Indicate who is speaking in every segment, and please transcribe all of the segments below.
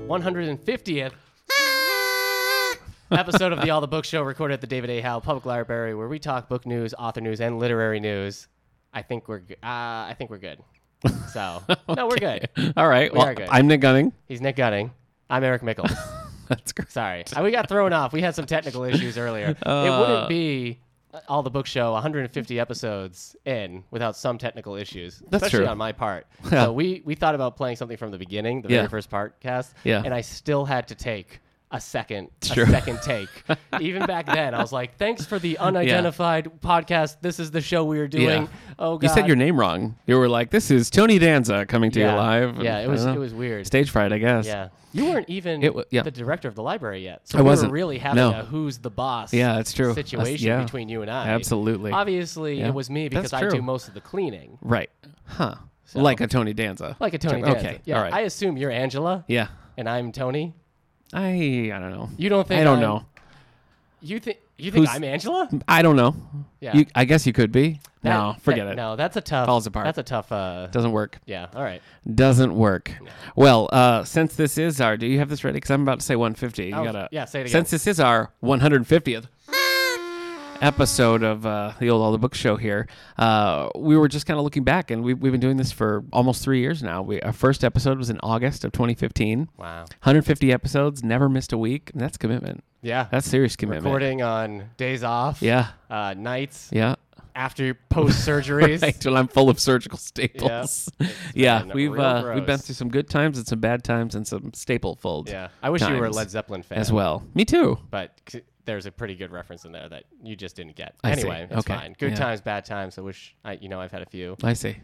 Speaker 1: 150th episode of the All the Book Show recorded at the David A. Howe Public Library, where we talk book news, author news, and literary news. I think we're g- uh, I think we're good. So no, we're good.
Speaker 2: All right.
Speaker 1: We
Speaker 2: well,
Speaker 1: are good.
Speaker 2: I'm Nick Gunning.
Speaker 1: He's Nick Gunning. I'm Eric Mickle.
Speaker 2: That's great.
Speaker 1: Sorry, Uh, we got thrown off. We had some technical issues earlier.
Speaker 2: Uh,
Speaker 1: it wouldn't be all the book show 150 episodes in without some technical issues,
Speaker 2: That's
Speaker 1: especially
Speaker 2: true.
Speaker 1: on my part.
Speaker 2: Yeah.
Speaker 1: So we we thought about playing something from the beginning, the
Speaker 2: Yeah.
Speaker 1: very first part cast,
Speaker 2: Yeah.
Speaker 1: and I still had to take. A second,
Speaker 2: Sure.
Speaker 1: a second take. Even back then, I was like, "Thanks for the unidentified podcast. This is the show we are doing." Oh God,
Speaker 2: You said your name wrong. You were like, "This is Tony Danza coming to
Speaker 1: yeah.
Speaker 2: you live."
Speaker 1: Yeah,
Speaker 2: and
Speaker 1: it was
Speaker 2: I don't
Speaker 1: it
Speaker 2: know.
Speaker 1: was weird.
Speaker 2: stage fright, I guess.
Speaker 1: Yeah, you weren't even
Speaker 2: It wa- yeah.
Speaker 1: the director of the library yet, so
Speaker 2: I
Speaker 1: we
Speaker 2: wasn't.
Speaker 1: were really having
Speaker 2: No.
Speaker 1: a who's the boss.
Speaker 2: Yeah, that's true. That's-
Speaker 1: Situation
Speaker 2: yeah.
Speaker 1: between you and I.
Speaker 2: Absolutely.
Speaker 1: Obviously,
Speaker 2: Yeah.
Speaker 1: it was me
Speaker 2: That's
Speaker 1: because I
Speaker 2: true.
Speaker 1: do most of the cleaning,
Speaker 2: Right. Huh. Like a Tony Danza.
Speaker 1: like a Tony.
Speaker 2: Okay,
Speaker 1: Danza. Yeah,
Speaker 2: all right.
Speaker 1: I assume you're Angela,
Speaker 2: yeah.
Speaker 1: and I'm Tony.
Speaker 2: I I don't know.
Speaker 1: You don't think
Speaker 2: I don't
Speaker 1: I'm-
Speaker 2: know.
Speaker 1: You think you think
Speaker 2: Who's-
Speaker 1: I'm Angela?
Speaker 2: I don't know.
Speaker 1: Yeah.
Speaker 2: You, I guess you could be. no,
Speaker 1: That-
Speaker 2: forget
Speaker 1: that-
Speaker 2: it.
Speaker 1: No, that's a tough.
Speaker 2: Falls apart.
Speaker 1: That's a tough. Uh,
Speaker 2: Doesn't work.
Speaker 1: yeah. All right.
Speaker 2: Doesn't work. Well, uh, since this is our, do you have this ready? Because I'm about to say 150. You
Speaker 1: Oh,
Speaker 2: gotta.
Speaker 1: yeah, say it again.
Speaker 2: Since this is our 150th episode of uh, the old all the book show here, uh, we were just kind of looking back, and we, we've been doing this for almost three years now. We our first episode was in August of 2015.
Speaker 1: Wow.
Speaker 2: 150 episodes, never missed a week. And that's commitment.
Speaker 1: Yeah.
Speaker 2: That's serious commitment.
Speaker 1: recording on days off.
Speaker 2: Yeah.
Speaker 1: Uh, nights
Speaker 2: Yeah.
Speaker 1: after post surgeries.
Speaker 2: Right, when I'm full of surgical staples. Yeah,
Speaker 1: been
Speaker 2: we've
Speaker 1: real
Speaker 2: uh, we've been
Speaker 1: gross.
Speaker 2: through some good times and some bad times and some staple folds.
Speaker 1: Yeah. I wish you were a
Speaker 2: times.
Speaker 1: Led Zeppelin fan
Speaker 2: as well. Me too.
Speaker 1: but c- there's a pretty good reference in there that you just didn't get.
Speaker 2: I see.
Speaker 1: anyway, it's
Speaker 2: Okay.
Speaker 1: fine. Good
Speaker 2: Yeah.
Speaker 1: times, bad times. I wish I, you know, I've had a few.
Speaker 2: I see.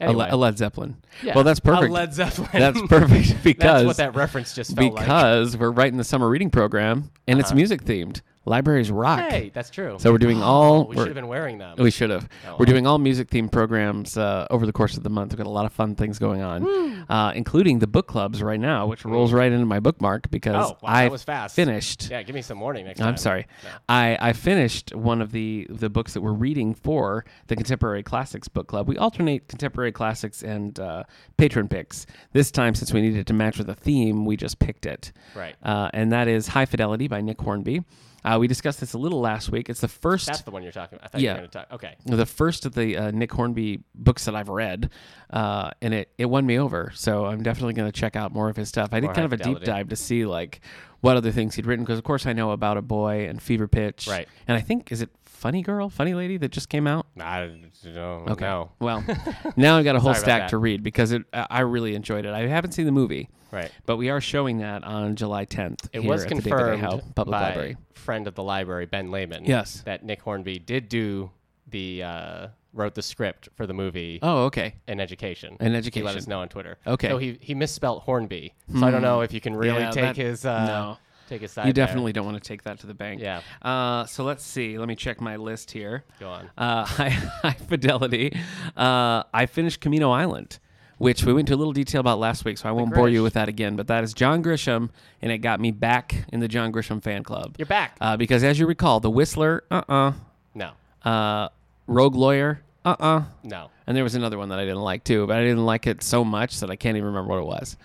Speaker 2: A Le-
Speaker 1: Anyway,
Speaker 2: A Led Zeppelin.
Speaker 1: yeah.
Speaker 2: Well, that's perfect.
Speaker 1: A Led Zeppelin.
Speaker 2: that's perfect because
Speaker 1: that's what that reference just felt like. Uh-huh.
Speaker 2: because we're right in the summer reading program and it's music themed. Libraries rock.
Speaker 1: Hey, that's true.
Speaker 2: So we're doing all.
Speaker 1: we
Speaker 2: we're-
Speaker 1: should have been wearing them.
Speaker 2: We should have.
Speaker 1: Oh,
Speaker 2: We're doing all music themed programs uh, over the course of the month. We've got a lot of fun things going on, uh, including the book clubs right now, which rolls right into my bookmark because
Speaker 1: Oh, wow,
Speaker 2: I
Speaker 1: that was fast.
Speaker 2: finished.
Speaker 1: yeah, give me some warning next time.
Speaker 2: I'm sorry. I, I finished one of the the books that we're reading for the Contemporary Classics Book Club. We alternate Contemporary Classics and uh, patron picks. This time, since we needed to match with a theme, we just picked it.
Speaker 1: Right.
Speaker 2: Uh, and that is High Fidelity by Nick Hornby. Uh, we discussed this a little last week. It's the first
Speaker 1: That's the one you're talking about. I thought
Speaker 2: Yeah.
Speaker 1: you were going to talk. Okay.
Speaker 2: the first of the uh, Nick Hornby books that I've read, uh, and it, it won me over. So I'm definitely going to check out more of his stuff. I did
Speaker 1: More
Speaker 2: kind
Speaker 1: high
Speaker 2: of a deep
Speaker 1: fidelity.
Speaker 2: dive to see like what other things he'd written because of course I know about a boy and Fever Pitch,
Speaker 1: Right.
Speaker 2: And I think is it Funny Girl, Funny Lady that just came out.
Speaker 1: I don't know.
Speaker 2: Well, now I've got a whole
Speaker 1: Sorry about
Speaker 2: stack
Speaker 1: that.
Speaker 2: to read because it I I really enjoyed it. I haven't seen the movie,
Speaker 1: Right.
Speaker 2: But we are showing that on July 10th.
Speaker 1: It
Speaker 2: here
Speaker 1: was
Speaker 2: at the David A.
Speaker 1: confirmed
Speaker 2: Howe Public
Speaker 1: by
Speaker 2: Library.
Speaker 1: friend of the library, Ben Lehman.
Speaker 2: Yes.
Speaker 1: That Nick Hornby did do the, uh, wrote the script for the movie.
Speaker 2: Oh, okay.
Speaker 1: and education.
Speaker 2: And
Speaker 1: He let
Speaker 2: education.
Speaker 1: us know on Twitter.
Speaker 2: Okay. Hmm.
Speaker 1: So he he misspelled Hornby. So I don't know if you can really
Speaker 2: Yeah,
Speaker 1: take
Speaker 2: that-
Speaker 1: his uh,
Speaker 2: no.
Speaker 1: take his side.
Speaker 2: You
Speaker 1: there.
Speaker 2: definitely don't want to take that to the bank.
Speaker 1: Yeah.
Speaker 2: Uh, so let's see. Let me check my list here.
Speaker 1: Go on.
Speaker 2: Uh, high, high fidelity. Uh, I finished Camino Island, which we went into a little detail about last week, so I won't bore you
Speaker 1: Grisham.
Speaker 2: with that again. But that is John Grisham, and it got me back in the John Grisham fan club.
Speaker 1: You're back.
Speaker 2: Uh, because as you recall, The Whistler, uh
Speaker 1: no.
Speaker 2: uh uh, Rogue Lawyer, uh uh
Speaker 1: No.
Speaker 2: and there was another one that I didn't like too, but I didn't like it so much that I can't even remember what it was.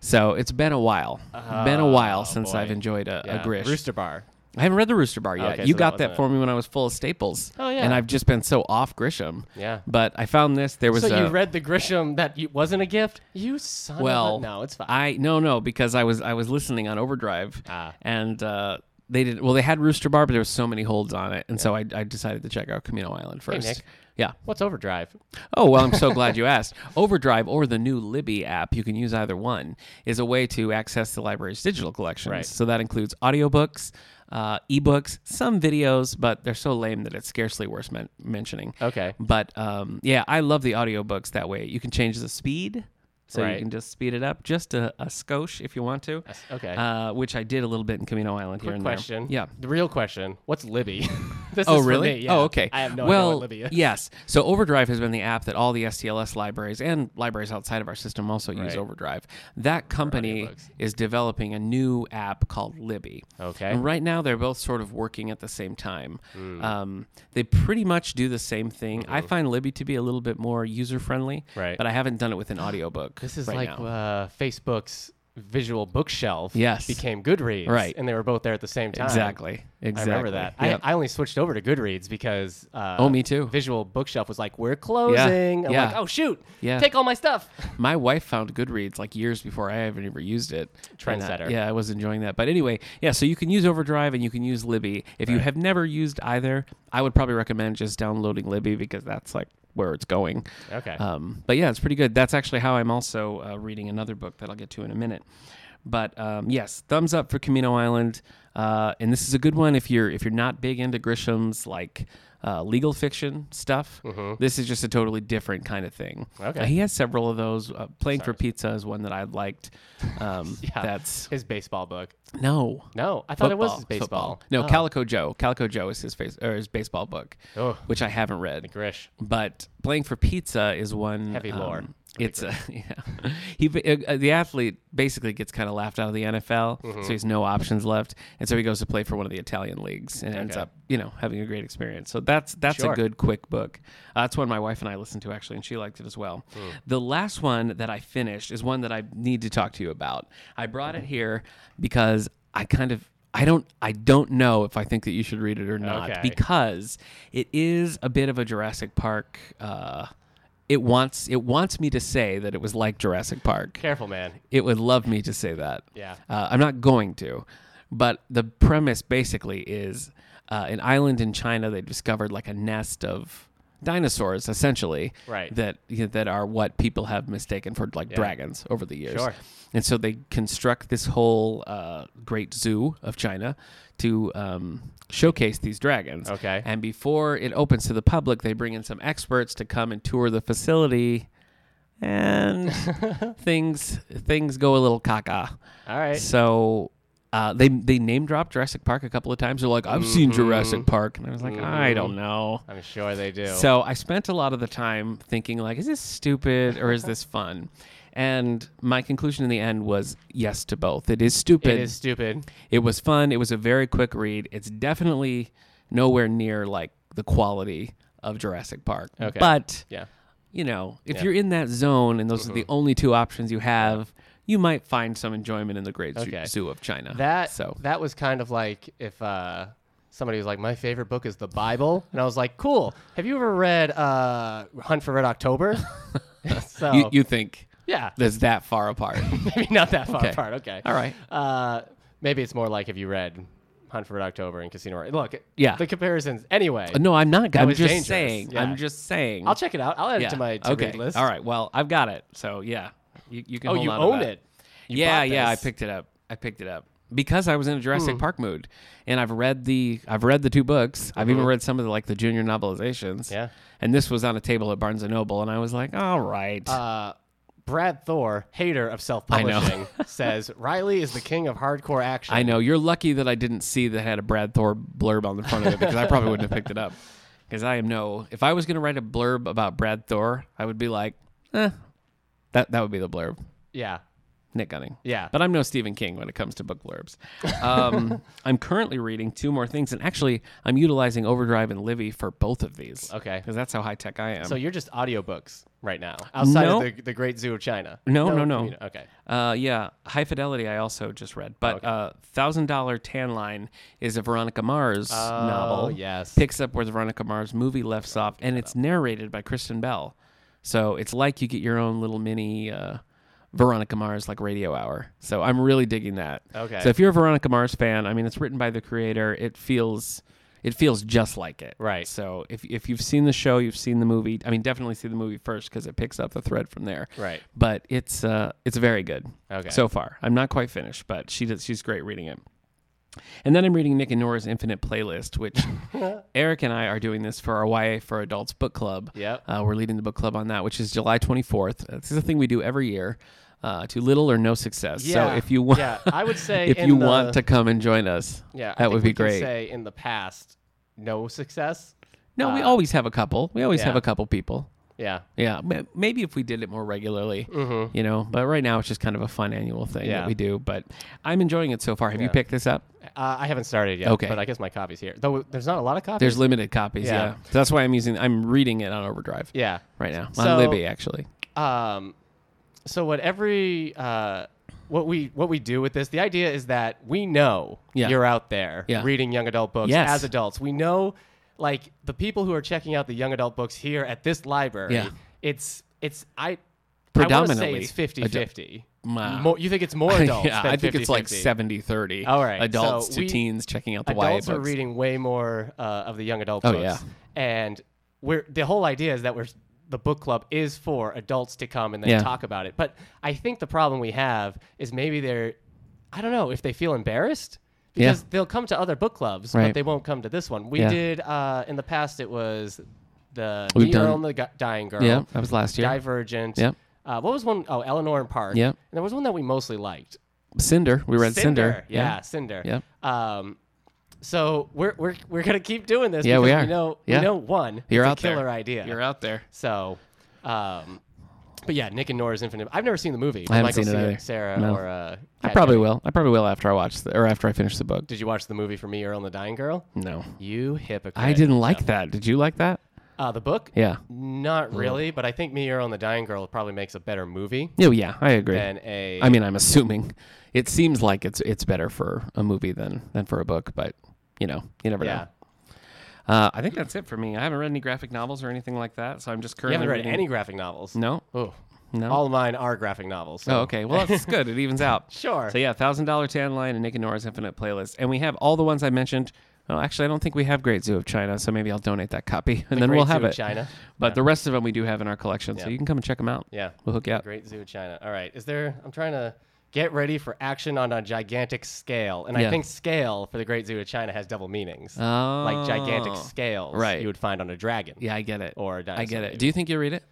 Speaker 2: So it's been a while. been a while since
Speaker 1: Ah, boy.
Speaker 2: I've enjoyed a,
Speaker 1: Yeah.
Speaker 2: a Grish.
Speaker 1: Rooster Bar.
Speaker 2: I haven't read the Rooster Bar yet.
Speaker 1: Okay,
Speaker 2: you
Speaker 1: so that
Speaker 2: got that,
Speaker 1: wasn't
Speaker 2: for me when I was full of staples.
Speaker 1: Oh, yeah.
Speaker 2: And I've just been so off Grisham.
Speaker 1: Yeah.
Speaker 2: But I found this. There was uh,
Speaker 1: So
Speaker 2: a
Speaker 1: you read the Grisham that you, wasn't a gift? You son
Speaker 2: well.
Speaker 1: of a, no, it's fine.
Speaker 2: I no no because I was I was listening on Overdrive
Speaker 1: Ah.
Speaker 2: and uh, they did well. They had Rooster Bar, but there was so many holds on it, and so I, I decided to check out Camino Island first.
Speaker 1: Nick.
Speaker 2: Yeah.
Speaker 1: What's Overdrive?
Speaker 2: Oh, well, I'm so glad you asked. Overdrive or the new Libby app, you can use either one, is a way to access the library's digital collections.
Speaker 1: Right.
Speaker 2: So that includes audiobooks, uh, ebooks, some videos, but they're so lame that it's scarcely worth men- mentioning.
Speaker 1: Okay.
Speaker 2: But um, yeah, I love the audiobooks that way. You can change the speed. So you
Speaker 1: Right.
Speaker 2: can just speed it up just a, a skosh if you want to.
Speaker 1: s- okay.
Speaker 2: Uh, which I did a little bit in Camino Island here
Speaker 1: Quick
Speaker 2: and
Speaker 1: question.
Speaker 2: there. Yeah.
Speaker 1: The real question. What's Libby? this
Speaker 2: Oh,
Speaker 1: is for
Speaker 2: really?
Speaker 1: me, yeah.
Speaker 2: Oh, okay.
Speaker 1: I have no
Speaker 2: well,
Speaker 1: idea what Libby is.
Speaker 2: Yes. So Overdrive has been the app that all the STLS libraries and libraries outside of our system also use
Speaker 1: Right.
Speaker 2: Overdrive. That company
Speaker 1: audiobooks.
Speaker 2: is developing a new app called Libby.
Speaker 1: Okay. Hmm.
Speaker 2: And right now they're both sort of working at the same time. Um, they pretty much do the same thing. I find Libby to be a little bit more user friendly,
Speaker 1: Oh. Right.
Speaker 2: but I haven't done it with an audiobook.
Speaker 1: This is
Speaker 2: right
Speaker 1: like
Speaker 2: now.
Speaker 1: uh, Facebook's visual bookshelf
Speaker 2: Yes.
Speaker 1: became Goodreads.
Speaker 2: Right.
Speaker 1: And they were both there at the same time.
Speaker 2: Exactly. Exactly.
Speaker 1: I remember that.
Speaker 2: Yep.
Speaker 1: I, I only switched over to Goodreads because uh,
Speaker 2: oh, me too.
Speaker 1: Visual Bookshelf was like, we're closing. I'm
Speaker 2: Yeah.
Speaker 1: like, oh, shoot.
Speaker 2: Yeah.
Speaker 1: Take all my stuff.
Speaker 2: My wife found Goodreads like years before I ever ever used it. And, uh,
Speaker 1: Trendsetter.
Speaker 2: yeah, I was enjoying that. But anyway, yeah, so you can use Overdrive and you can use Libby. If you have never used either, I would probably recommend just downloading Libby because that's like where it's going.
Speaker 1: Okay.
Speaker 2: Um, but yeah, it's pretty good. That's actually how I'm also uh, reading another book that I'll get to in a minute. But um, yes, thumbs up for Camino Island, uh, and this is a good one if you're if you're not big into Grisham's like uh, legal fiction stuff. This is just a totally different kind of thing.
Speaker 1: Mm-hmm. Okay.
Speaker 2: Uh, he has several of those. Uh, Playing for Pizza is one that I liked. Um,
Speaker 1: Yeah.
Speaker 2: That's
Speaker 1: his baseball book.
Speaker 2: no.
Speaker 1: No, I thought it was
Speaker 2: Football,
Speaker 1: his baseball.
Speaker 2: football. No,
Speaker 1: Oh,
Speaker 2: Calico Joe. Calico Joe is his face or his baseball book,
Speaker 1: Oh.
Speaker 2: which I haven't read
Speaker 1: Grish.
Speaker 2: but playing for pizza is one um,
Speaker 1: Heavy lore.
Speaker 2: It's a, yeah. He uh, the athlete basically gets kind of laughed out of the NFL,
Speaker 1: Mm-hmm.
Speaker 2: so he has no options left, and so he goes to play for one of the Italian leagues and ends
Speaker 1: Okay.
Speaker 2: up you know having a great experience. So that's that's
Speaker 1: Sure.
Speaker 2: a good quick book. Uh, that's one my wife and I listened to actually, and she liked it as well.
Speaker 1: Hmm.
Speaker 2: The last one that I finished is one that I need to talk to you about. I brought
Speaker 1: Mm-hmm.
Speaker 2: it here because I kind of. I don't. I don't know if I think that you should read it or not
Speaker 1: Okay.
Speaker 2: because it is a bit of a Jurassic Park. Uh, it wants it wants me to say that it was like Jurassic Park.
Speaker 1: Careful, man.
Speaker 2: It would love me to say that.
Speaker 1: Yeah.
Speaker 2: Uh, I'm not going to, but the premise basically is uh, an island in China. They discovered like a nest of dinosaurs, essentially.
Speaker 1: Right.
Speaker 2: That that are what people have mistaken for like dragons over the years.
Speaker 1: Sure.
Speaker 2: And so they construct this whole uh, great zoo of China to um, showcase these dragons.
Speaker 1: Okay.
Speaker 2: And before it opens to the public, they bring in some experts to come and tour the facility. And things things go a little caca.
Speaker 1: All right.
Speaker 2: So uh, they they name dropped Jurassic Park a couple of times. They're like, I've seen
Speaker 1: Mm-hmm.
Speaker 2: Jurassic Park, and I was like, I don't know.
Speaker 1: I'm sure they do.
Speaker 2: So I spent a lot of the time thinking like, is this stupid or is this fun? And my conclusion in the end was yes to both. It is stupid.
Speaker 1: it is stupid.
Speaker 2: It was fun. It was a very quick read. It's definitely nowhere near like the quality of Jurassic Park.
Speaker 1: Okay.
Speaker 2: But
Speaker 1: Yeah.
Speaker 2: you know, if you're in that zone and those are the
Speaker 1: Mm-hmm.
Speaker 2: only two options you have, you might find some enjoyment in the Great Zoo-
Speaker 1: Okay.
Speaker 2: Zoo of China.
Speaker 1: That
Speaker 2: so
Speaker 1: that was kind of like if uh, somebody was like, "My favorite book is the Bible," and I was like, "Cool. Have you ever read uh, Hunt for Red October?" so
Speaker 2: you, you think
Speaker 1: yeah,
Speaker 2: that's that far apart?
Speaker 1: maybe not that far
Speaker 2: Okay.
Speaker 1: apart. Okay,
Speaker 2: All right.
Speaker 1: Uh, maybe it's more like if you read Hunt for Red October and Casino. Royale. Look,
Speaker 2: Yeah.
Speaker 1: the comparisons. Anyway,
Speaker 2: Uh, No, I'm not. I'm
Speaker 1: was
Speaker 2: just
Speaker 1: dangerous.
Speaker 2: saying.
Speaker 1: Yeah.
Speaker 2: I'm just saying.
Speaker 1: I'll check it out. I'll add
Speaker 2: Yeah.
Speaker 1: it to my to
Speaker 2: okay.
Speaker 1: read list.
Speaker 2: All right. Well, I've got it. So yeah, you, you can.
Speaker 1: Oh,
Speaker 2: hold
Speaker 1: you
Speaker 2: on to
Speaker 1: own
Speaker 2: that.
Speaker 1: it. You
Speaker 2: yeah,
Speaker 1: bought
Speaker 2: yeah. I
Speaker 1: this. Hmm.
Speaker 2: picked it up. I picked it up because I was in a Jurassic Park mood, and I've read the I've read the two books. I've even read some of the like the junior novelizations.
Speaker 1: Mm-hmm. Yeah.
Speaker 2: And this was on a table at Barnes and Noble, and I was like, all right.
Speaker 1: Uh, Brad Thor, hater of
Speaker 2: know.
Speaker 1: self-publishing, says Riley is the king of hardcore action.
Speaker 2: I know you're lucky that I didn't see that had a Brad Thor blurb on the front of it because I probably wouldn't have picked it up. Because I am no. If I was going to write a blurb about Brad Thor, I would be like, eh, that that would be the blurb.
Speaker 1: Yeah,
Speaker 2: Nick Gunning.
Speaker 1: yeah.
Speaker 2: But I'm no Stephen King when it comes to book blurbs. Um, I'm currently reading two more things, and actually, I'm utilizing Overdrive and Livy for both of these.
Speaker 1: Okay.
Speaker 2: Because that's how high tech I am.
Speaker 1: So you're just audiobooks right now, outside
Speaker 2: No.
Speaker 1: of the, the Great Zoo of China.
Speaker 2: No, no, no.
Speaker 1: community- Okay.
Speaker 2: uh, yeah, High Fidelity I also just read, but uh, Thousand Dollar Tan Line is a Veronica Mars
Speaker 1: Oh,
Speaker 2: novel.
Speaker 1: yes.
Speaker 2: Picks up where the Veronica Mars movie left off, and it's narrated by Kristen Bell. So it's like you get your own little mini uh, Veronica Mars like radio hour. So I'm really digging that.
Speaker 1: Okay.
Speaker 2: So if you're a Veronica Mars fan, I mean, it's written by the creator. It feels it feels just like it.
Speaker 1: Right.
Speaker 2: So if if you've seen the show, you've seen the movie. I mean, definitely see the movie first because it picks up the thread from there.
Speaker 1: Right.
Speaker 2: But it's uh it's very good.
Speaker 1: Okay.
Speaker 2: So far, I'm not quite finished, but she does, she's great reading it. And then I'm reading Nick and Nora's Infinite Playlist, which Eric and I are doing this for our YA for Adults book club.
Speaker 1: Yep.
Speaker 2: Uh, we're leading the book club on that, which is July 24th. Uh, This is a thing we do every year uh, to little or no success.
Speaker 1: Yeah,
Speaker 2: So if you want,
Speaker 1: yeah, I would say
Speaker 2: if
Speaker 1: in
Speaker 2: you
Speaker 1: the-
Speaker 2: want to come and join us,
Speaker 1: Yeah, I
Speaker 2: that
Speaker 1: think
Speaker 2: would be
Speaker 1: we can
Speaker 2: great.
Speaker 1: Say in the past, no success.
Speaker 2: no, we
Speaker 1: uh,
Speaker 2: always have a couple. We always
Speaker 1: yeah.
Speaker 2: have a couple people.
Speaker 1: Yeah.
Speaker 2: Yeah, ma- maybe if we did it more regularly,
Speaker 1: Mm-hmm.
Speaker 2: you know. But right now, it's just kind of a fun annual thing
Speaker 1: Yeah.
Speaker 2: that we do. But I'm enjoying it so far. Have you
Speaker 1: Yeah.
Speaker 2: picked this up?
Speaker 1: Uh, I haven't started yet.
Speaker 2: Okay.
Speaker 1: But I guess my copy's here. Though there's not a lot of copies.
Speaker 2: There's limited copies.
Speaker 1: Yeah.
Speaker 2: Yeah, So that's why I'm using. I'm reading it on Overdrive
Speaker 1: yeah.
Speaker 2: right now
Speaker 1: So-
Speaker 2: on Libby actually.
Speaker 1: Um, so what every uh, what we what we do with this the idea is that we know
Speaker 2: Yeah.
Speaker 1: you're out there
Speaker 2: Yeah.
Speaker 1: reading young adult books
Speaker 2: Yes.
Speaker 1: as adults we know like the people who are checking out the young adult books here at this library
Speaker 2: Yeah.
Speaker 1: it's it's i I
Speaker 2: Predominantly
Speaker 1: want to say it's 50 50.
Speaker 2: Wow.
Speaker 1: you think it's more adults?
Speaker 2: yeah,
Speaker 1: than
Speaker 2: I think it's like
Speaker 1: 50-50.
Speaker 2: 70 30.
Speaker 1: All right,
Speaker 2: Adults
Speaker 1: so
Speaker 2: to
Speaker 1: we-
Speaker 2: teens checking out the YA
Speaker 1: adults
Speaker 2: books.
Speaker 1: are reading way more uh, of the young adult
Speaker 2: Oh,
Speaker 1: books.
Speaker 2: yeah.
Speaker 1: And we're the whole idea is that we're the book club is for adults to come and then
Speaker 2: Yeah.
Speaker 1: talk about it. But I think the problem we have is maybe they're I don't know if they feel embarrassed
Speaker 2: Yeah.
Speaker 1: because they'll come to other book clubs
Speaker 2: Right.
Speaker 1: but they won't come to this one. We
Speaker 2: Yeah.
Speaker 1: done. did uh, in the past it was the
Speaker 2: We've
Speaker 1: the
Speaker 2: done-
Speaker 1: Earl and the Gu- Dying Girl.
Speaker 2: yeah, that was last year.
Speaker 1: Divergent.
Speaker 2: Yep.
Speaker 1: Uh, what was one? Oh, Eleanor and Park.
Speaker 2: Yep.
Speaker 1: And there was one that we mostly liked.
Speaker 2: Cinder. We read Cinder.
Speaker 1: Yeah, Cinder.
Speaker 2: Yep.
Speaker 1: Um, so we're we're we're gonna keep doing this.
Speaker 2: Yeah, we
Speaker 1: because
Speaker 2: are.
Speaker 1: We know
Speaker 2: Yeah.
Speaker 1: we know one.
Speaker 2: You're
Speaker 1: it's
Speaker 2: out
Speaker 1: a
Speaker 2: there.
Speaker 1: killer idea.
Speaker 2: You're out there.
Speaker 1: So, um, but yeah, Nick and Nora's Infinite. I've never seen the movie.
Speaker 2: I haven't
Speaker 1: Michael
Speaker 2: seen it
Speaker 1: Cera-
Speaker 2: either.
Speaker 1: Sarah
Speaker 2: No.
Speaker 1: or uh,
Speaker 2: I
Speaker 1: Kat
Speaker 2: probably
Speaker 1: Dennings.
Speaker 2: will. I probably will after I watch the, or after I finish the book.
Speaker 1: Did you watch the movie for me, Earl and the Dying Girl?
Speaker 2: No.
Speaker 1: You hypocrite.
Speaker 2: I didn't like that. Did you like that?
Speaker 1: uh, the book.
Speaker 2: Yeah.
Speaker 1: Not really, but I think Me, Earl, and the Dying Girl probably makes a better movie
Speaker 2: Oh, yeah. I agree.
Speaker 1: than a.
Speaker 2: I mean, I'm assuming it seems like it's it's better for a movie than than for a book, but you know, you never
Speaker 1: yeah.
Speaker 2: know. Uh, I think that's it for me. I haven't read any graphic novels or anything like that, so I'm just
Speaker 1: You
Speaker 2: currently
Speaker 1: haven't read
Speaker 2: reading-
Speaker 1: any graphic novels.
Speaker 2: No,
Speaker 1: Oh,
Speaker 2: no.
Speaker 1: all of mine are graphic novels. so-
Speaker 2: oh, okay. Well, that's good. It evens out.
Speaker 1: Sure.
Speaker 2: So yeah, thousand dollar tan line and Nick and Nora's infinite playlist, and we have all the ones I mentioned. Well, actually, I don't think we have Great Zoo of China, so maybe I'll donate that copy and then
Speaker 1: Great
Speaker 2: we'll have
Speaker 1: Zoo
Speaker 2: it.
Speaker 1: of China.
Speaker 2: But the rest of them we do have in our collection, so
Speaker 1: Yeah.
Speaker 2: you can come and check them out.
Speaker 1: Yeah.
Speaker 2: We'll hook you up.
Speaker 1: Great Zoo of China. All right. Is there? I'm trying to get ready for action on a gigantic scale, and
Speaker 2: Yeah.
Speaker 1: I think scale for the Great Zoo of China has double meanings,
Speaker 2: Oh.
Speaker 1: like gigantic scales
Speaker 2: Right.
Speaker 1: you would find on a dragon
Speaker 2: Yeah, I get it.
Speaker 1: or a dinosaur.
Speaker 2: I get it.
Speaker 1: maybe.
Speaker 2: Do you think you'll read it?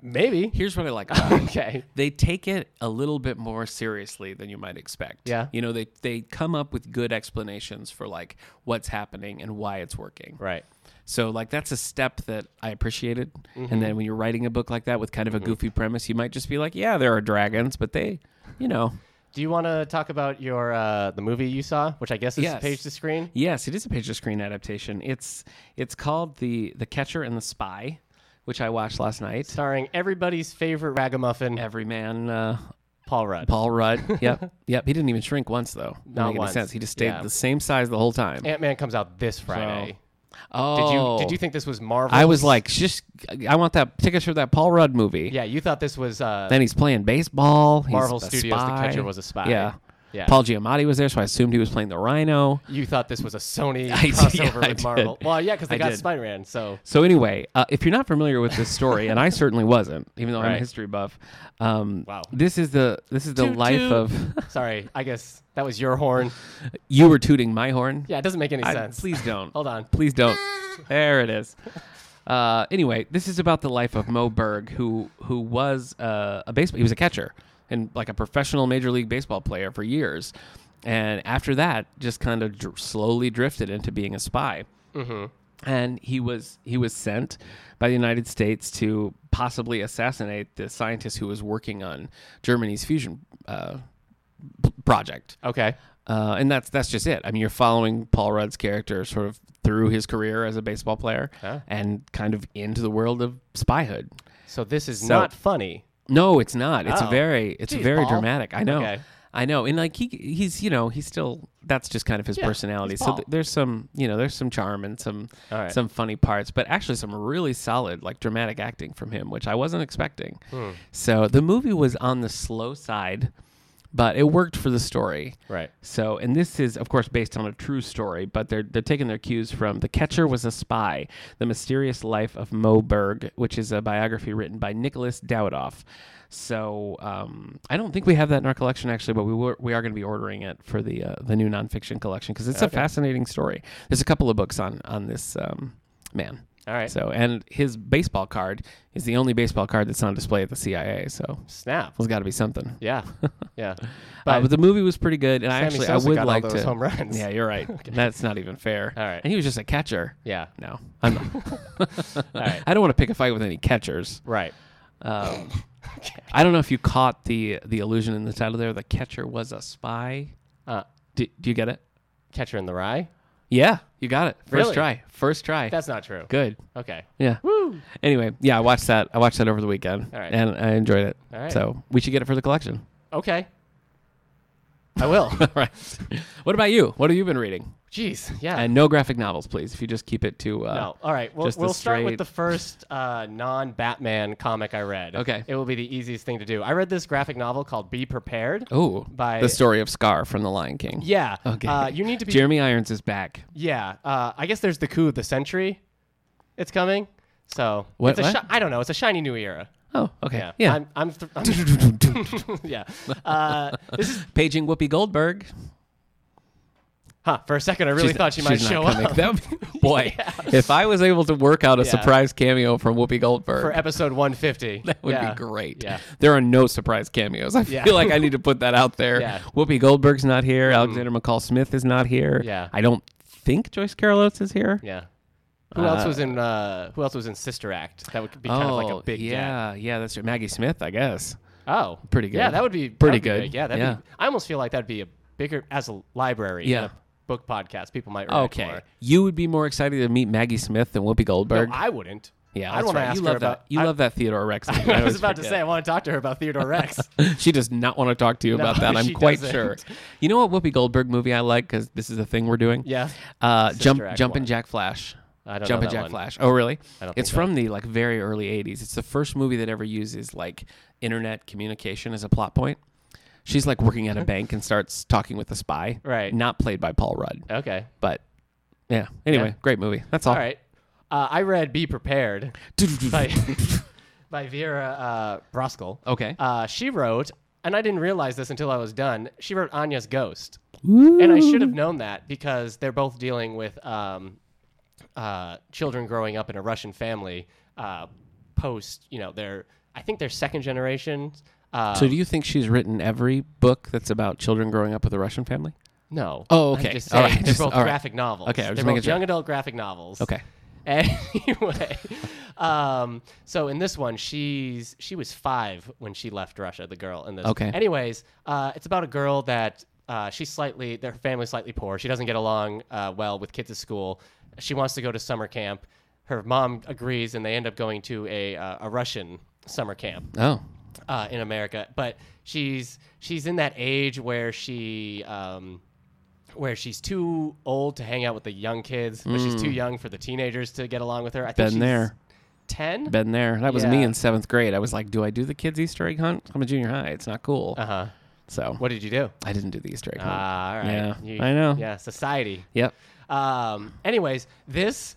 Speaker 1: Maybe.
Speaker 2: Here's what I like about it.
Speaker 1: okay.
Speaker 2: they take it a little bit more seriously than you might expect.
Speaker 1: Yeah.
Speaker 2: You know, they they come up with good explanations for like what's happening and why it's working.
Speaker 1: Right.
Speaker 2: So like that's a step that I appreciated.
Speaker 1: Mm-hmm.
Speaker 2: And then when you're writing a book like that with kind of a goofy premise, you might just be like, yeah, there are dragons, but they, you know,
Speaker 1: Do you want to talk about your uh, the movie you saw, which I guess is
Speaker 2: Yes.
Speaker 1: page to screen?
Speaker 2: Yes, it is a picture screen adaptation. It's it's called the the Catcher and the Spy, which I watched last night.
Speaker 1: Starring everybody's favorite ragamuffin,
Speaker 2: Everyman uh,
Speaker 1: Paul Rudd.
Speaker 2: Paul Rudd. Yep, yep. He didn't even shrink once though. Didn't
Speaker 1: Not
Speaker 2: make any
Speaker 1: once.
Speaker 2: sense. He just stayed
Speaker 1: Yeah.
Speaker 2: the same size the whole time.
Speaker 1: Ant Man comes out this Friday. did
Speaker 2: Oh,
Speaker 1: you did you think this was Marvel?
Speaker 2: I was like, just I want that tickets for that Paul Rudd movie.
Speaker 1: yeah, you thought this was uh,
Speaker 2: Then he's playing baseball. He's
Speaker 1: Marvel
Speaker 2: a
Speaker 1: Studios.
Speaker 2: spy.
Speaker 1: The catcher was a spy.
Speaker 2: Yeah.
Speaker 1: yeah.
Speaker 2: Paul Giamatti was there, so I assumed he was playing the Rhino.
Speaker 1: You thought this was a Sony
Speaker 2: I did,
Speaker 1: crossover
Speaker 2: I
Speaker 1: with Marvel.
Speaker 2: did.
Speaker 1: Well, yeah, because they
Speaker 2: I
Speaker 1: got
Speaker 2: did.
Speaker 1: Spider Man. So
Speaker 2: So anyway, uh, if you're not familiar with this story, and I certainly wasn't, even though I'm a
Speaker 1: Right.
Speaker 2: history buff, um,
Speaker 1: Wow.
Speaker 2: this is the this is the
Speaker 1: Toot
Speaker 2: life
Speaker 1: toot.
Speaker 2: of.
Speaker 1: sorry, I guess that was your horn.
Speaker 2: you were tooting my horn.
Speaker 1: Yeah, it doesn't make any
Speaker 2: I-
Speaker 1: sense.
Speaker 2: please don't.
Speaker 1: Hold on.
Speaker 2: Please don't. There it is. Uh, anyway, this is about the life of Mo Berg, who who was uh, a baseball. He was a catcher and like a professional major league baseball player for years, and after that, just kind of dr- slowly drifted into being a spy. And he was he was sent by the United States to possibly assassinate the scientist who was working on Germany's fusion uh, p- project.
Speaker 1: Okay.
Speaker 2: Uh, and that's that's just it. I mean, you're following Paul Rudd's character sort of through his career as a baseball player
Speaker 1: Huh.
Speaker 2: and kind of into the world of spyhood.
Speaker 1: So this is
Speaker 2: So-
Speaker 1: not funny.
Speaker 2: No, it's not. It's
Speaker 1: Oh.
Speaker 2: very it's
Speaker 1: Jeez,
Speaker 2: very
Speaker 1: Paul.
Speaker 2: dramatic. I know.
Speaker 1: Okay.
Speaker 2: I know. And like he he's you know, he's still that's just kind of his
Speaker 1: Yeah,
Speaker 2: personality.
Speaker 1: he's
Speaker 2: So
Speaker 1: Paul.
Speaker 2: th- there's some, you know, there's some charm and some
Speaker 1: All right.
Speaker 2: some funny parts, but actually some really solid like dramatic acting from him, which I wasn't expecting.
Speaker 1: Hmm.
Speaker 2: So the movie was on the slow side, but it worked for the story.
Speaker 1: Right.
Speaker 2: So, and this is, of course, based on a true story, but they're they're taking their cues from "The Catcher Was a Spy: The Mysterious Life of Mo Berg," which is a biography written by Nicholas Davidoff. So, um, I don't think we have that in our collection actually, but we were, we are going to be ordering it for the uh, the new nonfiction collection because it's a fascinating story. There's a couple of books on on this um, man.
Speaker 1: All right.
Speaker 2: So, and his baseball card is the only baseball card that's on display at the CIA. So,
Speaker 1: Snap.
Speaker 2: there's got to be something.
Speaker 1: Yeah. Yeah.
Speaker 2: Uh, But,
Speaker 1: But
Speaker 2: but the movie was pretty good, and I
Speaker 1: Sammy
Speaker 2: actually
Speaker 1: Sosa
Speaker 2: I would
Speaker 1: got all
Speaker 2: like
Speaker 1: those
Speaker 2: to
Speaker 1: home runs.
Speaker 2: Yeah, you're right. That's not even fair.
Speaker 1: All right.
Speaker 2: and he was just a catcher.
Speaker 1: yeah.
Speaker 2: No, I'm not.
Speaker 1: All right.
Speaker 2: I don't want to pick a fight with any catchers.
Speaker 1: Right.
Speaker 2: Um, I don't know if you caught the the illusion in the title there. The catcher was a spy.
Speaker 1: Uh,
Speaker 2: Do, do you get it?
Speaker 1: Catcher in the Rye.
Speaker 2: Yeah, you got it. First
Speaker 1: Really?
Speaker 2: try. First try.
Speaker 1: That's not true.
Speaker 2: good.
Speaker 1: Okay.
Speaker 2: Yeah.
Speaker 1: Woo.
Speaker 2: Anyway, yeah, I watched that. I watched that over the weekend,
Speaker 1: All right.
Speaker 2: and I enjoyed it.
Speaker 1: All right.
Speaker 2: So we should get it for the collection.
Speaker 1: Okay. I will.
Speaker 2: All right. What about you? What have you been reading?
Speaker 1: Jeez, yeah.
Speaker 2: And no graphic novels, please. If you just keep it to uh,
Speaker 1: no, all right. We'll,
Speaker 2: just the
Speaker 1: we'll start
Speaker 2: straight-
Speaker 1: with the first uh, non-Batman comic I read.
Speaker 2: Okay.
Speaker 1: it will be the easiest thing to do. I read this graphic novel called "Be Prepared."
Speaker 2: Oh,
Speaker 1: By-
Speaker 2: the story of Scar from The Lion King.
Speaker 1: Yeah.
Speaker 2: Okay.
Speaker 1: Uh, you need to be.
Speaker 2: Jeremy Irons is back.
Speaker 1: yeah. Uh, I guess there's the coup of the century. It's coming. So
Speaker 2: What-
Speaker 1: it's a
Speaker 2: what?
Speaker 1: shi- I don't know. It's a shiny new era.
Speaker 2: Oh, okay.
Speaker 1: Yeah.
Speaker 2: Yeah.
Speaker 1: I'm. I'm, th- I'm yeah. Uh, this is.
Speaker 2: Paging Whoopi Goldberg.
Speaker 1: Huh. For a second, I really
Speaker 2: She's-
Speaker 1: thought she might
Speaker 2: she's not
Speaker 1: show
Speaker 2: coming.
Speaker 1: up
Speaker 2: That would be- boy, if I was able to work out a
Speaker 1: Yeah.
Speaker 2: surprise cameo from Whoopi Goldberg,
Speaker 1: for episode 150.
Speaker 2: that would
Speaker 1: Yeah.
Speaker 2: be great.
Speaker 1: Yeah.
Speaker 2: There are no surprise cameos. I
Speaker 1: Yeah.
Speaker 2: feel like I need to put that out there.
Speaker 1: Yeah. Mm.
Speaker 2: Whoopi Goldberg's not here. Alexander McCall Smith is not here.
Speaker 1: Yeah.
Speaker 2: I don't think Joyce Carol Oates is here.
Speaker 1: Yeah. Who else
Speaker 2: Uh,
Speaker 1: was in? Uh, who else was in Sister Act? That would be kind of like a big get.
Speaker 2: Oh, yeah, yeah. That's right. Maggie Smith, I guess.
Speaker 1: Oh,
Speaker 2: Pretty good.
Speaker 1: Yeah, that would be that
Speaker 2: Pretty
Speaker 1: would be
Speaker 2: good.
Speaker 1: big. yeah, that'd
Speaker 2: Yeah.
Speaker 1: Be, I almost feel like that'd be a bigger as a library.
Speaker 2: Yeah.
Speaker 1: and a book podcast. People might. react
Speaker 2: Okay,
Speaker 1: more.
Speaker 2: you would be more excited to meet Maggie Smith than Whoopi
Speaker 1: No,
Speaker 2: Goldberg.
Speaker 1: I wouldn't.
Speaker 2: yeah,
Speaker 1: I'd
Speaker 2: that's
Speaker 1: want
Speaker 2: right.
Speaker 1: to ask
Speaker 2: you
Speaker 1: her
Speaker 2: love
Speaker 1: about.
Speaker 2: that. You
Speaker 1: I,
Speaker 2: love that Theodore Rex. movie.
Speaker 1: I
Speaker 2: always
Speaker 1: was about to
Speaker 2: forget.
Speaker 1: say I want to talk to her about Theodore Rex.
Speaker 2: she does not want to talk to you about that. I'm
Speaker 1: she
Speaker 2: quite
Speaker 1: doesn't.
Speaker 2: sure. You know what Whoopi Goldberg movie I like because this is the thing we're doing.
Speaker 1: yeah,
Speaker 2: Uh, jump,
Speaker 1: Act
Speaker 2: jump
Speaker 1: one.
Speaker 2: and Jack Flash.
Speaker 1: I don't know
Speaker 2: jump and
Speaker 1: that
Speaker 2: Jack
Speaker 1: one.
Speaker 2: Flash. Oh, really?
Speaker 1: I don't
Speaker 2: it's
Speaker 1: think I-
Speaker 2: from the like very early '80s. It's the first movie that ever uses like internet communication as a plot point. She's like working at a bank and starts talking with a spy.
Speaker 1: Right.
Speaker 2: Not played by Paul Rudd,
Speaker 1: Okay.
Speaker 2: but yeah. Anyway,
Speaker 1: Yeah.
Speaker 2: great movie. That's all.
Speaker 1: All right. Uh, I read "Be Prepared" by by Vera uh, Broskell.
Speaker 2: okay.
Speaker 1: Uh, she wrote, and I didn't realize this until I was done. She wrote Anya's Ghost.
Speaker 2: Woo.
Speaker 1: and I should have known that because they're both dealing with um, uh, children growing up in a Russian family. Uh, post, you know, they're I think they're second generation. Uh,
Speaker 2: so, do you think she's written every book that's about children growing up with a Russian family?
Speaker 1: no.
Speaker 2: Oh,
Speaker 1: I'm
Speaker 2: okay.
Speaker 1: just
Speaker 2: All
Speaker 1: saying,
Speaker 2: right.
Speaker 1: They're
Speaker 2: Just-
Speaker 1: both
Speaker 2: all right.
Speaker 1: graphic novels.
Speaker 2: Okay, I was
Speaker 1: they're
Speaker 2: making
Speaker 1: both
Speaker 2: sure.
Speaker 1: young adult graphic novels.
Speaker 2: Okay.
Speaker 1: Anyway, um, so in this one, she's she was five when she left Russia. The girl in this.
Speaker 2: Okay.
Speaker 1: Anyways, uh, it's about a girl that uh, she's slightly their family's slightly poor. She doesn't get along uh, well with kids at school. She wants to go to summer camp. Her mom agrees, and they end up going to a uh, a Russian summer camp
Speaker 2: Oh,
Speaker 1: uh, in America, but she's she's in that age where she um, where she's too old to hang out with the young kids, but she's too young for the teenagers to get along with her. I think
Speaker 2: Mm. Been
Speaker 1: she's
Speaker 2: there.
Speaker 1: ten.
Speaker 2: been there. That was me
Speaker 1: Yeah.
Speaker 2: in seventh grade. I was like, "Do I do the kids' Easter egg hunt? I'm a junior high. It's not cool."
Speaker 1: Uh huh.
Speaker 2: so
Speaker 1: What did you do?
Speaker 2: I didn't do the Easter egg hunt.
Speaker 1: Ah, all right.
Speaker 2: Oh. Yeah,
Speaker 1: You-
Speaker 2: I know.
Speaker 1: Yeah, society.
Speaker 2: Yep.
Speaker 1: Um, anyways, this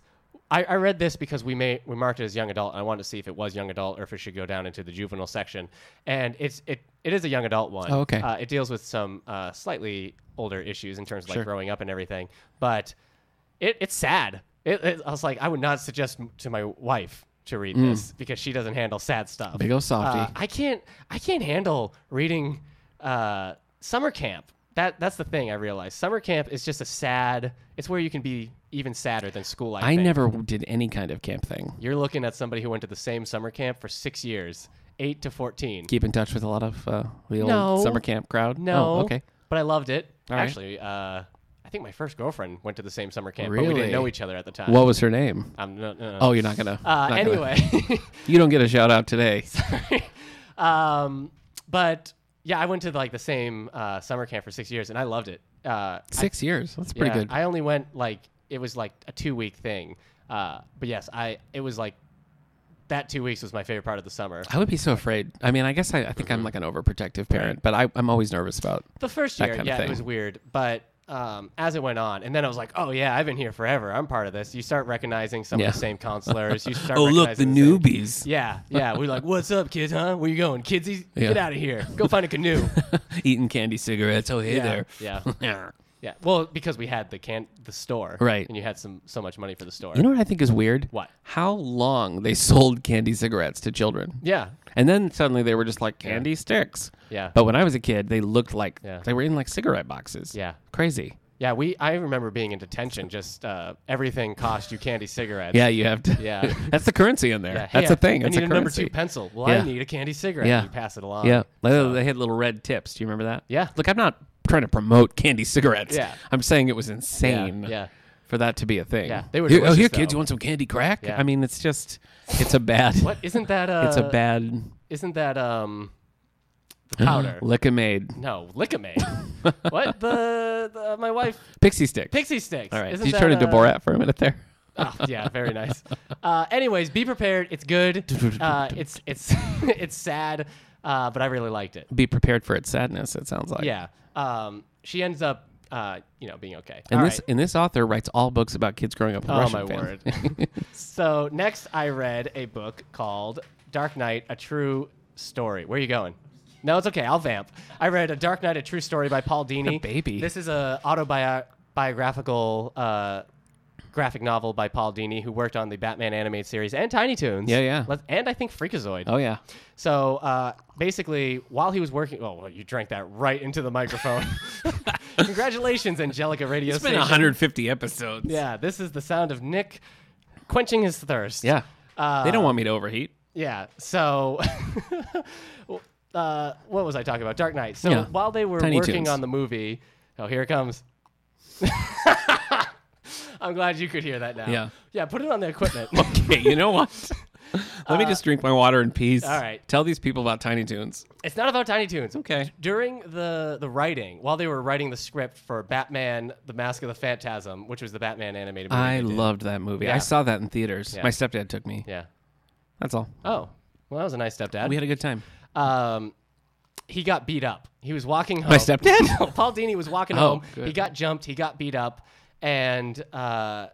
Speaker 1: I, I read this because we may we marked it as young adult, and I wanted to see if it was young adult or if it should go down into the juvenile section. And it's it it is a young adult one.
Speaker 2: Oh, okay.
Speaker 1: Uh, it deals with some uh, slightly older issues in terms of like
Speaker 2: Sure.
Speaker 1: growing up and everything, but it it's sad. It, it, I was like, I would not suggest m- to my wife to read this because she doesn't handle sad stuff.
Speaker 2: Hmm. Big ol' softy.
Speaker 1: Uh, I can't I can't handle reading uh, summer camp. That that's the thing I realized. Summer camp is just a sad. It's where you can be even sadder than school. I,
Speaker 2: I
Speaker 1: think.
Speaker 2: never did any kind of camp thing.
Speaker 1: You're looking at somebody who went to the same summer camp for six years, eight to fourteen.
Speaker 2: Keep in touch with a lot of uh, the old
Speaker 1: No.
Speaker 2: summer camp crowd.
Speaker 1: No,
Speaker 2: Oh, okay.
Speaker 1: but I loved it.
Speaker 2: All right.
Speaker 1: Actually, uh, I think my first girlfriend went to the same summer camp, but we didn't
Speaker 2: Really?
Speaker 1: know each other at the time.
Speaker 2: What was her name?
Speaker 1: I'm no, no, no.
Speaker 2: Oh, you're not gonna.
Speaker 1: Uh,
Speaker 2: not gonna-
Speaker 1: anyway.
Speaker 2: you don't get a shout out today.
Speaker 1: um, but yeah, I went to like the same uh, summer camp for six years, and I loved it. Uh,
Speaker 2: Six years. That's pretty
Speaker 1: yeah,
Speaker 2: good.
Speaker 1: I only went like it was like a two week thing. Uh, but yes, I it was like that two weeks was my favorite part of the summer.
Speaker 2: I would be so afraid. I mean, I guess I, I think
Speaker 1: Mm-hmm.
Speaker 2: I'm like an overprotective parent, but I, I'm always nervous about.
Speaker 1: The first
Speaker 2: That
Speaker 1: year,
Speaker 2: kind of
Speaker 1: yeah, it
Speaker 2: thing.
Speaker 1: was weird, but um, as it went on, and then I was like, oh yeah, I've been here forever. I'm part of this. You start recognizing some
Speaker 2: Yeah.
Speaker 1: of the same counselors. You start.
Speaker 2: Oh, look, the
Speaker 1: recognizing same-
Speaker 2: newbies.
Speaker 1: Yeah, yeah. We're like, what's up, kids? Huh? Where you going, kidsies? Get
Speaker 2: Yeah.
Speaker 1: out of here. Go find a canoe.
Speaker 2: Eating candy cigarettes. Oh, hey
Speaker 1: yeah, yeah.
Speaker 2: there.
Speaker 1: Yeah, well, because we had the can the store,
Speaker 2: Right.
Speaker 1: And you had some so much money for the store.
Speaker 2: You know what I think is weird?
Speaker 1: What?
Speaker 2: How long they sold candy cigarettes to children.
Speaker 1: yeah,
Speaker 2: And then suddenly they were just like candy sticks.
Speaker 1: Yeah.
Speaker 2: But when I was a kid, they looked like
Speaker 1: Yeah.
Speaker 2: they were in like cigarette boxes.
Speaker 1: yeah,
Speaker 2: Crazy.
Speaker 1: yeah. We I remember being in detention. Just uh, everything cost you candy cigarettes.
Speaker 2: Yeah, you have to.
Speaker 1: Yeah.
Speaker 2: That's the currency in there.
Speaker 1: Yeah,
Speaker 2: That's
Speaker 1: "Hey,
Speaker 2: a thing.
Speaker 1: I
Speaker 2: It's
Speaker 1: need
Speaker 2: a
Speaker 1: a
Speaker 2: currency.
Speaker 1: number two pencil. Well,
Speaker 2: Yeah.
Speaker 1: I need a candy cigarette.
Speaker 2: Yeah.
Speaker 1: and you pass it along.
Speaker 2: Yeah. They- They had little red tips. Do you remember that?
Speaker 1: Yeah.
Speaker 2: Look, I'm not trying to promote candy cigarettes.
Speaker 1: Yeah.
Speaker 2: I'm saying it was insane.
Speaker 1: yeah, yeah.
Speaker 2: For that to be a thing.
Speaker 1: Yeah, they were
Speaker 2: Here, oh, here,
Speaker 1: delicious,
Speaker 2: kids,
Speaker 1: though.
Speaker 2: you want some candy crack?
Speaker 1: Yeah.
Speaker 2: I mean, it's just, it's a bad,
Speaker 1: What isn't that? Uh,
Speaker 2: it's a bad.
Speaker 1: Isn't that um, The powder.
Speaker 2: Lickamade.
Speaker 1: no, Lickamade. what the, the my wife
Speaker 2: Pixie stick.
Speaker 1: pixie sticks.
Speaker 2: All right.
Speaker 1: Isn't
Speaker 2: Did you
Speaker 1: that,
Speaker 2: turn into
Speaker 1: uh,
Speaker 2: Borat for a minute there?
Speaker 1: Oh, yeah, very nice. Uh, anyways, be prepared. It's good. Uh, it's it's it's sad, uh, but I really liked it.
Speaker 2: Be prepared for its sadness. It sounds like.
Speaker 1: Yeah. Um, she ends up, uh, you know, being okay.
Speaker 2: And
Speaker 1: All
Speaker 2: this
Speaker 1: right.
Speaker 2: and this author writes all books about kids growing up in
Speaker 1: Oh,
Speaker 2: Russian
Speaker 1: my
Speaker 2: families.
Speaker 1: word. so next, I read a book called Dark Knight: A True Story. Where are you going? No, it's okay. I'll vamp. I read A Dark Knight: A True Story by Paul Dini.
Speaker 2: baby.
Speaker 1: This is a autobiographical. Uh, Graphic novel by Paul Dini, who worked on the Batman animated series and Tiny Toons.
Speaker 2: Yeah, yeah.
Speaker 1: Let- And I think Freakazoid.
Speaker 2: oh yeah.
Speaker 1: So uh, basically, while he was working, oh, well, you drank that right into the microphone. Congratulations, Angelica Radio
Speaker 2: It's been
Speaker 1: Station.
Speaker 2: 150 episodes.
Speaker 1: Yeah, this is the sound of Nick quenching his thirst.
Speaker 2: Yeah.
Speaker 1: Uh,
Speaker 2: they don't want me to overheat.
Speaker 1: Yeah. So, uh, what was I talking about? Dark Knight. So
Speaker 2: Yeah.
Speaker 1: while they were
Speaker 2: Tiny
Speaker 1: working
Speaker 2: Toons.
Speaker 1: on the movie, oh, here it comes. I'm glad you could hear that now.
Speaker 2: Yeah.
Speaker 1: Yeah. Put it on the equipment.
Speaker 2: Okay, you know what? Let me just drink my water in peace.
Speaker 1: Uh, all right.
Speaker 2: Tell these people about Tiny Toons.
Speaker 1: It's not about Tiny Toons.
Speaker 2: Okay.
Speaker 1: During the the writing, while they were writing the script for Batman: The Mask of the Phantasm, which was the Batman animated movie,
Speaker 2: I
Speaker 1: they did.
Speaker 2: loved that movie.
Speaker 1: Yeah.
Speaker 2: I saw that in theaters.
Speaker 1: Yeah.
Speaker 2: My stepdad took me.
Speaker 1: Yeah.
Speaker 2: That's all.
Speaker 1: Oh, well, that was a nice stepdad.
Speaker 2: We had a good time.
Speaker 1: um, he got beat up. He was walking home.
Speaker 2: My stepdad?
Speaker 1: No, Paul Dini was walking
Speaker 2: Oh,
Speaker 1: home.
Speaker 2: good.
Speaker 1: He got jumped. He got beat up, and uh,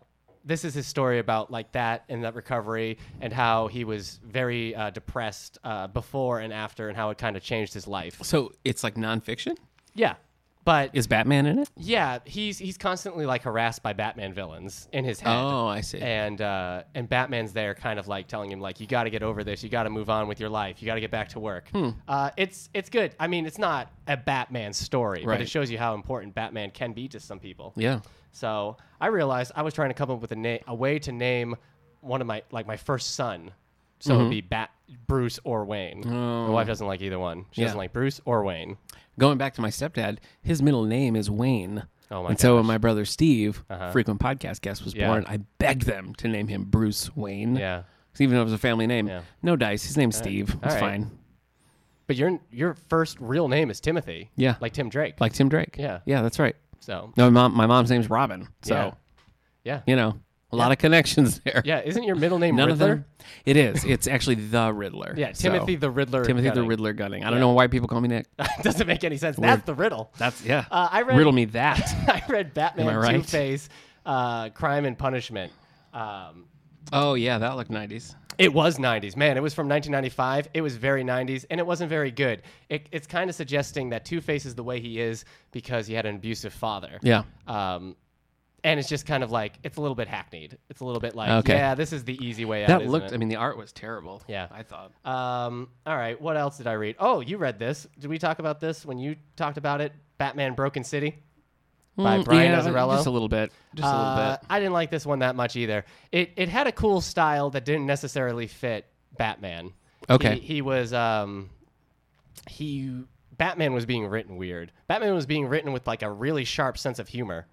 Speaker 1: this is his story about like that and that recovery and how he was very uh, depressed uh, before and after, and how it kind of changed his life.
Speaker 2: So it's like nonfiction?
Speaker 1: Yeah, but
Speaker 2: Is Batman in it?
Speaker 1: Yeah, he's he's constantly like harassed by Batman villains in his head.
Speaker 2: Oh, I see.
Speaker 1: And uh, and Batman's there, kind of like telling him like you got to get over this, you got to move on with your life, you got to get back to work.
Speaker 2: Hmm.
Speaker 1: Uh, it's it's good. I mean, it's not a Batman story, but it
Speaker 2: Right.
Speaker 1: shows you how important Batman can be to some people.
Speaker 2: Yeah.
Speaker 1: So I realized I was trying to come up with a name, a way to name one of my like my first son. So
Speaker 2: Mm-hmm.
Speaker 1: it'd be Bat Bruce or Wayne. My wife doesn't like either one. She
Speaker 2: Oh. Yeah.
Speaker 1: doesn't like Bruce or Wayne.
Speaker 2: Going back to my stepdad, his middle name is Wayne.
Speaker 1: Oh my
Speaker 2: and so when my brother Steve,
Speaker 1: Uh-huh.
Speaker 2: frequent podcast guest, was
Speaker 1: Yeah.
Speaker 2: born, I begged them to name him Bruce Wayne.
Speaker 1: Yeah.
Speaker 2: 'Cause Even though it was a family name.
Speaker 1: Yeah.
Speaker 2: No dice. His name's Steve. It's
Speaker 1: right.
Speaker 2: fine.
Speaker 1: But your your first real name is Timothy.
Speaker 2: Yeah.
Speaker 1: Like Tim Drake.
Speaker 2: Like Tim Drake.
Speaker 1: Yeah.
Speaker 2: Yeah, that's right.
Speaker 1: so
Speaker 2: No, my mom, my mom's name's Robin. So,
Speaker 1: Yeah. yeah.
Speaker 2: you know, a lot of connections there.
Speaker 1: Yeah, isn't your middle name
Speaker 2: None
Speaker 1: Riddler?
Speaker 2: of them. It is. It's actually the Riddler.
Speaker 1: Yeah,
Speaker 2: So,
Speaker 1: Timothy the Riddler.
Speaker 2: Timothy the
Speaker 1: Gunning.
Speaker 2: Riddler Gunning. I don't know why people call me Nick.
Speaker 1: Doesn't make any sense. That's the riddle.
Speaker 2: That's yeah.
Speaker 1: Uh, I read
Speaker 2: Riddle me that.
Speaker 1: I read Batman
Speaker 2: Am I right?
Speaker 1: Two Face, uh, Crime and Punishment. Um,
Speaker 2: oh yeah, that looked nineties.
Speaker 1: It was 90s. Man, it was from 1995. It was very 90s, and it wasn't very good. It, it's kind of suggesting that Two Face is the way he is because he had an abusive father.
Speaker 2: Yeah.
Speaker 1: Um, and it's just kind of like, it's a little bit hackneyed. It's a little bit like,
Speaker 2: Okay.
Speaker 1: yeah, this is the easy way out.
Speaker 2: That
Speaker 1: isn't
Speaker 2: looked.
Speaker 1: it?
Speaker 2: I mean, the art was terrible.
Speaker 1: Yeah.
Speaker 2: I thought.
Speaker 1: Um, all right, what else did I read? Oh, you read this. Did we talk about this when you talked about it? Batman Broken City by
Speaker 2: Mm,
Speaker 1: Brian
Speaker 2: yeah,
Speaker 1: Azzarello.
Speaker 2: Just a little bit. Just a little
Speaker 1: Uh,
Speaker 2: bit.
Speaker 1: I didn't like this one that much either. It it had a cool style that didn't necessarily fit Batman.
Speaker 2: Okay.
Speaker 1: He, he was um he Batman was being written weird. Batman was being written with like a really sharp sense of humor.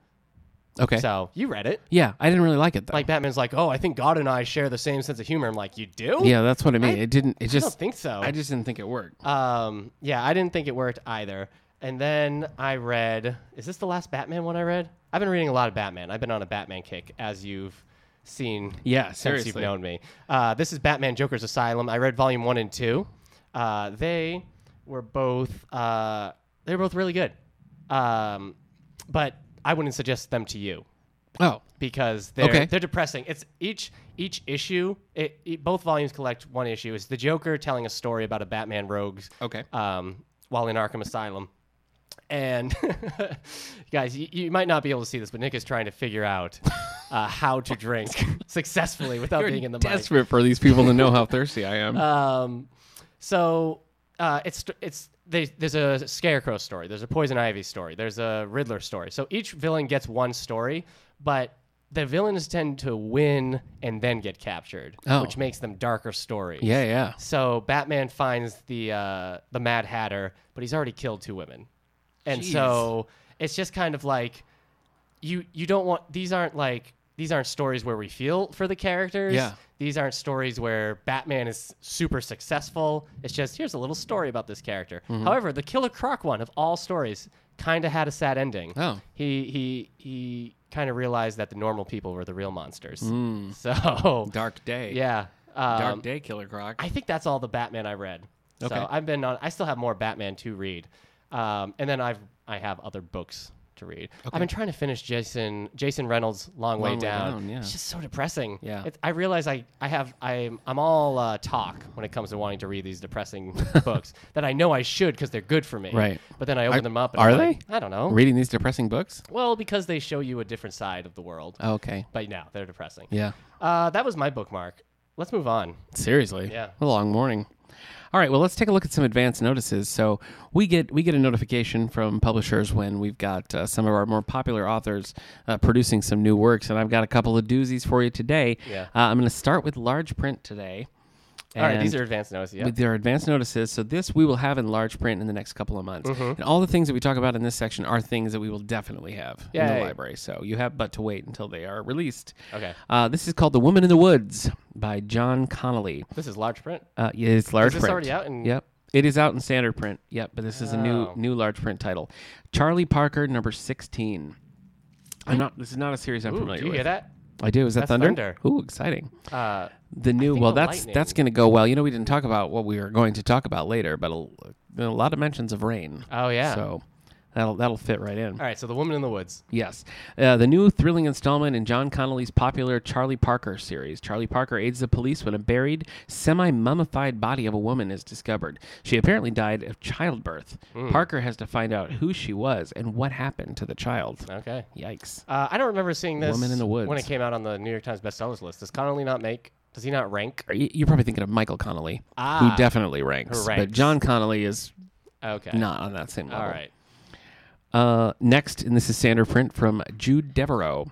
Speaker 2: Okay.
Speaker 1: So you read it.
Speaker 2: yeah, I didn't really like it though.
Speaker 1: Like Batman's like, oh, I think God and I share the same sense of humor. I'm like, you do?
Speaker 2: yeah, that's what I mean. it didn't. It
Speaker 1: I don't
Speaker 2: just.
Speaker 1: think so.
Speaker 2: I just didn't think it worked.
Speaker 1: Um, yeah, I didn't think it worked either. And then I read. Is this the last Batman one I read? I've been reading a lot of Batman. I've been on a Batman kick, as you've seen.
Speaker 2: Yeah,
Speaker 1: since you've
Speaker 2: seriously.
Speaker 1: known me. Uh, this is Batman Joker's Asylum. I read volume one and two. Uh, they were both uh, they were both really good, um, but I wouldn't suggest them to you
Speaker 2: Oh.
Speaker 1: because they're
Speaker 2: Okay.
Speaker 1: they're depressing. It's each each issue. It, it- both volumes collect one issue. It's the Joker telling a story about a Batman rogues.
Speaker 2: Okay.
Speaker 1: Um, while in Arkham Asylum, and guys, you, you might not be able to see this, but Nick is trying to figure out uh, how to drink successfully without being in the mic.
Speaker 2: desperate for these people to know how thirsty I am.
Speaker 1: Um, so uh, it's it's they, there's a scarecrow story, there's a poison ivy story, there's a Riddler story. So each villain gets one story, but the villains tend to win and then get captured,
Speaker 2: Oh.
Speaker 1: which makes them darker stories.
Speaker 2: yeah, yeah.
Speaker 1: So Batman finds the uh, the Mad Hatter, but he's already killed two women, and so it's just kind of like you you don't want these aren't like these aren't stories where we feel for the characters.
Speaker 2: Yeah.
Speaker 1: These aren't stories where Batman is super successful. It's just here's a little story about this character.
Speaker 2: Mm-hmm.
Speaker 1: However, the Killer Croc one of all stories kind of had a sad ending.
Speaker 2: Oh.
Speaker 1: He he he kind of realized that the normal people were the real monsters. So
Speaker 2: Dark Day.
Speaker 1: yeah. Um,
Speaker 2: Mm. Dark Day, Killer Croc.
Speaker 1: I think that's all the Batman I read.
Speaker 2: Okay.
Speaker 1: So I've been on. I still have more Batman to read, um, and then I've I have other books to read. I've been trying to finish Jason Jason Reynolds' Long, Way,
Speaker 2: Long Way
Speaker 1: Down.
Speaker 2: Down, yeah.
Speaker 1: It's just so depressing.
Speaker 2: Yeah.
Speaker 1: It's, I realize I I have I'm I'm all uh, talk when it comes to wanting to read these depressing books that I know I should because they're good for me.
Speaker 2: Right.
Speaker 1: But then I open them up. And
Speaker 2: are
Speaker 1: I'm like, I don't know.
Speaker 2: Reading these depressing books?
Speaker 1: well, because they show you a different side of the world.
Speaker 2: Okay.
Speaker 1: But now they're depressing.
Speaker 2: Uh, Yeah.
Speaker 1: Uh, that was my bookmark. Let's move on.
Speaker 2: Seriously.
Speaker 1: Yeah.
Speaker 2: What a long morning. All right, well, let's take a look at some advance notices. So we get we get a notification from publishers when we've got uh, some of our more popular authors uh, producing some new works, and I've got a couple of doozies for you today.
Speaker 1: Yeah.
Speaker 2: Uh, I'm going to start with large print today.
Speaker 1: all right,
Speaker 2: And-
Speaker 1: these are advanced notices. Yeah.
Speaker 2: with their advance notices. So this we will have in large print in the next couple of months.
Speaker 1: Mm-hmm.
Speaker 2: And all the things that we talk about in this section are things that we will definitely have in
Speaker 1: Yay.
Speaker 2: the library. So you have but to wait until they are released.
Speaker 1: Okay.
Speaker 2: Uh, this is called The Woman in the Woods by John Connolly.
Speaker 1: This is large print.
Speaker 2: Uh, yeah, it's large
Speaker 1: this
Speaker 2: print.
Speaker 1: already out in-
Speaker 2: Yep. It is out in standard print. Yep, but this is a new
Speaker 1: Oh.
Speaker 2: new large print title. Charlie Parker number 16. I'm not this is not a series I'm
Speaker 1: Ooh,
Speaker 2: familiar
Speaker 1: do you
Speaker 2: with.
Speaker 1: hear that?
Speaker 2: I do. Is that
Speaker 1: That's thunder.
Speaker 2: Ooh, exciting.
Speaker 1: Uh,
Speaker 2: The new
Speaker 1: think
Speaker 2: well,
Speaker 1: the
Speaker 2: that's
Speaker 1: lightning-
Speaker 2: that's going to go well. You know, we didn't talk about what we were going to talk about later, but a, a lot of mentions of rain.
Speaker 1: oh yeah.
Speaker 2: So that'll that'll fit right in.
Speaker 1: All right. So the woman in the woods.
Speaker 2: Yes, uh, the new thrilling installment in John Connolly's popular Charlie Parker series. Charlie Parker aids the police when a buried, semi-mummified body of a woman is discovered. She apparently died of childbirth.
Speaker 1: Hmm.
Speaker 2: Parker has to find out who she was and what happened to the child.
Speaker 1: Okay.
Speaker 2: Yikes.
Speaker 1: Uh, I don't remember seeing this.
Speaker 2: Woman in the Woods.
Speaker 1: When it came out on the New York Times bestsellers list, does Connolly not make? Does he not rank?
Speaker 2: Are you- You're probably thinking of Michael Connolly,
Speaker 1: Ah,
Speaker 2: who definitely ranks, but
Speaker 1: ranks.
Speaker 2: John Connolly is
Speaker 1: Okay.
Speaker 2: not on that same level.
Speaker 1: All right.
Speaker 2: Uh, next, and this is Sander Print from Jude Devereaux.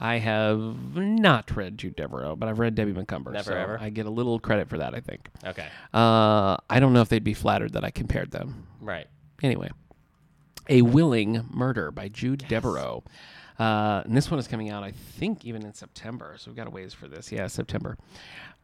Speaker 2: I have not read Jude Devereaux, but I've read Debbie McCumber.
Speaker 1: Never
Speaker 2: so
Speaker 1: ever.
Speaker 2: I get a little credit for that, I think.
Speaker 1: Okay.
Speaker 2: Uh, I don't know if they'd be flattered that I compared them.
Speaker 1: Right.
Speaker 2: Anyway, A Willing Murder by Jude Devereaux. Uh, and this one is coming out, I think, even in September. So we've got a ways for this. Yeah, September.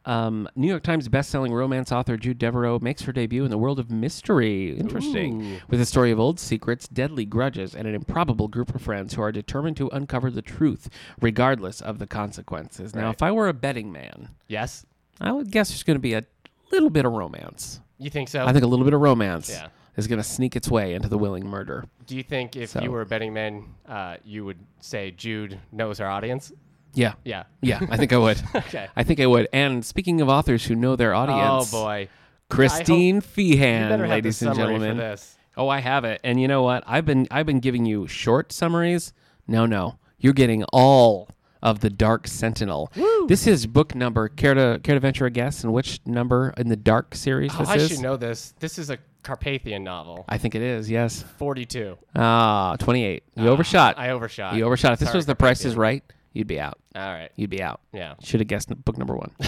Speaker 2: Um, New York Times bestselling romance author Jude Devereaux makes her debut in the world of mystery. Interesting. With a story of old secrets, deadly grudges, and an improbable group of friends who are determined to uncover the truth, regardless of the consequences. Now,
Speaker 1: Right.
Speaker 2: if I were a betting man,
Speaker 1: Yes.
Speaker 2: I would guess there's going to be a little bit of romance.
Speaker 1: You think so?
Speaker 2: I think a little bit of romance
Speaker 1: Yeah.
Speaker 2: is going to sneak its way into the willing murder.
Speaker 1: Do you think if
Speaker 2: So.
Speaker 1: you were a betting man, uh, you would say Jude knows our audience?
Speaker 2: Yeah.
Speaker 1: Yeah.
Speaker 2: Yeah, I think I would.
Speaker 1: Okay.
Speaker 2: I think I would. And speaking of authors who know their
Speaker 1: Oh
Speaker 2: audience,
Speaker 1: boy.
Speaker 2: Christine
Speaker 1: You
Speaker 2: Feehan,
Speaker 1: better have
Speaker 2: ladies
Speaker 1: the
Speaker 2: and
Speaker 1: summary
Speaker 2: gentlemen.
Speaker 1: for this.
Speaker 2: Oh, I have it. And you know what? I've been I've been giving you short summaries. No, no. You're getting all of the Dark Sentinel. This is book number. Care to care to venture a guess in which number in the Dark series
Speaker 1: Oh,
Speaker 2: this
Speaker 1: I
Speaker 2: is?
Speaker 1: should know this. This is a Carpathian novel.
Speaker 2: I think it is. Yes.
Speaker 1: Forty-two.
Speaker 2: Ah, 28. You overshot.
Speaker 1: I overshot.
Speaker 2: Uh, you overshot. If this
Speaker 1: Uh, Sorry,
Speaker 2: was The Price is Right, you'd be out.
Speaker 1: All right.
Speaker 2: You'd be out.
Speaker 1: Yeah.
Speaker 2: Should have guessed n- book number one.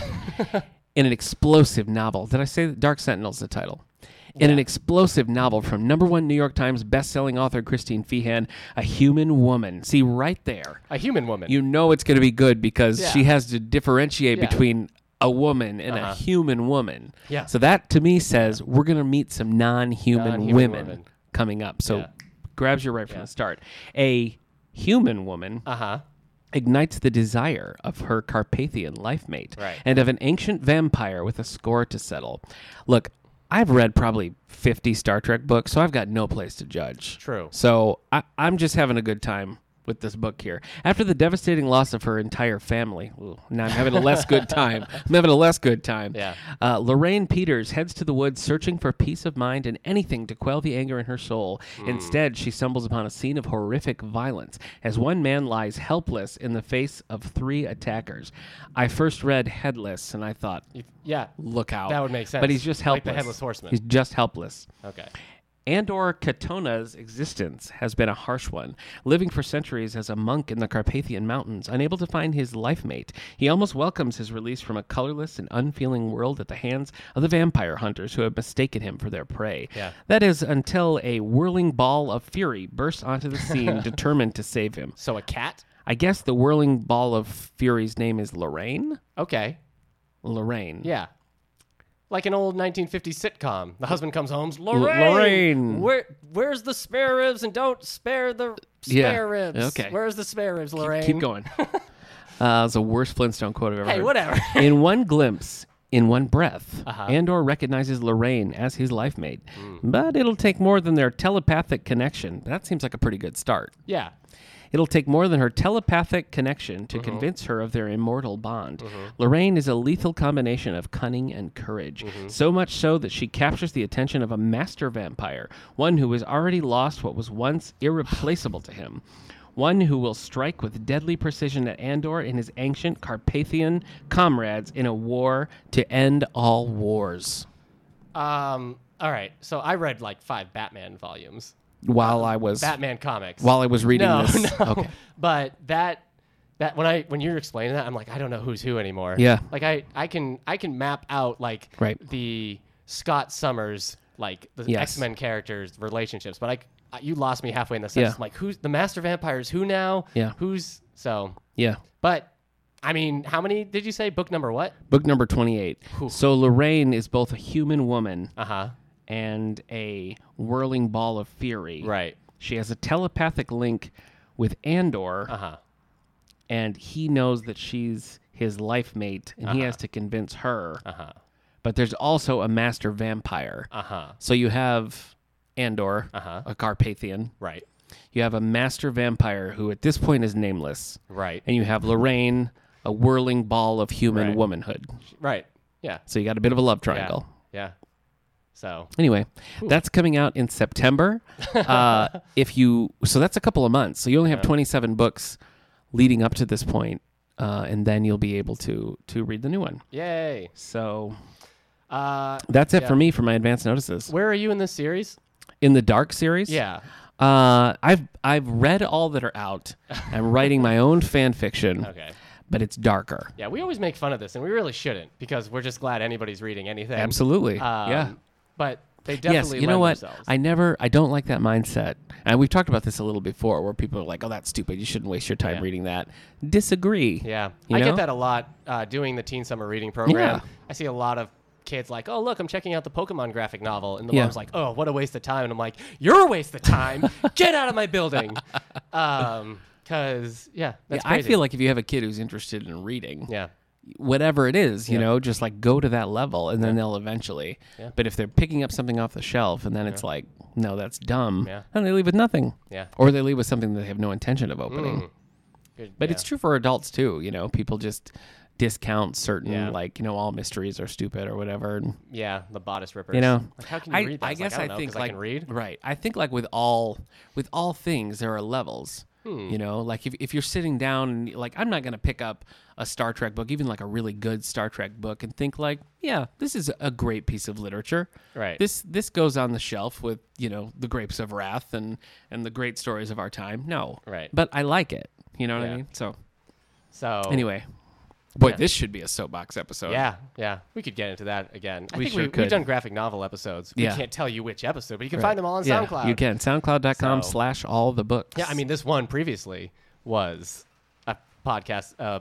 Speaker 2: In an explosive novel. Did I say that Dark Sentinel's the title? In an explosive novel from number one New York Times bestselling author Christine Feehan, A Human Woman. See, right there,
Speaker 1: A human woman.
Speaker 2: you know it's going to be good because
Speaker 1: Yeah.
Speaker 2: she has to differentiate
Speaker 1: Yeah.
Speaker 2: between a woman and a
Speaker 1: Uh-huh.
Speaker 2: human woman.
Speaker 1: Yeah.
Speaker 2: So that to me says we're going to meet some non human
Speaker 1: Non-human
Speaker 2: women
Speaker 1: women.
Speaker 2: coming up. So
Speaker 1: Yeah.
Speaker 2: grabs you right from the start. A human woman
Speaker 1: uh huh.
Speaker 2: ignites the desire of her Carpathian life mate
Speaker 1: Right.
Speaker 2: and of an ancient vampire with a score to settle. Look, I've read probably 50 Star Trek books, so I've got no place to judge.
Speaker 1: True.
Speaker 2: So I, I'm just having a good time with this book here. After the devastating loss of her entire family, ooh, now I'm having a less good time. I'm having a less good time.
Speaker 1: Yeah.
Speaker 2: Uh, Lorraine Peters heads to the woods searching for peace of mind and anything to quell the anger in her soul.
Speaker 1: Hmm.
Speaker 2: Instead, she stumbles upon a scene of horrific violence as one man lies helpless in the face of three attackers. I first read Headless and I thought,
Speaker 1: You- Yeah.
Speaker 2: look out.
Speaker 1: That would make sense.
Speaker 2: But he's just
Speaker 1: Like
Speaker 2: helpless.
Speaker 1: the Headless Horseman.
Speaker 2: He's just helpless.
Speaker 1: Okay.
Speaker 2: Andor Katona's existence has been a harsh one. Living for centuries as a monk in the Carpathian Mountains, unable to find his life mate, he almost welcomes his release from a colorless and unfeeling world at the hands of the vampire hunters who have mistaken him for their prey.
Speaker 1: Yeah.
Speaker 2: That is until a whirling ball of fury bursts onto the scene, determined to save him.
Speaker 1: So a cat?
Speaker 2: I guess the whirling ball of fury's name is Lorraine.
Speaker 1: Okay.
Speaker 2: Lorraine.
Speaker 1: Yeah. Like an old 1950 sitcom. The husband comes home,
Speaker 2: L-
Speaker 1: Lorraine.
Speaker 2: Lorraine."
Speaker 1: Where, where's the spare ribs? And don't spare the spare
Speaker 2: Yeah.
Speaker 1: ribs.
Speaker 2: Okay.
Speaker 1: Where's the spare ribs, Lorraine?
Speaker 2: Keep going. uh, it's the worst Flintstone quote I've ever
Speaker 1: Hey,
Speaker 2: heard.
Speaker 1: whatever.
Speaker 2: in one glimpse, in one breath,
Speaker 1: Uh-huh.
Speaker 2: Andor recognizes Lorraine as his life mate. But it'll take more than their telepathic connection. That seems like a pretty good start.
Speaker 1: yeah.
Speaker 2: It'll take more than her telepathic connection to
Speaker 1: Mm-hmm.
Speaker 2: convince her of their immortal bond. Lorraine is a lethal combination of cunning and courage,
Speaker 1: Mm-hmm.
Speaker 2: so much so that she captures the attention of a master vampire, one who has already lost what was once irreplaceable to him. One who will strike with deadly precision at Andor and his ancient Carpathian comrades in a war to end all wars.
Speaker 1: Um, all right. So I read like five Batman volumes,
Speaker 2: While I was
Speaker 1: Batman comics.
Speaker 2: while I was reading
Speaker 1: no,
Speaker 2: this,
Speaker 1: no.
Speaker 2: okay,
Speaker 1: But that that when I when you're explaining that, I'm like, I don't know who's who anymore.
Speaker 2: Yeah.
Speaker 1: Like I I can I can map out like
Speaker 2: Right.
Speaker 1: the Scott Summers like the
Speaker 2: Yes.
Speaker 1: X Men characters relationships, but I I- you lost me halfway in the sentence.
Speaker 2: Yeah.
Speaker 1: I'm like who's the master vampire is who now?
Speaker 2: Yeah.
Speaker 1: Who's so?
Speaker 2: yeah.
Speaker 1: But I mean, how many did you say? Book number what?
Speaker 2: Book number 28. So Lorraine is both a human woman
Speaker 1: Uh huh.
Speaker 2: and a whirling ball of fury.
Speaker 1: Right.
Speaker 2: She has a telepathic link with Andor,
Speaker 1: Uh huh.
Speaker 2: and he knows that she's his life mate, and he has
Speaker 1: Uh-huh.
Speaker 2: to convince her.
Speaker 1: Uh huh.
Speaker 2: But there's also a master vampire.
Speaker 1: Uh huh.
Speaker 2: So you have Andor,
Speaker 1: Uh-huh.
Speaker 2: a Carpathian.
Speaker 1: Right.
Speaker 2: You have a master vampire who at this point is nameless.
Speaker 1: Right.
Speaker 2: And you have Lorraine, a whirling ball of human
Speaker 1: Right.
Speaker 2: womanhood.
Speaker 1: Right. Yeah.
Speaker 2: So you got a bit of a love triangle.
Speaker 1: Yeah. yeah. So
Speaker 2: Anyway, that's coming out in September. Uh, if you so that's a couple of months. So you only have 27 books leading up to this point, uh, and then you'll be able to to read the new one.
Speaker 1: yay.
Speaker 2: So
Speaker 1: Uh,
Speaker 2: that's it
Speaker 1: Yeah.
Speaker 2: for me for my advance notices
Speaker 1: where are you in this series?
Speaker 2: in the Dark series.
Speaker 1: Yeah.
Speaker 2: uh, I've I've read all that are out. I'm writing my own fan fiction,
Speaker 1: Okay.
Speaker 2: but it's darker.
Speaker 1: Yeah, we always make fun of this, and we really shouldn't because we're just glad anybody's reading anything.
Speaker 2: Absolutely,
Speaker 1: Um,
Speaker 2: yeah.
Speaker 1: But they definitely
Speaker 2: yes, you know what?
Speaker 1: lend themselves.
Speaker 2: I never, I don't like that mindset. And we've talked about this a little before, where people are like, "Oh, that's stupid. You shouldn't waste your time
Speaker 1: Yeah.
Speaker 2: reading that." Disagree.
Speaker 1: yeah,
Speaker 2: You
Speaker 1: I
Speaker 2: know?
Speaker 1: get that a lot uh, doing the Teen Summer Reading Program.
Speaker 2: Yeah.
Speaker 1: I see a lot of kids like, "Oh, look, I'm checking out the Pokemon graphic novel," and the
Speaker 2: Yeah.
Speaker 1: mom's like, "Oh, what a waste of time," and I'm like, "You're a waste of time. get out of my building." Um, because yeah, that's
Speaker 2: I
Speaker 1: crazy.
Speaker 2: feel like if you have a kid who's interested in reading,
Speaker 1: yeah,
Speaker 2: whatever it is, you know, just like go to that level, and then they'll eventually.
Speaker 1: Yeah.
Speaker 2: But if they're picking up something off the shelf, and then it's like, no, that's dumb,
Speaker 1: Yeah.
Speaker 2: and they leave with nothing,
Speaker 1: Yeah.
Speaker 2: or they leave with something that they have no intention of opening.
Speaker 1: Good-
Speaker 2: But
Speaker 1: yeah.
Speaker 2: it's true for adults too. You know, people just discount certain,
Speaker 1: Yeah.
Speaker 2: like you know, all mysteries are stupid or whatever. and-
Speaker 1: yeah, the bodice rippers.
Speaker 2: you know
Speaker 1: like, how can you read that? was like, don't know, 'cause I can read.
Speaker 2: right i think like with all with all things there are levels
Speaker 1: Hmm.
Speaker 2: you know like if, if you're sitting down and like i'm not going to pick up a star trek book even like a really good star trek book and think like yeah this is a great piece of literature
Speaker 1: Right.
Speaker 2: this this goes on the shelf with you know the grapes of wrath and and the great stories of our time no
Speaker 1: Right.
Speaker 2: but i like it you know what i
Speaker 1: Yeah.
Speaker 2: mean so
Speaker 1: So
Speaker 2: anyway boy this should be a soapbox episode
Speaker 1: Yeah, yeah. We could get into that again. Oh. I
Speaker 2: We
Speaker 1: think
Speaker 2: sure
Speaker 1: we,
Speaker 2: could.
Speaker 1: We've done graphic novel episodes. We
Speaker 2: Yeah.
Speaker 1: can't tell you which episode, but you can
Speaker 2: Right.
Speaker 1: find them all on
Speaker 2: Yeah,
Speaker 1: SoundCloud.
Speaker 2: you can soundcloud.com
Speaker 1: So-
Speaker 2: slash all the books
Speaker 1: Yeah, I mean, this one previously was a podcast, uh,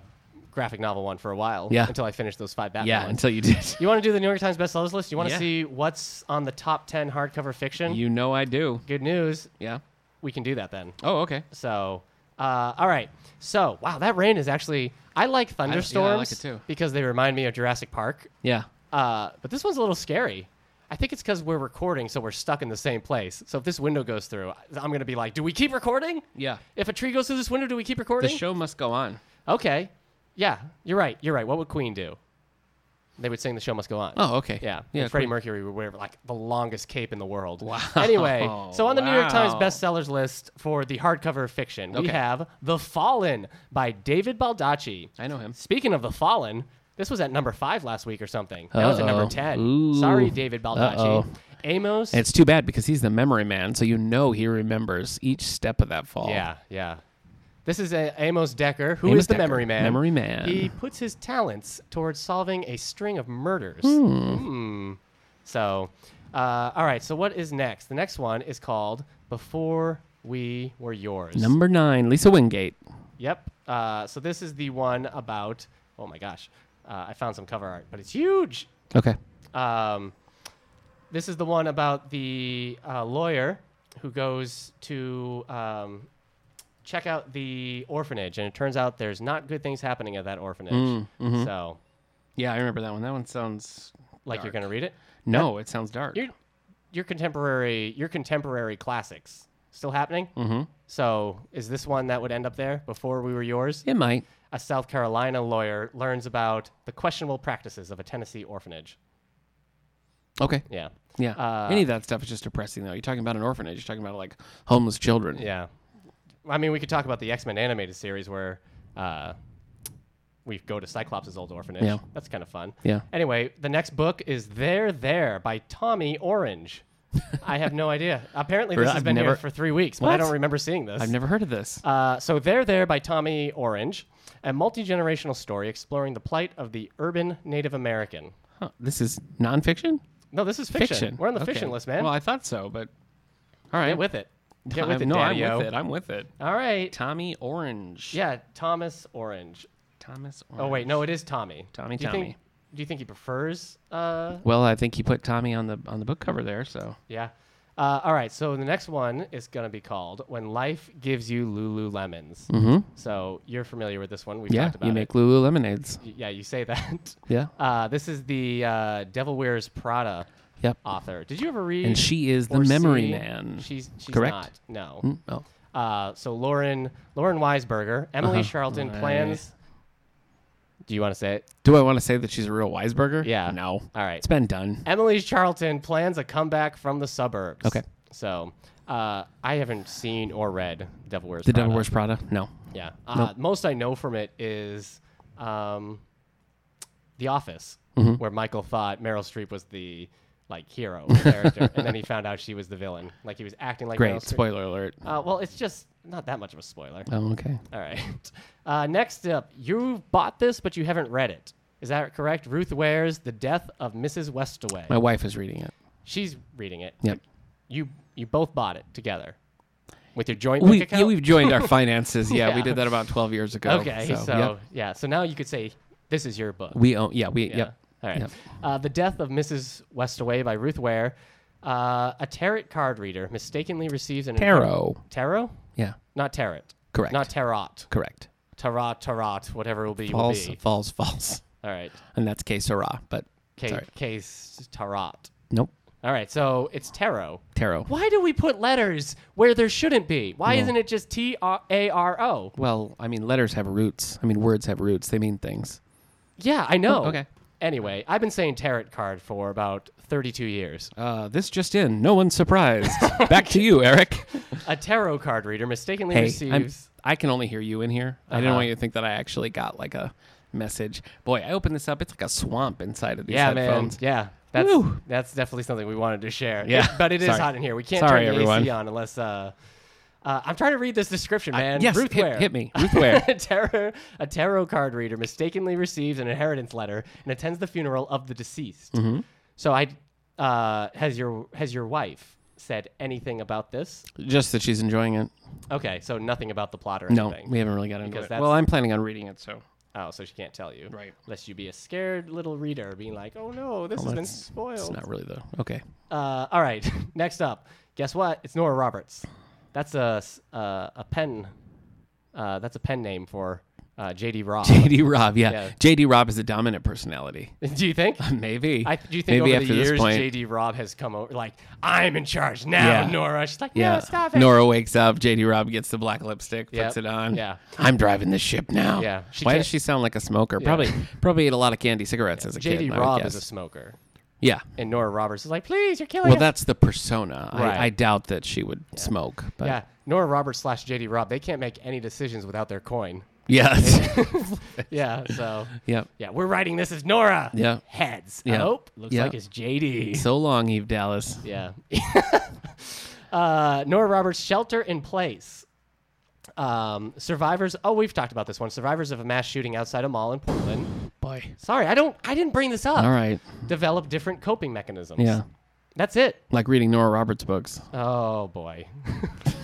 Speaker 1: graphic novel one for a while.
Speaker 2: Yeah.
Speaker 1: Until I finished those five Batman
Speaker 2: yeah
Speaker 1: ones.
Speaker 2: until you did
Speaker 1: You want to do the New York Times bestsellers list? You want to
Speaker 2: Yeah.
Speaker 1: see what's on the top 10 hardcover fiction?
Speaker 2: You know I do.
Speaker 1: Good news.
Speaker 2: Yeah.
Speaker 1: We can do that then.
Speaker 2: Oh, okay.
Speaker 1: So, uh, all right. So, wow, that rain is actually. I like thunderstorms
Speaker 2: it too.
Speaker 1: because they remind me of Jurassic Park.
Speaker 2: Yeah.
Speaker 1: Uh, but this one's a little scary. I think it's because we're recording, so we're stuck in the same place. So if this window goes through, I'm gonna be like, "Do we keep recording?
Speaker 2: Yeah.
Speaker 1: If a tree goes through this window, do we keep
Speaker 2: The
Speaker 1: recording?"
Speaker 2: show must go on.
Speaker 1: okay, yeah, you're right. You're right. What would Queen do? They would sing "The Show Must Go On."
Speaker 2: Oh, okay.
Speaker 1: Yeah,
Speaker 2: Yeah.
Speaker 1: And Freddie
Speaker 2: cool.
Speaker 1: Mercury would wear like the longest cape in the world. Wow. Anyway, so on the New York Times
Speaker 2: Wow.
Speaker 1: bestsellers list for the hardcover fiction, we
Speaker 2: Okay.
Speaker 1: have "The Fallen" by David Baldacci.
Speaker 2: I know him.
Speaker 1: Um, Speaking of the fallen, this was at number five last week or something. That was at number
Speaker 2: Uh-oh.
Speaker 1: ten.
Speaker 2: Ooh.
Speaker 1: Sorry, David Baldacci.
Speaker 2: Uh-oh.
Speaker 1: Amos.
Speaker 2: And it's too bad because he's the memory man, so you know he remembers each step of that fall.
Speaker 1: yeah, yeah. This is a Amos Decker, who is
Speaker 2: Amos
Speaker 1: the
Speaker 2: Decker,
Speaker 1: memory man.
Speaker 2: memory man.
Speaker 1: He puts his talents towards solving a string of murders. Hmm. So, uh, all right. So what is next? The next one is called "Before We Were Yours."
Speaker 2: Number nine, Lisa Wingate.
Speaker 1: Yep. Uh, so this is the one about. Oh my gosh, uh, I found some cover art, but it's huge.
Speaker 2: Okay.
Speaker 1: Um, this is the one about the uh, lawyer who goes to um, check out the orphanage, and it turns out there's not good things happening at that orphanage. So,
Speaker 2: Yeah, I remember that one. That one sounds
Speaker 1: like, you're gonna read it.
Speaker 2: no. It sounds dark.
Speaker 1: Your your contemporary your contemporary classics still happening. Mm-hmm. So, is this one that would end up there before we were yours?
Speaker 2: It might.
Speaker 1: A South Carolina lawyer learns about the questionable practices of a Tennessee orphanage.
Speaker 2: Okay.
Speaker 1: Yeah.
Speaker 2: Yeah.
Speaker 1: Uh,
Speaker 2: Any of that stuff is just depressing, though. You're talking about an orphanage. You're talking about like homeless children.
Speaker 1: Yeah. I mean, we could talk about the X Men animated series where uh, we go to Cyclops' old orphanage.
Speaker 2: Yeah.
Speaker 1: That's kind of fun.
Speaker 2: Yeah.
Speaker 1: Anyway, the next book is There, There by Tommy Orange. I have no idea. Apparently, this
Speaker 2: Really?
Speaker 1: has
Speaker 2: I've
Speaker 1: been here
Speaker 2: never-
Speaker 1: for three weeks, but I
Speaker 2: What?
Speaker 1: don't remember seeing this.
Speaker 2: I've never heard of this.
Speaker 1: Uh, so There There by Tommy Orange, a multi-generational story exploring the plight of the urban Native American.
Speaker 2: Huh. This is nonfiction.
Speaker 1: No, this is fiction. We're on the
Speaker 2: Okay.
Speaker 1: fiction list, man.
Speaker 2: Well, I thought so, but all right.
Speaker 1: Get with it. Get with
Speaker 2: I'm-
Speaker 1: it,
Speaker 2: no, I'm
Speaker 1: Daddy-o.
Speaker 2: with it. I'm with it.
Speaker 1: All right.
Speaker 2: Tommy Orange.
Speaker 1: Yeah, Thomas Orange.
Speaker 2: Thomas. Orange.
Speaker 1: Oh wait, no, it is Tommy.
Speaker 2: Tommy,
Speaker 1: do you Think,
Speaker 2: Tommy.
Speaker 1: do you think he prefers? Uh,
Speaker 2: Well, I think he put Tommy on the on the book cover there. So
Speaker 1: yeah. Uh, all right. So the next one is gonna be called "When Life Gives You Lululemons." So you're familiar with this one? We've
Speaker 2: Mm-hmm. yeah,
Speaker 1: talked about
Speaker 2: you make Lulu lemonades.
Speaker 1: it. Y- Yeah, you say that.
Speaker 2: Yeah.
Speaker 1: Uh, this is the uh, Devil Wears Prada
Speaker 2: Yep.
Speaker 1: author. Did you ever read?
Speaker 2: And she is the
Speaker 1: Uh, or
Speaker 2: memory
Speaker 1: see-
Speaker 2: man.
Speaker 1: She's she's
Speaker 2: correct?
Speaker 1: not. No.
Speaker 2: Mm, oh.
Speaker 1: Uh, so Lauren Lauren Weisberger, Emily Charlton
Speaker 2: Uh-huh. Right.
Speaker 1: plans. Do you want to say it?
Speaker 2: Do I want to say that she's a real Weisberger?
Speaker 1: Yeah.
Speaker 2: No.
Speaker 1: All right.
Speaker 2: It's been done.
Speaker 1: Emily Charlton plans a comeback from the suburbs.
Speaker 2: Okay.
Speaker 1: So uh, I haven't seen or read Devil Wears
Speaker 2: The
Speaker 1: Prada.
Speaker 2: Devil Wears Prada? No.
Speaker 1: Yeah. Uh, Most I know from it is um, The Office,
Speaker 2: Mm-hmm.
Speaker 1: where Michael thought Meryl Streep was the like hero character, and then he found out she was the villain. Like he was acting like
Speaker 2: Great.
Speaker 1: Meryl Streep.
Speaker 2: Spoiler alert.
Speaker 1: Uh, well, it's just not that much of a spoiler.
Speaker 2: Oh, okay.
Speaker 1: All right. Uh, next up, you bought this, but you haven't read it. Is that correct? Ruth Ware's The Death of Mrs. Westaway.
Speaker 2: My wife is reading it.
Speaker 1: She's reading it.
Speaker 2: Yep.
Speaker 1: You you both bought it together with your joint
Speaker 2: We,
Speaker 1: bank
Speaker 2: yeah,
Speaker 1: account.
Speaker 2: we've joined our finances. Yeah,
Speaker 1: Yeah.
Speaker 2: we did that about 12 years ago.
Speaker 1: okay, so,
Speaker 2: yep.
Speaker 1: yeah, so now you could say this is your book.
Speaker 2: we own, yeah, we,
Speaker 1: Yeah.
Speaker 2: yep.
Speaker 1: All right.
Speaker 2: Yep.
Speaker 1: Uh, the Death of Mrs. Westaway by Ruth Ware. Uh, a tarot card reader mistakenly receives an
Speaker 2: Tarot.
Speaker 1: Tarot,
Speaker 2: Yeah,
Speaker 1: not tarot.
Speaker 2: Correct.
Speaker 1: Not tarot.
Speaker 2: correct.
Speaker 1: Tarot, tarot, whatever it will be. Will
Speaker 2: False,
Speaker 1: be.
Speaker 2: false, false.
Speaker 1: All right.
Speaker 2: And that's K Sarah, but
Speaker 1: Case,
Speaker 2: sorry.
Speaker 1: case tarot.
Speaker 2: Nope.
Speaker 1: All right. So it's tarot.
Speaker 2: Tarot.
Speaker 1: Why do we put letters where there shouldn't be? Why isn't it just T R A R O?
Speaker 2: Well, I mean, letters have roots. I mean, words have roots. They mean things.
Speaker 1: Yeah, I know.
Speaker 2: okay.
Speaker 1: Anyway, I've been saying tarot card for about 32 years.
Speaker 2: Uh, this just in. No one's surprised. Back to you, Eric.
Speaker 1: A tarot card reader mistakenly
Speaker 2: Hey, I'm,
Speaker 1: receives.
Speaker 2: I can only hear you in here. I
Speaker 1: Uh-huh.
Speaker 2: didn't want you to think that I actually got like a message. Boy, I opened this up. It's like a swamp inside of these
Speaker 1: yeah,
Speaker 2: headphones.
Speaker 1: man. Yeah. That's,
Speaker 2: Whew.
Speaker 1: that's definitely something we wanted to share.
Speaker 2: Yeah.
Speaker 1: but it is
Speaker 2: Sorry.
Speaker 1: hot in here. We can't
Speaker 2: Sorry,
Speaker 1: turn the AC
Speaker 2: everyone. Uh,
Speaker 1: on unless. Uh, uh, I'm trying to read this description, man.
Speaker 2: yes,
Speaker 1: Ruth
Speaker 2: hit-
Speaker 1: Ware.
Speaker 2: hit me. Ruth Ware.
Speaker 1: a, tarot, a tarot card reader mistakenly receives an inheritance letter and attends the funeral of the deceased.
Speaker 2: Mm-hmm.
Speaker 1: So I uh, has your has your wife said anything about this?
Speaker 2: Just that she's enjoying it.
Speaker 1: Okay, so nothing about the plot or
Speaker 2: No,
Speaker 1: anything.
Speaker 2: we haven't really got into
Speaker 1: Because
Speaker 2: it.
Speaker 1: that's-
Speaker 2: Well, I'm planning on reading it, so
Speaker 1: Oh, so she can't tell you.
Speaker 2: Right.
Speaker 1: Lest you be a scared little reader being like, oh no, this has been
Speaker 2: that's- it's
Speaker 1: spoiled.
Speaker 2: not really the okay.
Speaker 1: Uh, all right, next up. Guess what? It's Nora Roberts. That's a, s- uh, a pen. Uh, that's a pen name for uh, J.D. Robb.
Speaker 2: JD Rob, yeah.
Speaker 1: Yeah.
Speaker 2: JD Rob is the dominant personality.
Speaker 1: do you think?
Speaker 2: Maybe.
Speaker 1: I, do you think
Speaker 2: Maybe
Speaker 1: over
Speaker 2: after
Speaker 1: the
Speaker 2: this
Speaker 1: years
Speaker 2: point-
Speaker 1: J.D. Robb has come over like I'm in charge now,
Speaker 2: Yeah.
Speaker 1: Nora? She's like, no,
Speaker 2: Yeah.
Speaker 1: stop it.
Speaker 2: Nora wakes up. JD Rob gets the black lipstick, puts
Speaker 1: Yep.
Speaker 2: it on.
Speaker 1: Yeah.
Speaker 2: I'm driving the ship now.
Speaker 1: Yeah. She
Speaker 2: Why
Speaker 1: can't-
Speaker 2: does she sound like a smoker? Probably probably ate a lot of candy cigarettes as a kid.
Speaker 1: J.D.
Speaker 2: I would
Speaker 1: Robb
Speaker 2: guess.
Speaker 1: is a Oh, smoker,
Speaker 2: yeah.
Speaker 1: and Nora Roberts is like, please, you're killing
Speaker 2: Well,
Speaker 1: us.
Speaker 2: that's the persona.
Speaker 1: Right.
Speaker 2: I, I doubt that she would smoke. But
Speaker 1: yeah, Nora Roberts slash J.D. Robb. They can't make any decisions without their coin.
Speaker 2: Yes.
Speaker 1: Yeah, so
Speaker 2: yep.
Speaker 1: yeah, we're writing this as Nora.
Speaker 2: Yeah.
Speaker 1: heads.
Speaker 2: Yeah.
Speaker 1: Nope. Looks
Speaker 2: Yeah.
Speaker 1: like it's JD.
Speaker 2: So long, Eve Dallas.
Speaker 1: Yeah. uh, Nora Roberts, Shelter in Place. Um, survivors. Oh, we've talked about this one. Survivors of a mass shooting outside a mall in Portland.
Speaker 2: Boy.
Speaker 1: Sorry, I don't. I didn't bring this up.
Speaker 2: All right.
Speaker 1: Develop different coping mechanisms.
Speaker 2: Yeah.
Speaker 1: That's it. Uh.
Speaker 2: Like reading Nora Roberts books.
Speaker 1: Oh boy.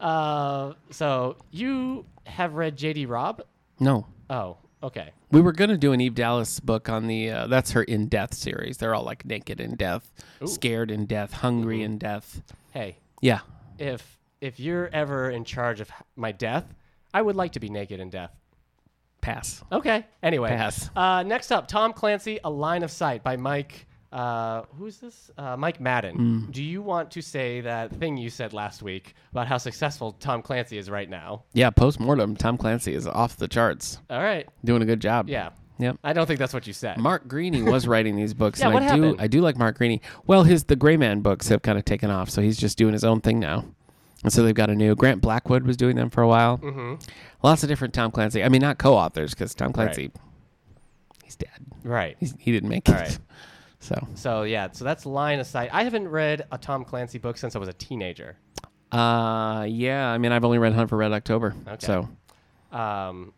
Speaker 1: Uh, so you have read J.D. Robb?
Speaker 2: No,
Speaker 1: Oh, okay.
Speaker 2: we were gonna do an Eve Dallas book on the. Uh, that's her in death series. They're all like naked in death, scared in death, hungry in death.
Speaker 1: Hey,
Speaker 2: Yeah,
Speaker 1: if if you're ever in charge of my death, I would like to be naked in death.
Speaker 2: pass.
Speaker 1: Okay. Anyway.
Speaker 2: Pass.
Speaker 1: Uh, next up, Tom Clancy, A Line of Sight by Mike. Uh, who's this? Uh, Mike Madden. Do you want to say that thing you said last week about how successful Tom Clancy is right now?
Speaker 2: Yeah, post mortem, Tom Clancy is off the charts,
Speaker 1: All right.
Speaker 2: doing a good job.
Speaker 1: Yeah.
Speaker 2: Yep.
Speaker 1: I don't think that's what you said.
Speaker 2: Mark Greaney was writing these books,
Speaker 1: Yeah,
Speaker 2: and
Speaker 1: what
Speaker 2: I
Speaker 1: happened?
Speaker 2: do I do like Mark Greaney. Well, his the Gray Man books have kind of taken off, so he's just doing his own thing now. And so they've got a new Grant Blackwood was doing them for a while. Mm-hmm. Lots of different Tom Clancy. I mean, not co-authors because Tom Clancy, he's dead.
Speaker 1: right.
Speaker 2: He's, he didn't make it.
Speaker 1: right.
Speaker 2: So
Speaker 1: So yeah, so that's line of sight. I haven't read a Tom Clancy book since I was a teenager.
Speaker 2: uh, yeah, I mean, I've only read Hunt for Red October.
Speaker 1: Okay.
Speaker 2: So
Speaker 1: Um,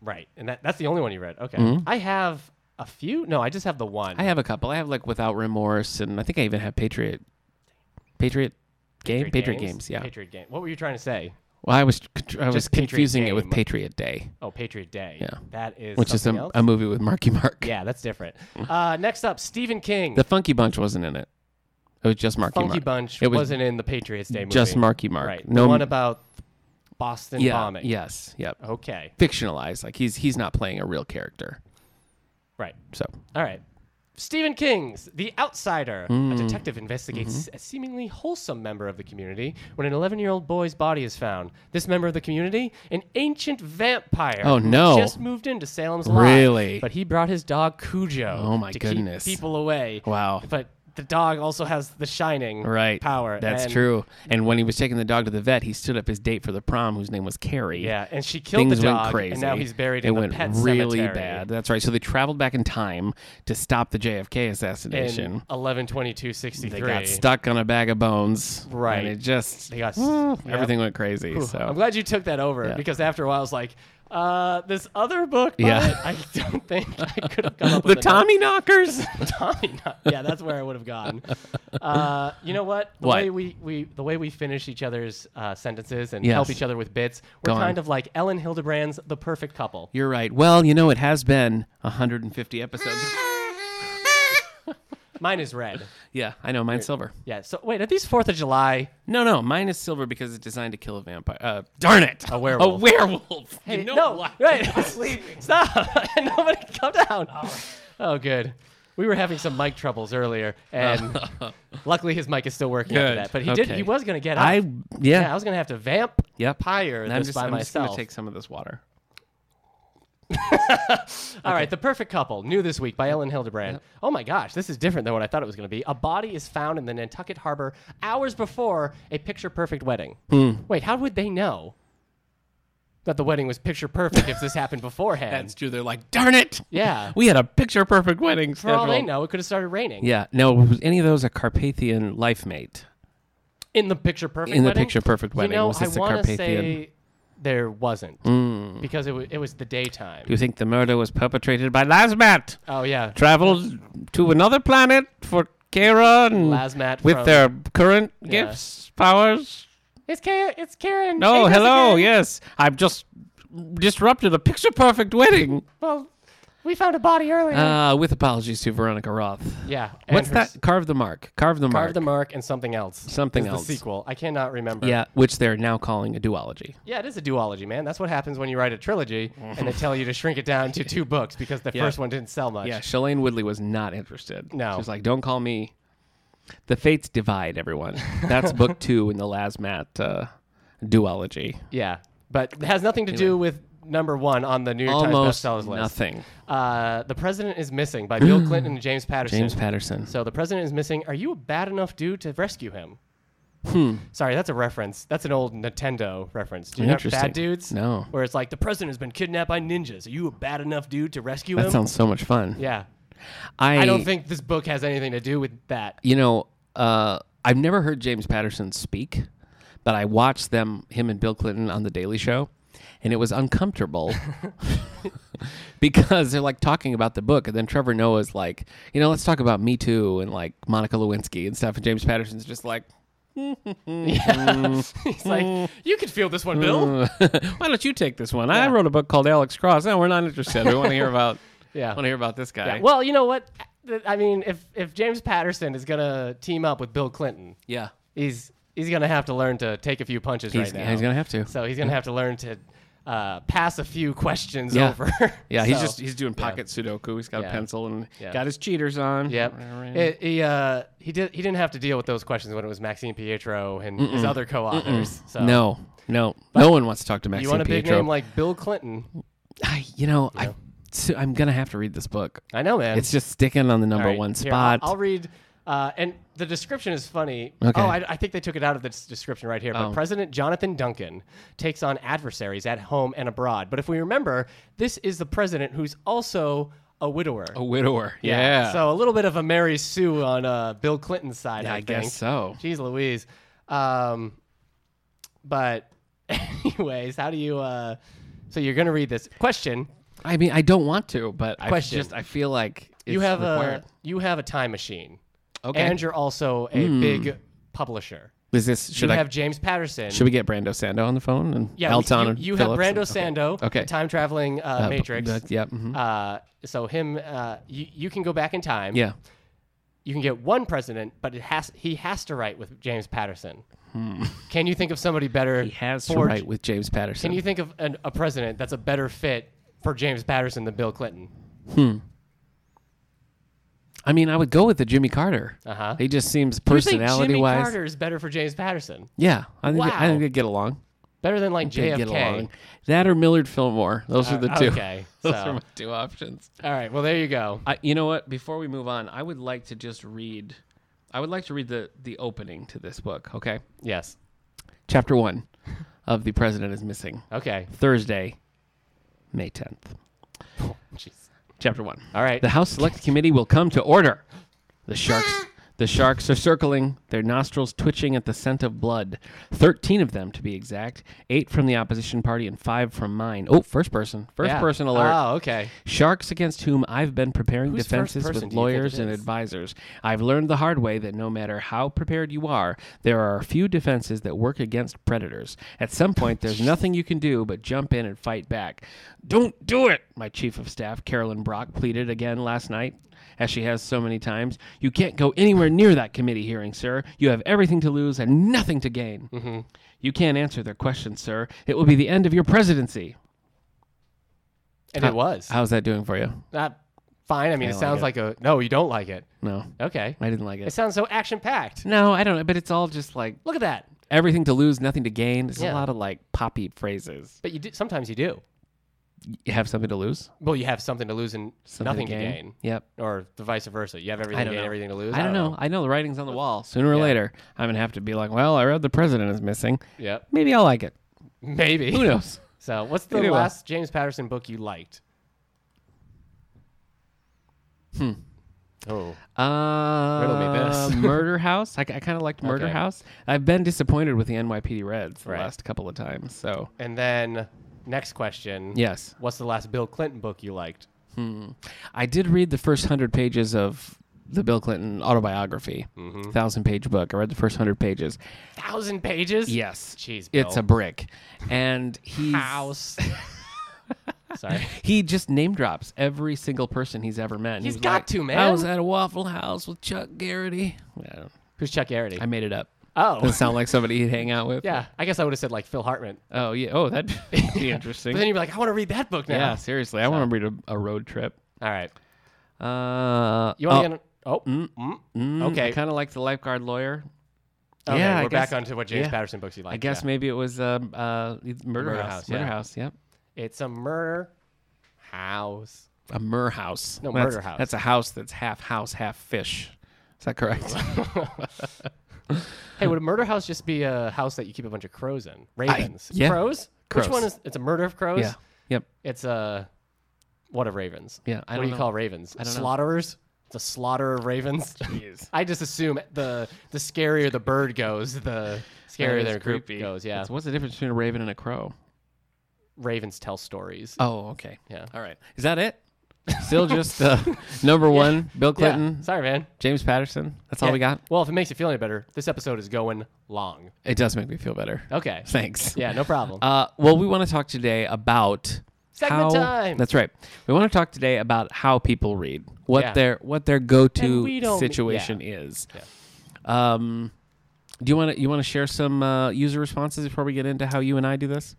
Speaker 1: right, and that, that's the only one you read. Okay, I have a few. No, I just have the one.
Speaker 2: Mm-hmm. I have a couple. I have like Without Remorse, and I think I even have Patriot, Patriot game, Patriot, games. Yeah.
Speaker 1: Patriot game. What were you trying to say?
Speaker 2: Well, I was I was
Speaker 1: Just Patriot
Speaker 2: confusing it with
Speaker 1: Game.
Speaker 2: Patriot Day.
Speaker 1: Oh, Patriot Day.
Speaker 2: Yeah.
Speaker 1: that is
Speaker 2: which is
Speaker 1: something
Speaker 2: a,
Speaker 1: else?
Speaker 2: a movie with Marky Mark.
Speaker 1: yeah, that's different. Uh, next up, Stephen King.
Speaker 2: The Funky Bunch wasn't in it. It was just Marky
Speaker 1: Funky
Speaker 2: Mark.
Speaker 1: Bunch
Speaker 2: It was
Speaker 1: wasn't in the Patriots Day movie.
Speaker 2: just Marky Mark.
Speaker 1: Right.
Speaker 2: No
Speaker 1: the one
Speaker 2: m-
Speaker 1: about Boston
Speaker 2: yeah.
Speaker 1: bombing.
Speaker 2: Yes. Yep.
Speaker 1: Oh. Okay.
Speaker 2: Fictionalized. Like he's he's not playing a real character.
Speaker 1: Right.
Speaker 2: So
Speaker 1: All right. Stephen King's The Outsider.
Speaker 2: Mm.
Speaker 1: A detective investigates
Speaker 2: Mm-hmm.
Speaker 1: a seemingly wholesome member of the community when an 11 year old boy's body is found. This member of the community, an ancient vampire.
Speaker 2: Oh,
Speaker 1: who
Speaker 2: no.
Speaker 1: Just moved into Salem's Lot,
Speaker 2: Really?
Speaker 1: But he brought his dog Cujo.
Speaker 2: Oh, my
Speaker 1: to
Speaker 2: goodness.
Speaker 1: Keep people away.
Speaker 2: Wow.
Speaker 1: But the dog also has the shining
Speaker 2: right.
Speaker 1: power.
Speaker 2: That's
Speaker 1: and-
Speaker 2: true. And when he was taking the dog to the vet, he stood up his date for the prom, whose name was Carrie.
Speaker 1: Yeah, and she killed
Speaker 2: Things
Speaker 1: the dog,
Speaker 2: went crazy.
Speaker 1: and now he's buried
Speaker 2: it
Speaker 1: in the
Speaker 2: went
Speaker 1: pet
Speaker 2: really
Speaker 1: cemetery
Speaker 2: bad. That's right. So they traveled back in time to stop the JFK assassination.
Speaker 1: In 112263.
Speaker 2: they got stuck on a bag of bones.
Speaker 1: Right.
Speaker 2: And it just
Speaker 1: They got s- yep.
Speaker 2: everything went crazy. So
Speaker 1: I'm glad you took that over because after a while I was like, uh, this other book, by
Speaker 2: Yeah.
Speaker 1: it, I don't think I could have come up
Speaker 2: the
Speaker 1: with another-
Speaker 2: Tommy knockers.
Speaker 1: Tommy. Knock- Yeah, that's where I would have gone. Uh, you know what? The
Speaker 2: What?
Speaker 1: way we, we the way we finish each other's uh, sentences and
Speaker 2: Yes.
Speaker 1: help each other with bits, we're
Speaker 2: Go on.
Speaker 1: kind of like Ellen Hildebrand's The Perfect Couple.
Speaker 2: You're right. Well, you know, it has been 150 episodes.
Speaker 1: Mine is red.
Speaker 2: yeah, I know. Mine's silver.
Speaker 1: Yeah. So wait, are these Fourth of July?
Speaker 2: No, no, mine is silver because it's designed to kill a vampire. Uh, darn it,
Speaker 1: A werewolf.
Speaker 2: A werewolf.
Speaker 1: Hey,
Speaker 2: you know
Speaker 1: no,
Speaker 2: why.
Speaker 1: right? Stop! Nobody, come down. Oh, good. We were having some mic troubles earlier, and luckily his mic is still working after
Speaker 2: Good.
Speaker 1: that. But he did.
Speaker 2: Okay.
Speaker 1: He was gonna get. Up.
Speaker 2: I yeah.
Speaker 1: yeah, I was gonna have to vamp
Speaker 2: Yep.
Speaker 1: pyre
Speaker 2: And
Speaker 1: this
Speaker 2: I'm just,
Speaker 1: by
Speaker 2: I'm just
Speaker 1: myself.
Speaker 2: gonna take some of this water.
Speaker 1: All right, The Perfect Couple, new this week by Ellen Hildebrand. Oh my gosh, this is different than what I thought it was going to be. A body is found in the Nantucket Harbor hours before a picture perfect wedding.
Speaker 2: Hmm.
Speaker 1: Wait, how would they know that the wedding was picture perfect if this happened beforehand?
Speaker 2: That's true. They're like, darn it.
Speaker 1: yeah.
Speaker 2: We had a picture perfect wedding
Speaker 1: For
Speaker 2: scheduled.
Speaker 1: all they know, it could have started raining.
Speaker 2: Yeah. No, was any of those a Carpathian life mate?
Speaker 1: In the picture perfect.
Speaker 2: In the
Speaker 1: wedding?
Speaker 2: picture perfect wedding,
Speaker 1: You know,
Speaker 2: was this
Speaker 1: I
Speaker 2: a
Speaker 1: want to
Speaker 2: Carpathian?
Speaker 1: say there wasn't
Speaker 2: Mm.
Speaker 1: because it, w- it was the daytime.
Speaker 2: Do you think the murder was perpetrated by Lazmat?
Speaker 1: Oh yeah,
Speaker 2: Traveled to another planet for Kara and
Speaker 1: Lazmat
Speaker 2: with
Speaker 1: from-
Speaker 2: their current
Speaker 1: Yeah.
Speaker 2: gifts, powers.
Speaker 1: it's Karen. It's Karen.
Speaker 2: No,
Speaker 1: Hey, Jessica.
Speaker 2: Oh, hello, yes. I've just disrupted a picture perfect wedding.
Speaker 1: Well, we found a body earlier.
Speaker 2: Uh, with apologies to Veronica Roth.
Speaker 1: yeah. and
Speaker 2: What's
Speaker 1: her
Speaker 2: that? Carve the Mark. Carve the
Speaker 1: Carve
Speaker 2: Mark.
Speaker 1: the Mark and something else.
Speaker 2: Something
Speaker 1: is
Speaker 2: else.
Speaker 1: The sequel. I cannot remember.
Speaker 2: Yeah, which they're now calling a duology.
Speaker 1: Yeah, it is a duology, man. That's what happens when you write a trilogy and they tell you to shrink it down to two books because the
Speaker 2: Yeah.
Speaker 1: first one didn't sell much.
Speaker 2: Yeah, Shalane Woodley was not interested.
Speaker 1: No.
Speaker 2: She was like, don't call me. The Fates Divide, everyone. That's book two in the Lazmat uh, duology.
Speaker 1: Yeah. But it has nothing to do with number one on the New York
Speaker 2: Almost
Speaker 1: Times bestsellers list.
Speaker 2: nothing.
Speaker 1: Uh, the President is Missing by Bill Clinton and James Patterson.
Speaker 2: James Patterson.
Speaker 1: so The President is Missing. Are you a bad enough dude to rescue him? Hmm. Sorry, that's a reference. That's an old Nintendo reference. Do you know
Speaker 2: Interesting.
Speaker 1: bad dudes?
Speaker 2: No.
Speaker 1: Where it's like the president has been kidnapped by ninjas. Are you a bad enough dude to rescue him?
Speaker 2: That sounds so much fun.
Speaker 1: yeah.
Speaker 2: I,
Speaker 1: I don't think this book has anything to do with that.
Speaker 2: you know, uh, I've never heard James Patterson speak, but I watched them, him and Bill Clinton on The Daily Show, and it was uncomfortable because they're like talking about the book, and then Trevor Noah's like, you know, let's talk about Me Too and like Monica Lewinsky and stuff, and James Patterson's just like,
Speaker 1: Yeah. He's
Speaker 2: Hmm.
Speaker 1: like, you can feel this one, Bill.
Speaker 2: Why don't you take this one? I
Speaker 1: Yeah.
Speaker 2: wrote a book called Alex Cross. No, we're not interested. We want to hear about.
Speaker 1: Yeah.
Speaker 2: Want to hear about this guy?
Speaker 1: Yeah, Well, you know what? Th- I mean, if if James Patterson is gonna team up with Bill Clinton,
Speaker 2: yeah.
Speaker 1: he's he's gonna have to learn to take a few punches
Speaker 2: He's,
Speaker 1: right now.
Speaker 2: he's gonna have to.
Speaker 1: so he's gonna have to learn to uh, pass a few questions
Speaker 2: Yeah.
Speaker 1: over.
Speaker 2: Yeah, he's
Speaker 1: So,
Speaker 2: just he's doing pocket Sudoku. He's got a
Speaker 1: Yeah.
Speaker 2: pencil and
Speaker 1: Yeah.
Speaker 2: got his cheaters on.
Speaker 1: Yep. It- he uh, he did he didn't have to deal with those questions when it was Maxine Pietro and his other co-authors. So
Speaker 2: No, no, no one wants to talk to Maxine
Speaker 1: you want a big
Speaker 2: Pietro.
Speaker 1: name like Bill Clinton?
Speaker 2: I, you know, I, so I'm gonna have to read this book.
Speaker 1: I know, man.
Speaker 2: It's just sticking on the number
Speaker 1: All right,
Speaker 2: one
Speaker 1: here, I'll-
Speaker 2: spot.
Speaker 1: I'll, read. Uh, and the description is funny.
Speaker 2: Okay. Oh.
Speaker 1: Oh, I, I think they took it out of the s- description right here. But President Jonathan Duncan takes on adversaries at home and abroad. But if we remember, this is the president who's also a widower.
Speaker 2: a widower. Yeah.
Speaker 1: So a little bit of a Mary Sue on uh, Bill Clinton's side,
Speaker 2: Yeah,
Speaker 1: I,
Speaker 2: I
Speaker 1: think.
Speaker 2: guess so.
Speaker 1: Jeez Louise. Um, but, anyways, how do you. Uh, so you're going to read this. Question
Speaker 2: I mean, I don't want to, but I
Speaker 1: Question.
Speaker 2: just I feel like it's
Speaker 1: you have
Speaker 2: required.
Speaker 1: a you have a time machine.
Speaker 2: Okay.
Speaker 1: And you're also a big publisher.
Speaker 2: Is this should
Speaker 1: you
Speaker 2: I
Speaker 1: have James Patterson.
Speaker 2: should we get Brando Sando on the phone and
Speaker 1: yeah, we-
Speaker 2: Elton
Speaker 1: you,
Speaker 2: and
Speaker 1: you have
Speaker 2: Phillips
Speaker 1: Brando
Speaker 2: and- okay.
Speaker 1: Sando,
Speaker 2: Okay.
Speaker 1: the time traveling uh,
Speaker 2: Uh, b-
Speaker 1: Matrix.
Speaker 2: but- yeah. mhm.
Speaker 1: uh, so him, uh, you, you can go back in time.
Speaker 2: Yeah.
Speaker 1: You can get one president, but it has he has to write with James Patterson. Can you think of somebody better?
Speaker 2: Hmm. He has to
Speaker 1: for-
Speaker 2: write with James Patterson.
Speaker 1: Can you think of an, a president that's a better fit for James Patterson than Bill Clinton?
Speaker 2: I mean, I would go with the Jimmy Carter.
Speaker 1: Uh-huh.
Speaker 2: He just seems
Speaker 1: You think
Speaker 2: personality
Speaker 1: Jimmy
Speaker 2: wise.
Speaker 1: Carter is better for James Patterson?
Speaker 2: Yeah, I think I
Speaker 1: Wow.
Speaker 2: think they get along.
Speaker 1: Better than like
Speaker 2: They
Speaker 1: JFK.
Speaker 2: get along. That or Millard Fillmore. Those are the two.
Speaker 1: Uh, Okay.
Speaker 2: Those
Speaker 1: so-
Speaker 2: are my two options.
Speaker 1: all right. Well, there you go.
Speaker 2: I, you know what? Before we move on, I would like to just read. I would like to read the the opening to this book. Okay,
Speaker 1: Yes.
Speaker 2: chapter one of the president is missing.
Speaker 1: Okay.
Speaker 2: Thursday, May tenth.
Speaker 1: Jeez.
Speaker 2: Chapter one.
Speaker 1: All right.
Speaker 2: The House Select Committee will come to order. The sharks the sharks are circling, their nostrils twitching at the scent of blood. Thirteen of them to be exact. Eight from the opposition party and five from mine. Oh, first person. First
Speaker 1: Yeah.
Speaker 2: person alert.
Speaker 1: Oh, okay.
Speaker 2: Sharks against whom I've been preparing
Speaker 1: Who's first
Speaker 2: defenses
Speaker 1: person
Speaker 2: with
Speaker 1: do you think it
Speaker 2: lawyers and
Speaker 1: is?
Speaker 2: advisors. I've learned the hard way that no matter how prepared you are, there are a few defenses that work against predators. At some point, there's nothing you can do but jump in and fight back. Don't do it, my chief of staff, Carolyn Brock, pleaded again last night, as she has so many times. You can't go anywhere near that committee hearing, sir. You have everything to lose and nothing to gain.
Speaker 1: Mm-hmm.
Speaker 2: You can't answer their questions, sir. It will be the end of your presidency.
Speaker 1: And it was.
Speaker 2: How's that doing for you?
Speaker 1: Not fine. I mean, it
Speaker 2: like
Speaker 1: sounds
Speaker 2: it.
Speaker 1: like, a no. You don't like it.
Speaker 2: No,
Speaker 1: Okay.
Speaker 2: I didn't like it.
Speaker 1: It sounds so action packed.
Speaker 2: No, I don't know, but it's all just like
Speaker 1: Look at that.
Speaker 2: everything to lose, nothing to gain. It's a
Speaker 1: Yeah.
Speaker 2: lot of like poppy phrases.
Speaker 1: But you do, sometimes you do.
Speaker 2: You have something to lose,
Speaker 1: Well, you have something to lose and
Speaker 2: something
Speaker 1: nothing
Speaker 2: to gain.
Speaker 1: to gain,
Speaker 2: Yep.
Speaker 1: or the vice versa. You have everything
Speaker 2: I
Speaker 1: to
Speaker 2: don't
Speaker 1: gain,
Speaker 2: know.
Speaker 1: everything to lose.
Speaker 2: I don't know. I know the writing's on the wall. Sooner or later, I'm gonna have to be like, well, I read the president is missing.
Speaker 1: Yep.
Speaker 2: Maybe I'll like it. Who
Speaker 1: Maybe.
Speaker 2: knows?
Speaker 1: so, what's the
Speaker 2: Anyway.
Speaker 1: last James Patterson book you liked? Hmm. Oh.
Speaker 2: Uh,
Speaker 1: this.
Speaker 2: Murder House. I, kind of liked Murder
Speaker 1: Okay.
Speaker 2: House. I've been disappointed with the NYPD Reds the
Speaker 1: Right.
Speaker 2: last couple of times. So
Speaker 1: And then next question.
Speaker 2: yes,
Speaker 1: What's the last Bill Clinton book you liked?
Speaker 2: I did read the first hundred pages of the Bill Clinton autobiography, thousand page book. I read the first hundred pages.
Speaker 1: Thousand pages.
Speaker 2: Yes.
Speaker 1: Jeez, Bill.
Speaker 2: It's a brick. And he's
Speaker 1: house. Sorry.
Speaker 2: he just name drops every single person he's ever met. And
Speaker 1: He's
Speaker 2: was
Speaker 1: got
Speaker 2: like,
Speaker 1: to,
Speaker 2: I
Speaker 1: man.
Speaker 2: was at a Waffle House with Chuck Garrity. Yeah,
Speaker 1: Who's Chuck Garrity?
Speaker 2: I made it up. Doesn't
Speaker 1: oh,
Speaker 2: sound like somebody he'd hang out with.
Speaker 1: yeah. I guess I would have said like Phil Hartman.
Speaker 2: Oh yeah. Oh, that'd be interesting.
Speaker 1: But then you'd be like, I want to read that book now.
Speaker 2: yeah. Seriously, I want to read a, a road trip.
Speaker 1: All right.
Speaker 2: Uh,
Speaker 1: You want
Speaker 2: oh,
Speaker 1: to? Oh. Mm, mm, okay.
Speaker 2: I kind of like the lifeguard lawyer.
Speaker 1: okay.
Speaker 2: yeah, I
Speaker 1: We're back
Speaker 2: guess-
Speaker 1: onto what James
Speaker 2: yeah.
Speaker 1: Patterson books you like.
Speaker 2: I guess
Speaker 1: yeah.
Speaker 2: maybe it was um, uh, Murder,
Speaker 1: Murder
Speaker 2: House.
Speaker 1: House,
Speaker 2: Murder
Speaker 1: yeah.
Speaker 2: House. Yep.
Speaker 1: it's a murder house.
Speaker 2: A mur house.
Speaker 1: No,
Speaker 2: that's-
Speaker 1: murder house.
Speaker 2: That's a house that's half house, half fish. Is that correct?
Speaker 1: Hey, would a murder house just be a house that you keep a bunch of crows in? Ravens.
Speaker 2: yeah.
Speaker 1: Crows?
Speaker 2: Crows.
Speaker 1: Which one is? It's a murder of crows.
Speaker 2: yeah. Yep.
Speaker 1: It's a what of ravens?
Speaker 2: Yeah, I
Speaker 1: what
Speaker 2: don't
Speaker 1: do you
Speaker 2: know.
Speaker 1: call ravens?
Speaker 2: don't know.
Speaker 1: Slaughterers. It's a slaughter of ravens. I just assume the the scarier the bird goes, the scarier their group goes. Yeah,
Speaker 2: It's- what's the difference between a raven and a crow?
Speaker 1: ravens tell stories.
Speaker 2: Oh, okay.
Speaker 1: Yeah.
Speaker 2: All right. Is that it? Still just uh, number one, Bill Clinton,
Speaker 1: Yeah. Sorry, man.
Speaker 2: James Patterson. That's all
Speaker 1: Yeah.
Speaker 2: we got.
Speaker 1: Well, if it makes you feel any better, this episode is going long.
Speaker 2: It does make me feel better.
Speaker 1: Okay.
Speaker 2: Thanks.
Speaker 1: Oh. Yeah, no problem.
Speaker 2: Uh, well, we want to talk today about
Speaker 1: Segment
Speaker 2: how,
Speaker 1: time.
Speaker 2: That's right. We want to talk today about how people read, what
Speaker 1: Yeah.
Speaker 2: their what their go
Speaker 1: And we
Speaker 2: to
Speaker 1: don't-
Speaker 2: situation is. Um, do you want to you want to share some uh, user responses before we get into how you and I do this?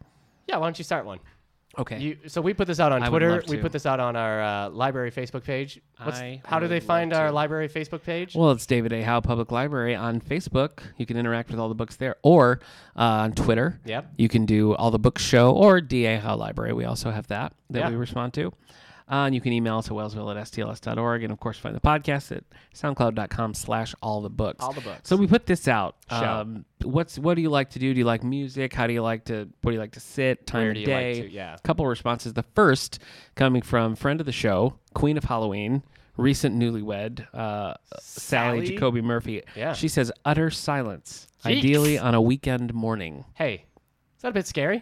Speaker 1: yeah, why don't you start one?
Speaker 2: Okay.
Speaker 1: You, so we put this out on
Speaker 2: I would
Speaker 1: Twitter.
Speaker 2: love
Speaker 1: We
Speaker 2: to.
Speaker 1: put this out on our uh, library Facebook page. What's,
Speaker 2: I
Speaker 1: how do
Speaker 2: would
Speaker 1: they
Speaker 2: love
Speaker 1: find our
Speaker 2: to.
Speaker 1: library Facebook page?
Speaker 2: well, it's David A. Howe Public Library on Facebook. You can interact with all the books there, or uh, on Twitter.
Speaker 1: Yep.
Speaker 2: You can do all the book show or DA Howe Library. We also have that that
Speaker 1: Yeah.
Speaker 2: we respond to. Uh, and you can email us at wellsville at stls.org. And of course, find the podcast at soundcloud.com slash all the books.
Speaker 1: All the books.
Speaker 2: So we put this out.
Speaker 1: Show.
Speaker 2: Um, what's What do you like to do? Do you like music? How do you like to, what do you like to sit? Time
Speaker 1: Where
Speaker 2: of
Speaker 1: do you
Speaker 2: day?
Speaker 1: like to? Yeah.
Speaker 2: couple responses. The first coming from friend of the show, Queen of Halloween, recent newlewed, uh, Sally?
Speaker 1: Sally?
Speaker 2: Jacoby Murphy.
Speaker 1: Yeah.
Speaker 2: She says, utter silence,
Speaker 1: Yikes.
Speaker 2: ideally on a weekend morning.
Speaker 1: Hey, is that a bit scary?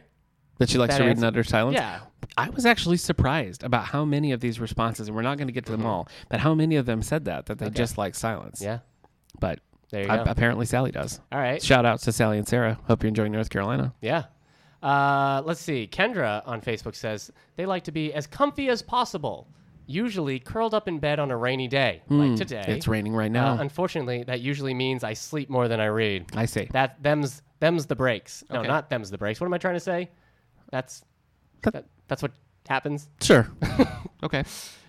Speaker 2: That she likes
Speaker 1: That
Speaker 2: to read in
Speaker 1: answer-
Speaker 2: utter silence.
Speaker 1: Yeah.
Speaker 2: I was actually surprised about how many of these responses, and we're not going to get to them all, but how many of them said that, that they just like silence.
Speaker 1: Mm-hmm. Yeah.
Speaker 2: But
Speaker 1: There you
Speaker 2: I,
Speaker 1: go.
Speaker 2: apparently Sally does.
Speaker 1: All right.
Speaker 2: Shout outs to Sally and Sarah. Hope you're enjoying North Carolina.
Speaker 1: Yeah. Uh, let's see. Kendra on Facebook says they like to be as comfy as possible, usually curled up in bed on a rainy day, like today.
Speaker 2: Hmm. It's raining right
Speaker 1: Uh,
Speaker 2: now.
Speaker 1: unfortunately, that usually means I sleep more than I read.
Speaker 2: I see.
Speaker 1: That them's them's the breaks. No,
Speaker 2: Okay.
Speaker 1: not them's the breaks. What am I trying to say? That's
Speaker 2: That-
Speaker 1: that, that's what happens.
Speaker 2: sure. okay.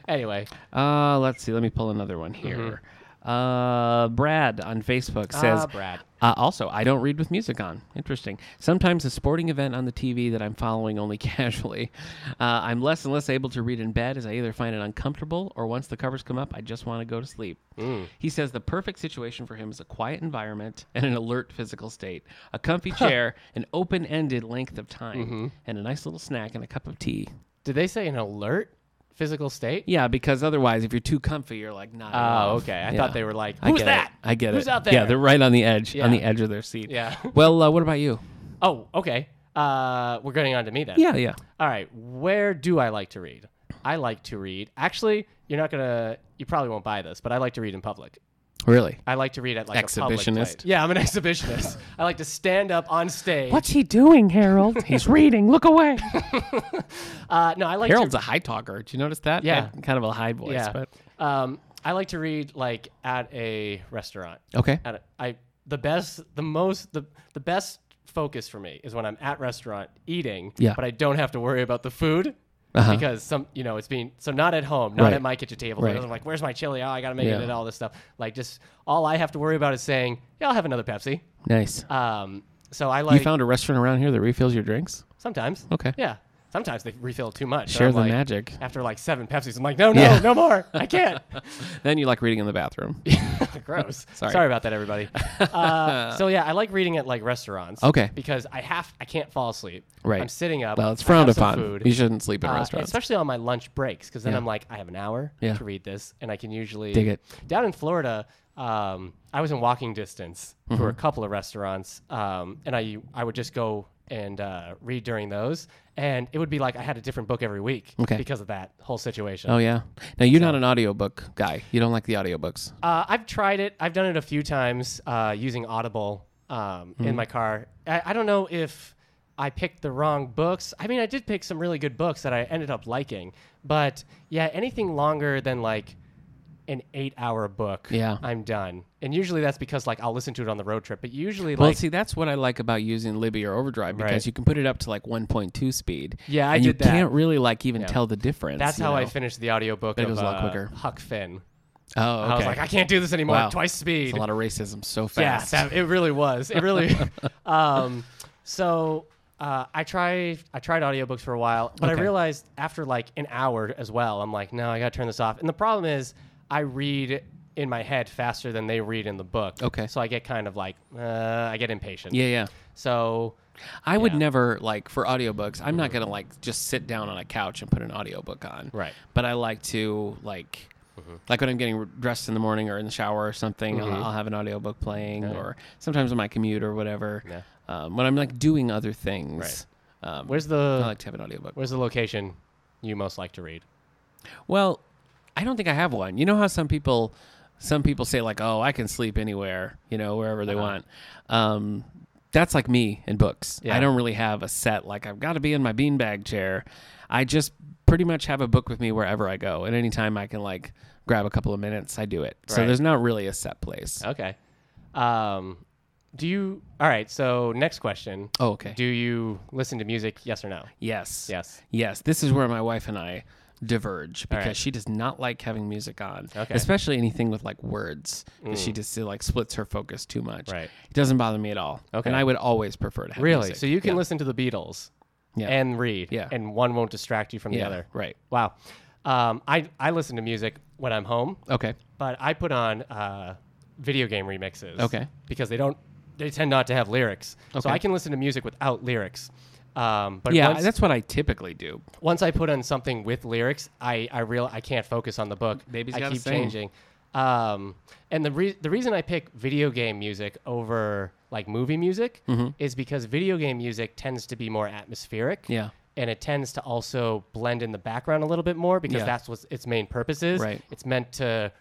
Speaker 1: Anyway,
Speaker 2: Uh, let's see. Let me pull another one here. Uh, Brad on Facebook says,
Speaker 1: Mm-hmm. Ah, Brad.
Speaker 2: Uh, also, I don't read with music on. Interesting. Sometimes a sporting event on the TV that I'm following only casually. Uh, I'm less and less able to read in bed as I either find it uncomfortable or once the covers come up, I just want to go to sleep.
Speaker 1: Mm.
Speaker 2: He says the perfect situation for him is a quiet environment and an alert physical state, a comfy chair, an open ended length of time,
Speaker 1: Mm-hmm.
Speaker 2: and a nice little snack and a cup of tea.
Speaker 1: Did they say an alert physical state?
Speaker 2: Yeah, because otherwise, if you're too comfy, you're like, not.
Speaker 1: Oh, okay. I thought they were like, "Who's
Speaker 2: I get
Speaker 1: that?"
Speaker 2: It. I get
Speaker 1: Who's
Speaker 2: it.
Speaker 1: out there?
Speaker 2: Yeah, they're right on the edge, on
Speaker 1: Yeah.
Speaker 2: the edge of their seat.
Speaker 1: Yeah.
Speaker 2: Well, uh, what about you?
Speaker 1: Oh, okay. Uh, we're getting on to me then.
Speaker 2: Yeah, yeah.
Speaker 1: All right. Where do I like to read? I like to read. Actually, you're not gonna. You probably won't buy this, but I like to read in public.
Speaker 2: Really?
Speaker 1: I like to read at like a public place.
Speaker 2: Exhibitionist?
Speaker 1: Yeah, I'm an exhibitionist. I like to stand up on stage.
Speaker 2: What's he doing, Harold? He's reading. Look away.
Speaker 1: Uh, no, I like to
Speaker 2: Harold's a high talker. Do you notice that?
Speaker 1: Yeah.
Speaker 2: Had kind of a high voice.
Speaker 1: Yeah.
Speaker 2: But
Speaker 1: Um, I like to read like at a restaurant.
Speaker 2: okay.
Speaker 1: At a, I the best, the most, the the best focus for me is when I'm at restaurant eating.
Speaker 2: Yeah. Uh-huh.
Speaker 1: But I don't have to worry about the food. Because some, you know, it's being so not at home, not
Speaker 2: Right.
Speaker 1: at my kitchen table.
Speaker 2: Right.
Speaker 1: I'm like, where's my chili? Oh, I gotta make
Speaker 2: Yeah.
Speaker 1: it and all this stuff. Like, just all I have to worry about is saying, yeah, I'll have another Pepsi.
Speaker 2: Nice.
Speaker 1: Um, so I
Speaker 2: you
Speaker 1: like
Speaker 2: found a restaurant around here that refills your drinks?
Speaker 1: sometimes,
Speaker 2: Okay.
Speaker 1: yeah, sometimes they refill too much. So
Speaker 2: Share
Speaker 1: I'm
Speaker 2: the
Speaker 1: like-
Speaker 2: magic.
Speaker 1: After like seven Pepsis, I'm like, no, no,
Speaker 2: Yeah.
Speaker 1: no more. I can't.
Speaker 2: Then you like reading in the bathroom.
Speaker 1: Gross.
Speaker 2: Sorry.
Speaker 1: Sorry. about that, everybody. Uh, so yeah, I like reading at like restaurants.
Speaker 2: Okay.
Speaker 1: Because I have I can't fall asleep.
Speaker 2: Right.
Speaker 1: I'm sitting up.
Speaker 2: Well, it's
Speaker 1: I
Speaker 2: frowned
Speaker 1: have some
Speaker 2: upon.
Speaker 1: Food,
Speaker 2: You shouldn't sleep in
Speaker 1: uh,
Speaker 2: restaurants.
Speaker 1: especially on my lunch breaks, because then I'm like, I have an hour
Speaker 2: Yeah.
Speaker 1: to read this, and I can usually
Speaker 2: Dig it.
Speaker 1: Down in Florida, um, I was in walking distance
Speaker 2: Mm-hmm.
Speaker 1: for a couple of restaurants, um, and I I would just go and uh, read during those, and it would be like I had a different book every week
Speaker 2: Okay.
Speaker 1: because of that whole situation.
Speaker 2: Oh, yeah. Now, you're not an audiobook guy. You don't like the audiobooks.
Speaker 1: Uh, I've tried it. I've done it a few times uh, using Audible um,
Speaker 2: Hmm.
Speaker 1: in my car. I, I don't know if I picked the wrong books. I mean, I did pick some really good books that I ended up liking, but yeah, anything longer than like an eight-hour book,
Speaker 2: Yeah.
Speaker 1: I'm done. And usually that's because like I'll listen to it on the road trip. But usually,
Speaker 2: Well,
Speaker 1: like,
Speaker 2: see, that's what I like about using Libby or Overdrive because
Speaker 1: Right.
Speaker 2: you can put it up to like 1.2 speed.
Speaker 1: Yeah, I
Speaker 2: and you
Speaker 1: did that.
Speaker 2: can't really like even tell the difference.
Speaker 1: that's
Speaker 2: you
Speaker 1: how I
Speaker 2: know?
Speaker 1: finished the audiobook
Speaker 2: it
Speaker 1: of
Speaker 2: goes a lot
Speaker 1: uh,
Speaker 2: quicker.
Speaker 1: Huck Finn.
Speaker 2: Oh, okay.
Speaker 1: I was like, I can't do this anymore.
Speaker 2: Wow.
Speaker 1: Twice speed.
Speaker 2: It's a lot of racism so
Speaker 1: Yeah,
Speaker 2: fast.
Speaker 1: that- it really was. It really. um, so uh, I tried I tried audiobooks for a while, but
Speaker 2: Okay.
Speaker 1: I realized after like an hour as well, I'm like, no, I gotta turn this off. And the problem is, I read in my head faster than they read in the book.
Speaker 2: Okay.
Speaker 1: So I get kind of like, uh, I get impatient.
Speaker 2: yeah, yeah.
Speaker 1: So
Speaker 2: I would
Speaker 1: Yeah.
Speaker 2: never like for audiobooks. I'm not gonna like just sit down on a couch and put an audiobook on.
Speaker 1: Right. Mm-hmm.
Speaker 2: But I like to like like when I'm getting re- dressed in the morning or in the shower or something, I'll, I'll have an audiobook playing, or sometimes on my commute or whatever.
Speaker 1: Yeah.
Speaker 2: Um, when I'm like doing other things, um,
Speaker 1: where's
Speaker 2: I
Speaker 1: the
Speaker 2: like to have an audiobook.
Speaker 1: where's the location you most like to read?
Speaker 2: Well, I don't think I have one. You know how some people some people say like, "Oh, I can sleep anywhere, you know, wherever
Speaker 1: Uh-huh.
Speaker 2: they want." Um that's like me in books.
Speaker 1: Yeah.
Speaker 2: I don't really have a set like I've got to be in my beanbag chair. I just pretty much have a book with me wherever I go. And anytime I can like grab a couple of minutes, I do it. So
Speaker 1: Right. Uh,
Speaker 2: there's not really a set place.
Speaker 1: Okay. Um, do you? All right. So next question.
Speaker 2: Oh, okay.
Speaker 1: Do you listen to music? Yes or no?
Speaker 2: yes.
Speaker 1: Yes.
Speaker 2: Yes, this is where my wife and I diverge
Speaker 1: All right.
Speaker 2: because she does not like having music on,
Speaker 1: Okay. Mm.
Speaker 2: especially anything with like words. 'cause She just uh, like splits her focus too much.
Speaker 1: Right.
Speaker 2: It doesn't bother me at all.
Speaker 1: Okay.
Speaker 2: And I would always prefer to have
Speaker 1: Really?
Speaker 2: music.
Speaker 1: So you can
Speaker 2: Yeah.
Speaker 1: listen to the Beatles
Speaker 2: Yeah.
Speaker 1: and read,
Speaker 2: Yeah.
Speaker 1: and one won't distract you from the
Speaker 2: Yeah,
Speaker 1: other.
Speaker 2: right.
Speaker 1: Wow. Um, I I listen to music when I'm home,
Speaker 2: Okay.
Speaker 1: but I put on uh, video game remixes.
Speaker 2: Okay.
Speaker 1: Because they don't, they tend not to have lyrics, so
Speaker 2: Okay.
Speaker 1: I can listen to music without lyrics. Um, but
Speaker 2: Yeah,
Speaker 1: once,
Speaker 2: that's what I typically do.
Speaker 1: once I put on something with lyrics, I I real I can't focus on the book.
Speaker 2: Baby's
Speaker 1: I
Speaker 2: gotta
Speaker 1: keep
Speaker 2: sing.
Speaker 1: changing. Um, and the re- the reason I pick video game music over like movie music
Speaker 2: Mm-hmm.
Speaker 1: is because video game music tends to be more atmospheric.
Speaker 2: Yeah.
Speaker 1: And it tends to also blend in the background a little bit more because
Speaker 2: Yeah.
Speaker 1: that's what its main purpose is.
Speaker 2: Right.
Speaker 1: It's meant to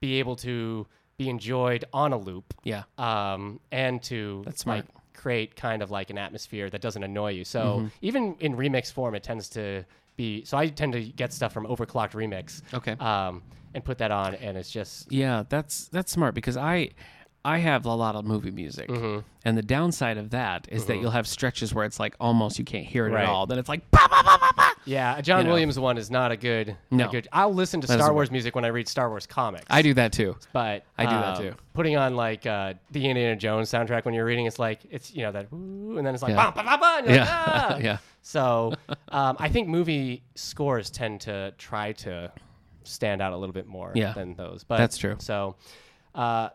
Speaker 1: be able to be enjoyed on a loop
Speaker 2: Yeah.
Speaker 1: um, and to
Speaker 2: That's
Speaker 1: like
Speaker 2: smart. Mm-hmm.
Speaker 1: create kind of like an atmosphere that doesn't annoy you. So even in remix form, it tends to be. So I tend to get stuff from Overclocked Remix,
Speaker 2: Okay.
Speaker 1: um, and put that on, and it's just
Speaker 2: Yeah, that's that's smart because I I have a lot of movie music.
Speaker 1: Mm-hmm.
Speaker 2: And the downside of that is that you'll have stretches where it's like almost you can't hear it
Speaker 1: Right.
Speaker 2: at all. Then it's like bah, bah, bah, bah, bah.
Speaker 1: yeah. A John
Speaker 2: know.
Speaker 1: Williams one is not a good.
Speaker 2: No.
Speaker 1: a good. I'll listen to Star Wars music when I read Star Wars comics.
Speaker 2: I do that too.
Speaker 1: But
Speaker 2: I do that
Speaker 1: um,
Speaker 2: too.
Speaker 1: Putting on like uh, the Indiana Jones soundtrack when you're reading, it's like it's you know that, "Ooh," and then it's like,
Speaker 2: Yeah.
Speaker 1: "Bah, bah, bah, bah," and you're like,
Speaker 2: Yeah.
Speaker 1: "Ah."
Speaker 2: Yeah.
Speaker 1: So um, I think movie scores tend to try to stand out a little bit more
Speaker 2: Yeah.
Speaker 1: than those. But
Speaker 2: That's true.
Speaker 1: So, uh,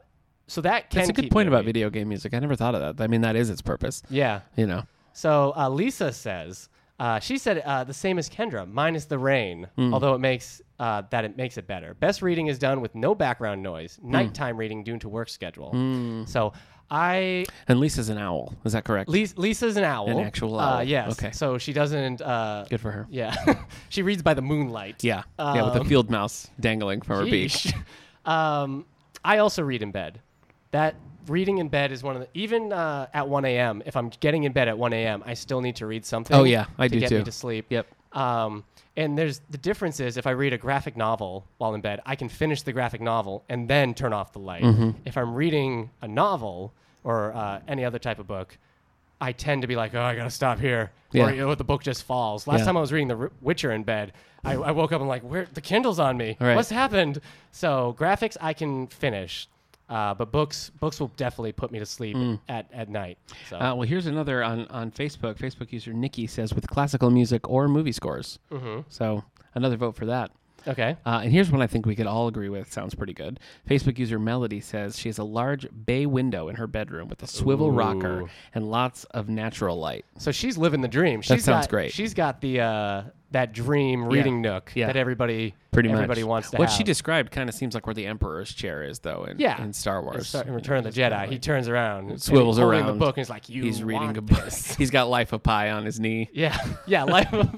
Speaker 1: so that can
Speaker 2: That's a good
Speaker 1: keep
Speaker 2: point
Speaker 1: me
Speaker 2: about
Speaker 1: awake.
Speaker 2: video game music. I never thought of that. I mean, that is its purpose.
Speaker 1: Yeah.
Speaker 2: You know.
Speaker 1: So uh, Lisa says uh, she said uh, the same as Kendra, minus the rain,
Speaker 2: Hmm.
Speaker 1: although it makes uh, that it makes it better. Best reading is done with no background noise.
Speaker 2: Hmm.
Speaker 1: Nighttime reading due to work schedule. So I
Speaker 2: And Lisa's an owl. Is that correct?
Speaker 1: Lis- Lisa's an owl.
Speaker 2: An actual
Speaker 1: Uh,
Speaker 2: owl.
Speaker 1: yes.
Speaker 2: Okay.
Speaker 1: So she doesn't. Uh,
Speaker 2: Good for her.
Speaker 1: yeah. she reads by the moonlight.
Speaker 2: Yeah. yeah, with a
Speaker 1: Um,
Speaker 2: field mouse dangling from her beak.
Speaker 1: Yeesh. um, I also read in bed. That reading in bed is one of the even uh, at 1 a.m. If I'm getting in bed at 1 a.m., I still need to read something.
Speaker 2: Oh, yeah, I
Speaker 1: to
Speaker 2: do
Speaker 1: get me
Speaker 2: too.
Speaker 1: to sleep.
Speaker 2: Yep.
Speaker 1: Um, and there's the difference is if I read a graphic novel while in bed, I can finish the graphic novel and then turn off the light.
Speaker 2: Mm-hmm.
Speaker 1: If I'm reading a novel or uh, any other type of book, I tend to be like, oh, I gotta stop here,
Speaker 2: Yeah.
Speaker 1: or you know, the book just falls. Last
Speaker 2: Yeah.
Speaker 1: time I was reading The R- Witcher in bed, I, I woke up and like, where the Kindle's on me?
Speaker 2: Right.
Speaker 1: What's happened? So graphics I can finish, uh, but books books will definitely put me to sleep at, at night. So
Speaker 2: Mm. Uh, well, here's another on, on Facebook. Facebook user Nikki says with classical music or movie scores. Mm-hmm. So another vote for that.
Speaker 1: okay,
Speaker 2: Uh, and here's one I think we could all agree with. Sounds pretty good. Facebook user Melody says she has a large bay window in her bedroom with a swivel rocker
Speaker 1: Ooh.
Speaker 2: and lots of natural light.
Speaker 1: so she's living the dream. She's
Speaker 2: sounds
Speaker 1: got,
Speaker 2: great.
Speaker 1: She's got the uh, that dream reading nook
Speaker 2: Yeah.
Speaker 1: that everybody
Speaker 2: Pretty
Speaker 1: everybody
Speaker 2: much.
Speaker 1: wants to
Speaker 2: What
Speaker 1: have.
Speaker 2: she described kind of seems like where the Emperor's chair is, though, in,
Speaker 1: Yeah.
Speaker 2: in Star
Speaker 1: In
Speaker 2: Wars.
Speaker 1: Star- in Return of the Jedi, he turns around, and
Speaker 2: swivels
Speaker 1: he's holding
Speaker 2: around.
Speaker 1: the book, and he's like, "You."
Speaker 2: He's reading
Speaker 1: want
Speaker 2: a book. He's got Life of Pi on his knee.
Speaker 1: Yeah, yeah, life of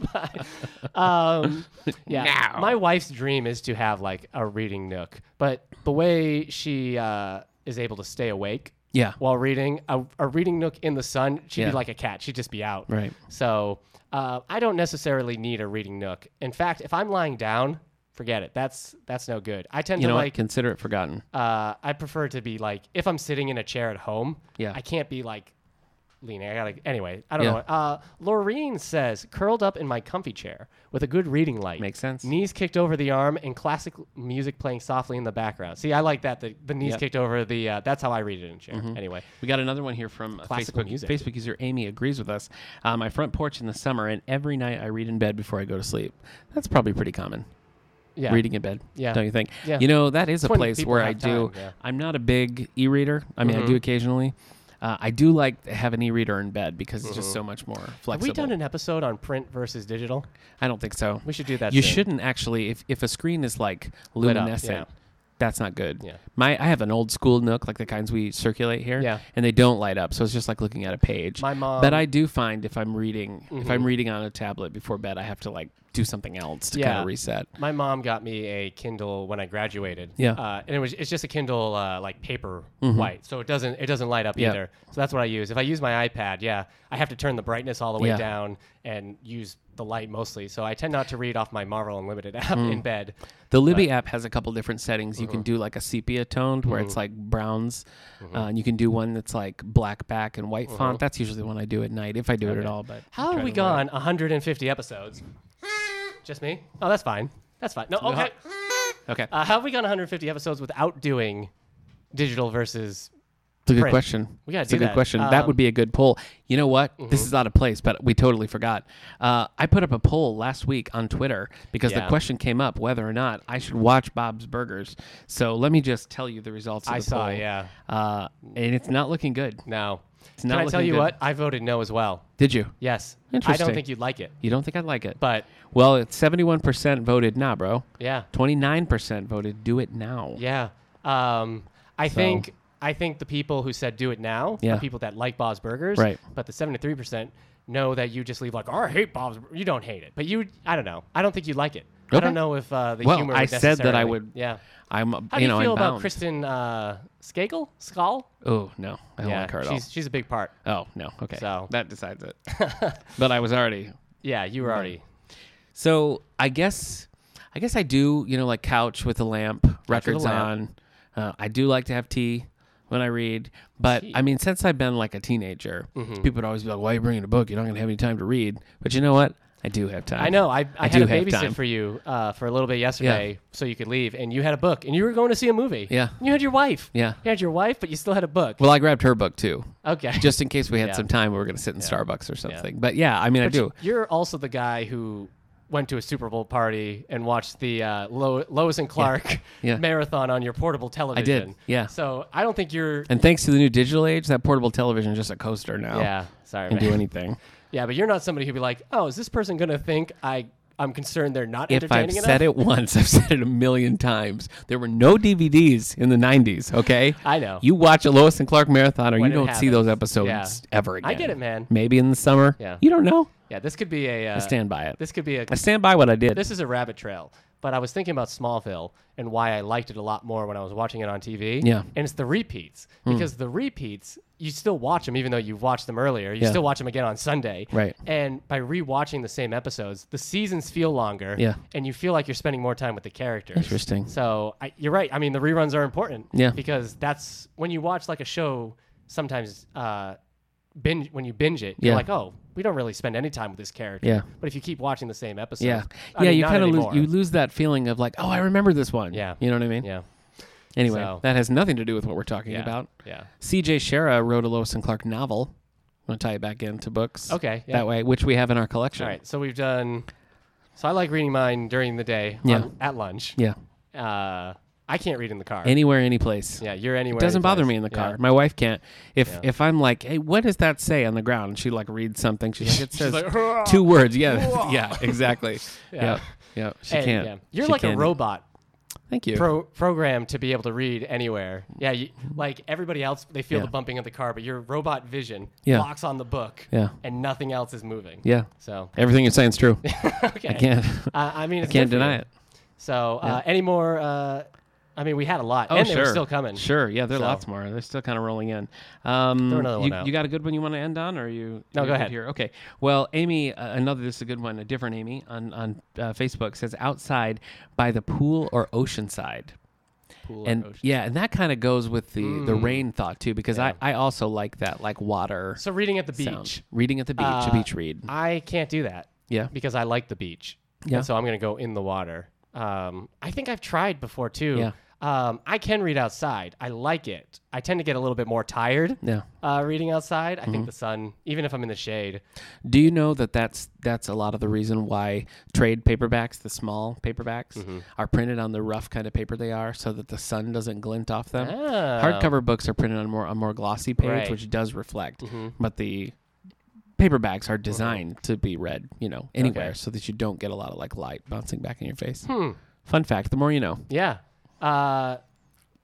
Speaker 1: Pi. Um, yeah,
Speaker 2: Now.
Speaker 1: my wife's dream is to have like a reading nook, but the way she uh, is able to stay awake
Speaker 2: Yeah.
Speaker 1: while reading a, a reading nook in the sun, she'd
Speaker 2: Yeah.
Speaker 1: be like a cat; she'd just be out.
Speaker 2: Right.
Speaker 1: So uh, I don't necessarily need a reading nook. In fact, if I'm lying down, forget it. That's that's no good. I tend
Speaker 2: You
Speaker 1: to
Speaker 2: know
Speaker 1: like
Speaker 2: what? Consider it forgotten.
Speaker 1: uh, I prefer to be like if I'm sitting in a chair at home.
Speaker 2: Yeah.
Speaker 1: I can't be like leaning. I gotta anyway. I don't
Speaker 2: Yeah.
Speaker 1: know. Uh, Laureen says curled up in my comfy chair with a good reading light.
Speaker 2: Makes sense.
Speaker 1: Knees kicked over the arm and classic music playing softly in the background. See, I like that. The, the knees
Speaker 2: Yep.
Speaker 1: kicked over the. Uh, that's how I read it in a chair.
Speaker 2: Mm-hmm.
Speaker 1: Anyway.
Speaker 2: We got another one here from uh,
Speaker 1: Classical
Speaker 2: Facebook.
Speaker 1: music.
Speaker 2: Facebook user Amy agrees with us. Uh, my front porch in the summer, and every night I read in bed before I go to sleep. That's probably pretty common.
Speaker 1: Yeah.
Speaker 2: Reading in bed.
Speaker 1: Yeah.
Speaker 2: Don't you think?
Speaker 1: Yeah.
Speaker 2: You know that is a
Speaker 1: when
Speaker 2: place
Speaker 1: people
Speaker 2: where
Speaker 1: have
Speaker 2: I do.
Speaker 1: time, yeah. Mm-hmm.
Speaker 2: I'm not a big e-reader. I mean, I do occasionally. Uh, I do like to have an e-reader in bed because it's just so much more flexible.
Speaker 1: Mm-hmm. Have we done an episode on print versus digital?
Speaker 2: I don't think so.
Speaker 1: We should do that
Speaker 2: You
Speaker 1: soon.
Speaker 2: shouldn't actually. If if a screen is like
Speaker 1: up,
Speaker 2: luminescent,
Speaker 1: yeah.
Speaker 2: that's not good.
Speaker 1: Yeah.
Speaker 2: My I have an old school Nook, like the kinds we circulate here.
Speaker 1: Yeah.
Speaker 2: And they don't light up, so it's just like looking at a page.
Speaker 1: My mom- Mm-hmm.
Speaker 2: But I do find if I'm reading, if I'm reading on a tablet before bed, I have to like do something else to kind
Speaker 1: Yeah.
Speaker 2: of reset.
Speaker 1: My mom got me a Kindle when I graduated.
Speaker 2: Yeah. Mm-hmm.
Speaker 1: uh, and it was it's just a Kindle uh, like paper white, so it doesn't it doesn't light up
Speaker 2: Yeah.
Speaker 1: either. So that's what I use. If I use my iPad, yeah, I have to turn the brightness all the way
Speaker 2: Yeah.
Speaker 1: down and use the light mostly. So I tend not to read off my Marvel Unlimited app
Speaker 2: Mm.
Speaker 1: in bed.
Speaker 2: The Libby app has a couple different settings. You can
Speaker 1: Mm-hmm.
Speaker 2: do like a sepia toned where it's like browns, uh, and you can do one that's like black back and white font. That's usually the one I do at night if I do it at all. But
Speaker 1: Mm-hmm. How have we gone 150 episodes? Just me? Oh, that's fine. That's fine. No, okay.
Speaker 2: okay,
Speaker 1: Uh, how have we gone 150 episodes without doing digital versus?
Speaker 2: it's a good
Speaker 1: print.
Speaker 2: question.
Speaker 1: We gotta
Speaker 2: it's
Speaker 1: do
Speaker 2: a good
Speaker 1: that.
Speaker 2: question. that would
Speaker 1: Um, mm-hmm.
Speaker 2: be a good poll. You know what? This is out of place, but we totally forgot. Uh, I put up a poll last week on Twitter because the
Speaker 1: Yeah.
Speaker 2: question came up whether or not I should watch Bob's Burgers. So let me just tell you the results. Of
Speaker 1: I
Speaker 2: the
Speaker 1: saw,
Speaker 2: poll.
Speaker 1: yeah.
Speaker 2: uh, and it's not looking good.
Speaker 1: No.
Speaker 2: not
Speaker 1: Can I tell
Speaker 2: looking
Speaker 1: you
Speaker 2: good.
Speaker 1: what? I voted no as well.
Speaker 2: Did you?
Speaker 1: Yes. I
Speaker 2: Interesting.
Speaker 1: don't think you'd like it,
Speaker 2: You don't think I'd like it?
Speaker 1: but
Speaker 2: Well, it's seventy-one percent voted nah, bro.
Speaker 1: yeah,
Speaker 2: Twenty-nine percent voted do it now.
Speaker 1: yeah. Um, I think I think the people who said do it now
Speaker 2: Yeah.
Speaker 1: are people that like Bob's Burgers,
Speaker 2: Right.
Speaker 1: But the seventy-three percent know that you just leave like, oh, I hate Bob's. Bur-" You don't hate it, but you, I don't know. I don't think you'd like it. I
Speaker 2: Okay.
Speaker 1: don't know if uh, the
Speaker 2: Well,
Speaker 1: humor.
Speaker 2: I
Speaker 1: would
Speaker 2: said that I
Speaker 1: necessarily-
Speaker 2: would-
Speaker 1: Yeah.
Speaker 2: I'm,
Speaker 1: How
Speaker 2: you
Speaker 1: do you
Speaker 2: know,
Speaker 1: feel
Speaker 2: I'm
Speaker 1: about
Speaker 2: bound.
Speaker 1: Kristen uh, Skagel? Skull?
Speaker 2: Oh no, I don't like her at all.
Speaker 1: she's she's a big part.
Speaker 2: Oh no, okay.
Speaker 1: So-
Speaker 2: that decides it. but I was already
Speaker 1: Yeah, you were already.
Speaker 2: So I guess, I guess I do. You know, like couch with a lamp, records
Speaker 1: lamp.
Speaker 2: on. Uh, I do like to have tea when I read, but I mean, since I've been like a teenager,
Speaker 1: Mm-hmm.
Speaker 2: people would always be like, "Why are you bringing a book? You're not going to have any time to read." But you know what? I do have time.
Speaker 1: I know. I, I,
Speaker 2: do
Speaker 1: had a
Speaker 2: have time.
Speaker 1: babysit for you uh, for a little bit yesterday, so you could leave, and you had a book, and you were going to see a movie.
Speaker 2: Yeah.
Speaker 1: You had your wife.
Speaker 2: Yeah.
Speaker 1: You had your wife, but you still had a book.
Speaker 2: Well, I grabbed her book too.
Speaker 1: okay.
Speaker 2: just in case we had
Speaker 1: Oh. Yeah.
Speaker 2: some time, we were going to sit in Starbucks or something. But yeah, I mean, I do.
Speaker 1: You're also the guy who went to a Super Bowl party and watched the uh, Lo- Lois and Clark
Speaker 2: Yeah.
Speaker 1: marathon on your portable television.
Speaker 2: yeah.
Speaker 1: So I don't think you're.
Speaker 2: And thanks to the new digital age, that portable television is just a coaster now.
Speaker 1: Yeah. Sorry.
Speaker 2: Can do
Speaker 1: man.
Speaker 2: anything.
Speaker 1: Yeah, but you're not somebody who'd be like, oh, is this person gonna think I I'm concerned they're not
Speaker 2: If I've
Speaker 1: entertaining enough?
Speaker 2: said it once, I've said it a million times. There were no DVDs in the 90s, okay?
Speaker 1: I know.
Speaker 2: You watch a Lois and Clark marathon or
Speaker 1: When
Speaker 2: you
Speaker 1: it
Speaker 2: don't see those
Speaker 1: happens.
Speaker 2: episodes
Speaker 1: Yeah.
Speaker 2: ever again.
Speaker 1: I get it, man.
Speaker 2: Maybe in the summer.
Speaker 1: Yeah.
Speaker 2: You don't know.
Speaker 1: Yeah, this could be a. Uh,
Speaker 2: I stand by it.
Speaker 1: This could be a.
Speaker 2: I stand by what I did.
Speaker 1: This is a rabbit trail. But I was thinking about Smallville and why I liked it a lot more when I was watching it on TV.
Speaker 2: Yeah. Hmm.
Speaker 1: And it's the repeats because the repeats you still watch them even though you've watched them earlier. You
Speaker 2: Yeah.
Speaker 1: still watch them again on Sunday.
Speaker 2: Right.
Speaker 1: And by rewatching the same episodes, the seasons feel longer.
Speaker 2: Yeah.
Speaker 1: And you feel like you're spending more time with the characters.
Speaker 2: Interesting.
Speaker 1: So I, you're right. I mean, the reruns are important.
Speaker 2: Yeah.
Speaker 1: Because that's when you watch like a show. Sometimes, uh, binge when you binge it, you're
Speaker 2: Yeah.
Speaker 1: like, oh, we don't really spend any time with this character.
Speaker 2: Yeah.
Speaker 1: But if you keep watching the same episode,
Speaker 2: yeah.
Speaker 1: I
Speaker 2: yeah,
Speaker 1: mean,
Speaker 2: you
Speaker 1: not
Speaker 2: kind of
Speaker 1: anymore.
Speaker 2: lose, you lose that feeling of like, oh, I remember this one.
Speaker 1: Yeah.
Speaker 2: You know what I mean?
Speaker 1: yeah.
Speaker 2: Anyway,
Speaker 1: So-
Speaker 2: that has nothing to do with what we're talking
Speaker 1: yeah,
Speaker 2: about.
Speaker 1: Yeah.
Speaker 2: C.J. Shera wrote a Lois and Clark novel. I'm going to tie it back into books.
Speaker 1: Okay, yeah.
Speaker 2: That way, which we have in our collection.
Speaker 1: All right. So we've done. So I like reading mine during the day.
Speaker 2: Yeah.
Speaker 1: on- at lunch.
Speaker 2: Yeah.
Speaker 1: Uh, I can't read in the car.
Speaker 2: Anywhere, any place.
Speaker 1: yeah. You're anywhere.
Speaker 2: Doesn't bother
Speaker 1: anyplace.
Speaker 2: me in the
Speaker 1: Yeah.
Speaker 2: car. My wife can't. If if I'm like, hey, what does that say on the ground? And she like reads something. She's like, it says
Speaker 1: like,
Speaker 2: two words. Yeah, yeah, exactly. yeah.
Speaker 1: Yeah.
Speaker 2: Yep, yep. She
Speaker 1: And,
Speaker 2: can't.
Speaker 1: yeah. You're
Speaker 2: She
Speaker 1: like a
Speaker 2: can't.
Speaker 1: robot
Speaker 2: Thank you.
Speaker 1: pro- programmed to be able to read anywhere. Yeah. You, like everybody else, they feel
Speaker 2: Yeah.
Speaker 1: the bumping of the car, but your robot vision
Speaker 2: Yeah.
Speaker 1: locks on the book.
Speaker 2: Yeah.
Speaker 1: And nothing else is moving.
Speaker 2: yeah,
Speaker 1: So
Speaker 2: everything you're saying is true.
Speaker 1: okay.
Speaker 2: I can't.
Speaker 1: Uh, I mean,
Speaker 2: I
Speaker 1: it's
Speaker 2: can't
Speaker 1: good for
Speaker 2: deny
Speaker 1: you.
Speaker 2: it.
Speaker 1: So uh, any more? Uh, I mean, we had a lot,
Speaker 2: Oh,
Speaker 1: and they
Speaker 2: sure.
Speaker 1: were still coming.
Speaker 2: Sure. Yeah, there are
Speaker 1: So-
Speaker 2: lots more. They're still kind of rolling in. Um,
Speaker 1: Throw another
Speaker 2: you,
Speaker 1: one out.
Speaker 2: you got a good one you want to end on, or you?
Speaker 1: No, go
Speaker 2: you good
Speaker 1: ahead.
Speaker 2: Here, okay. Well, Amy, uh, another. This is a good one. A different Amy on on uh, Facebook says outside by the pool or oceanside.
Speaker 1: Pool Mm.
Speaker 2: and
Speaker 1: approach.
Speaker 2: yeah, and that kind of goes with the the rain thought too, because I I also like that like water
Speaker 1: So reading at the beach.
Speaker 2: sound. reading at the beach, a
Speaker 1: Uh,
Speaker 2: beach read.
Speaker 1: I can't do that
Speaker 2: Yeah,
Speaker 1: because I like the beach.
Speaker 2: Yeah.
Speaker 1: And so I'm going to go in the water. Um, I think I've tried before too.
Speaker 2: Yeah.
Speaker 1: Um, I can read outside. I like it. I tend to get a little bit more tired
Speaker 2: yeah.
Speaker 1: uh, reading outside. I
Speaker 2: Mm-hmm.
Speaker 1: think the sun, even if I'm in the shade.
Speaker 2: Do you know that that's that's a lot of the reason why trade paperbacks, the small paperbacks,
Speaker 1: Mm-hmm.
Speaker 2: are printed on the rough kind of paper they are, so that the sun doesn't glint off them. Hardcover books are printed on more a more glossy page,
Speaker 1: Oh. Right. Mm-hmm.
Speaker 2: which does reflect, but the paperbacks are designed to be read, you know, anywhere, so that you don't get a lot of like light bouncing back in your face.
Speaker 1: Hmm.
Speaker 2: Fun fact: the more you know.
Speaker 1: Yeah. Uh,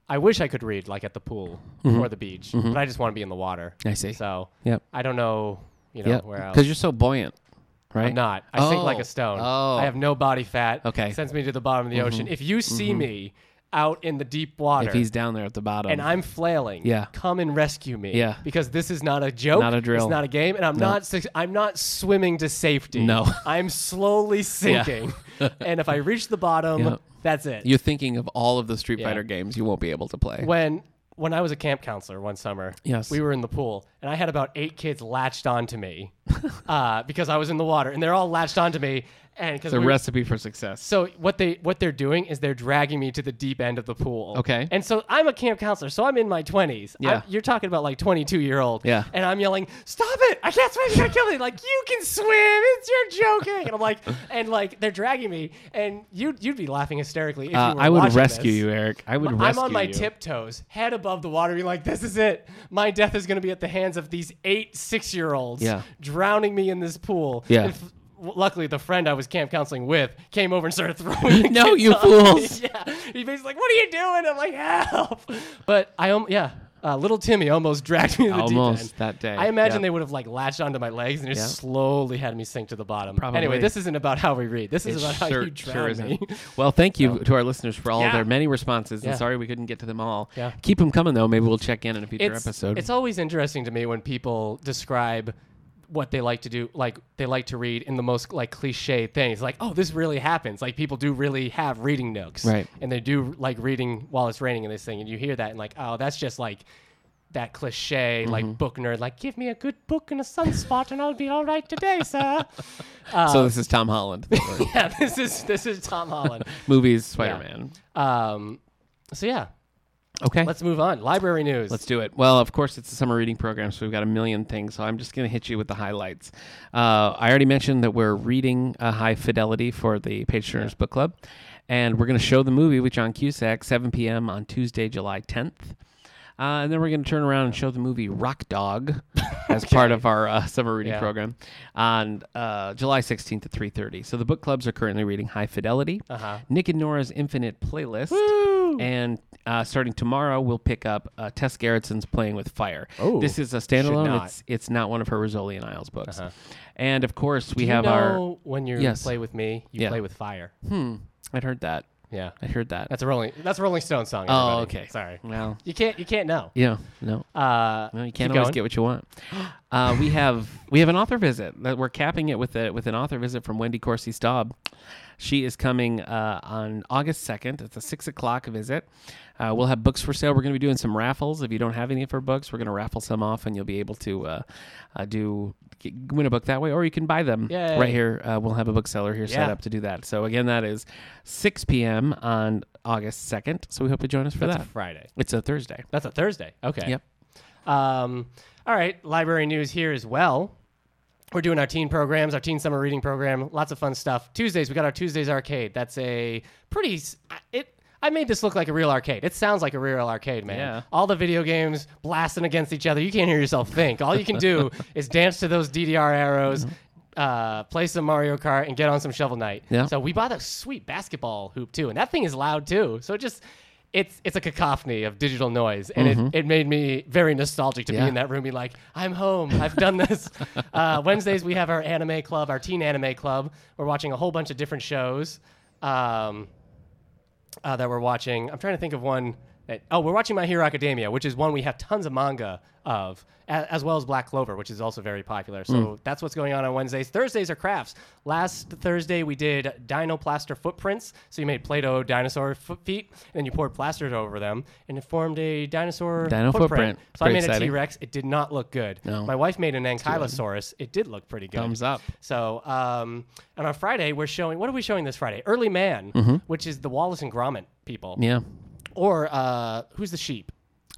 Speaker 1: I wish I could read like at the pool or the beach, but I just want to be in the water.
Speaker 2: Mm-hmm. I see.
Speaker 1: So
Speaker 2: Yep.
Speaker 1: I don't know, you know,
Speaker 2: Yeah,
Speaker 1: where else.
Speaker 2: because you're so buoyant. right?
Speaker 1: I'm not. I sink like
Speaker 2: Oh.
Speaker 1: a stone.
Speaker 2: Oh.
Speaker 1: I have no body fat.
Speaker 2: Okay. Mm-hmm.
Speaker 1: Sends me to the bottom of the ocean. If you see me out in the deep
Speaker 2: If
Speaker 1: water
Speaker 2: he's down there at the bottom.
Speaker 1: and I'm flailing,
Speaker 2: Yeah.
Speaker 1: come and rescue me.
Speaker 2: Yeah.
Speaker 1: Because this is not a joke.
Speaker 2: Not a drill.
Speaker 1: It's not a game. And I'm not su- I'm not swimming to safety.
Speaker 2: No.
Speaker 1: I'm slowly sinking. and if I reach the bottom,
Speaker 2: Yeah.
Speaker 1: that's it.
Speaker 2: You're thinking of all of the Street
Speaker 1: Yeah.
Speaker 2: Fighter games you won't be able to play.
Speaker 1: when when I was a camp counselor one summer,
Speaker 2: Yes.
Speaker 1: we were in the pool, and I had about eight kids latched onto me uh, because I was in the water, and they're all latched onto me, and because
Speaker 2: it's a recipe for success.
Speaker 1: so what they what they're doing is they're dragging me to the deep end of the pool.
Speaker 2: Okay.
Speaker 1: And so I'm a camp counselor, so I'm in my 20s.
Speaker 2: Yeah.
Speaker 1: I'm- you're talking about like 22 year old.
Speaker 2: Yeah.
Speaker 1: And I'm yelling, "Stop it! I can't swim. You're gonna kill me!" Like you can swim. It's you're joking. And I'm like, and like they're dragging me, and you you'd be laughing hysterically if
Speaker 2: Uh,
Speaker 1: you were
Speaker 2: I would
Speaker 1: watching
Speaker 2: rescue
Speaker 1: this.
Speaker 2: you, Eric. I would
Speaker 1: I'm
Speaker 2: rescue
Speaker 1: on my
Speaker 2: you.
Speaker 1: tiptoes, head above the water, being like, "This is it. My death is going to be at the hands of these eight six-year-olds
Speaker 2: Yeah.
Speaker 1: drowning me in this pool."
Speaker 2: Yeah.
Speaker 1: And f- w- luckily, the friend I was camp counseling with came over and started throwing. the
Speaker 2: No,
Speaker 1: kids
Speaker 2: you
Speaker 1: off.
Speaker 2: fools.
Speaker 1: yeah. He basically like, "What are you doing?" I'm like, "Help!" But I, um, yeah. Uh, little Timmy almost dragged me to the
Speaker 2: Almost
Speaker 1: deep end.
Speaker 2: that day.
Speaker 1: I imagine
Speaker 2: Yeah.
Speaker 1: they would have like latched onto my legs and just
Speaker 2: Yeah.
Speaker 1: slowly had me sink to the bottom.
Speaker 2: Probably.
Speaker 1: Anyway, this isn't about how we read. This is
Speaker 2: It
Speaker 1: about how
Speaker 2: sure-
Speaker 1: you
Speaker 2: sure
Speaker 1: drown
Speaker 2: isn't.
Speaker 1: me. Oh.
Speaker 2: Well, thank you to our listeners for all
Speaker 1: Yeah.
Speaker 2: their many responses.
Speaker 1: Yeah.
Speaker 2: And sorry we couldn't get to them all.
Speaker 1: Yeah.
Speaker 2: Keep them coming though. Maybe we'll check in in a future
Speaker 1: it's,
Speaker 2: episode.
Speaker 1: It's always interesting to me when people describe what they like to do, like they like to read in the most like cliche things. Like, oh, this really happens. Like people do really have reading nooks,
Speaker 2: Right.
Speaker 1: And they do like reading while it's raining and this thing. And you hear that and like, oh, that's just like that cliche
Speaker 2: Mm-hmm.
Speaker 1: like book nerd. Like, give me a good book and a sunspot and I'll be all right today, sir. Uh,
Speaker 2: so this is Tom Holland,
Speaker 1: yeah, this is this is Tom Holland.
Speaker 2: movies Spider Man.
Speaker 1: um, so yeah,
Speaker 2: Okay.
Speaker 1: let's move on. Library news.
Speaker 2: Let's do it. Well, of course, it's a summer reading program, so we've got a million things. So I'm just going to hit you with the highlights. Uh, I already mentioned that we're reading uh, High Fidelity for the Page Turners Book Club, and we're going to show the movie with John Cusack 7 p.m. on Tuesday, July 10th. Uh, and then we're going to turn around and show the movie Rock Dog as part of our uh, summer reading
Speaker 1: Yeah.
Speaker 2: program on uh, July 16th at 3.30. So the book clubs are currently reading High Fidelity,
Speaker 1: Uh-huh.
Speaker 2: Nick and Nora's Infinite Playlist,
Speaker 1: Hmm.
Speaker 2: and uh, starting tomorrow, we'll pick up uh, Tess Gerritsen's Playing with Fire.
Speaker 1: Oh,
Speaker 2: this is a
Speaker 1: should
Speaker 2: standalone.
Speaker 1: not. Uh-huh.
Speaker 2: It's it's not one of her Rosalian Isles books. And of course, we have
Speaker 1: you
Speaker 2: our.
Speaker 1: know when you
Speaker 2: Yes.
Speaker 1: play with me, you
Speaker 2: Yeah.
Speaker 1: play with fire.
Speaker 2: Hmm, I'd heard that.
Speaker 1: Yeah,
Speaker 2: I heard that.
Speaker 1: that's a Rolling that's a Rolling Stone song.
Speaker 2: oh,
Speaker 1: everybody.
Speaker 2: okay.
Speaker 1: Sorry,
Speaker 2: Well,
Speaker 1: you can't you can't know.
Speaker 2: yeah, no.
Speaker 1: Uh,
Speaker 2: No, you
Speaker 1: keep
Speaker 2: can't always
Speaker 1: going.
Speaker 2: get what you want. Uh, we have we have an author visit that we're capping it with a with an author visit from Wendy Corsi Staub. She is coming uh, on August second. It's a six o'clock visit. Uh, we'll have books for sale. We're going to be doing some raffles. If you don't have any of her books, we're going to raffle some off, and you'll be able to uh, uh, do g win a book that way, or you can buy them
Speaker 1: Yay.
Speaker 2: right here. Uh, we'll have a bookseller here set
Speaker 1: Yeah.
Speaker 2: up to do that. So again, that is six p.m. on August second. So we hope you join us for
Speaker 1: That's
Speaker 2: that.
Speaker 1: a Friday.
Speaker 2: it's a Thursday.
Speaker 1: That's a Thursday. Okay.
Speaker 2: Yep.
Speaker 1: Um, all right, library news here as well. We're doing our teen programs, our teen summer reading program, lots of fun stuff. Tuesdays, we got our Tuesdays arcade. That's a pretty s- it. I made this look like a real arcade. It sounds like a real arcade, man.
Speaker 2: Yeah.
Speaker 1: All the video games blasting against each other. You can't hear yourself think. All you can do is dance to those DDR arrows, uh, play some Mario Kart, and get on some Shovel Knight.
Speaker 2: Yeah.
Speaker 1: So we bought a sweet basketball hoop too, and that thing is loud too. So it just it's it's a cacophony of digital noise, and it, it made me very nostalgic to
Speaker 2: Mm-hmm. Yeah.
Speaker 1: be in that room. Be like, I'm home. I've done this. uh, Wednesdays we have our anime club, our teen anime club. We're watching a whole bunch of different shows um, uh, that we're watching. I'm trying to think of one. That, oh, we're watching My Hero Academia, which is one we have tons of manga of, as, as well as Black Clover, which is also very popular. So
Speaker 2: Mm.
Speaker 1: that's what's going on on Wednesdays. Thursdays are crafts. Last Thursday we did dinoplaster footprints. So you made Play-Doh dinosaur foot feet, and then you poured plasters over them, and it formed a dinosaur
Speaker 2: Dino footprint.
Speaker 1: So
Speaker 2: Pretty
Speaker 1: I made a
Speaker 2: exciting.
Speaker 1: T-Rex. It did not look good.
Speaker 2: No.
Speaker 1: My wife made an Ankylosaurus. It did look pretty good.
Speaker 2: Thumbs up.
Speaker 1: So um, and on Friday, we're showing. What are we showing this Friday? Early Man, which is the Wallace and Gromit people,
Speaker 2: Mm-hmm. Yeah.
Speaker 1: or uh, who's the sheep?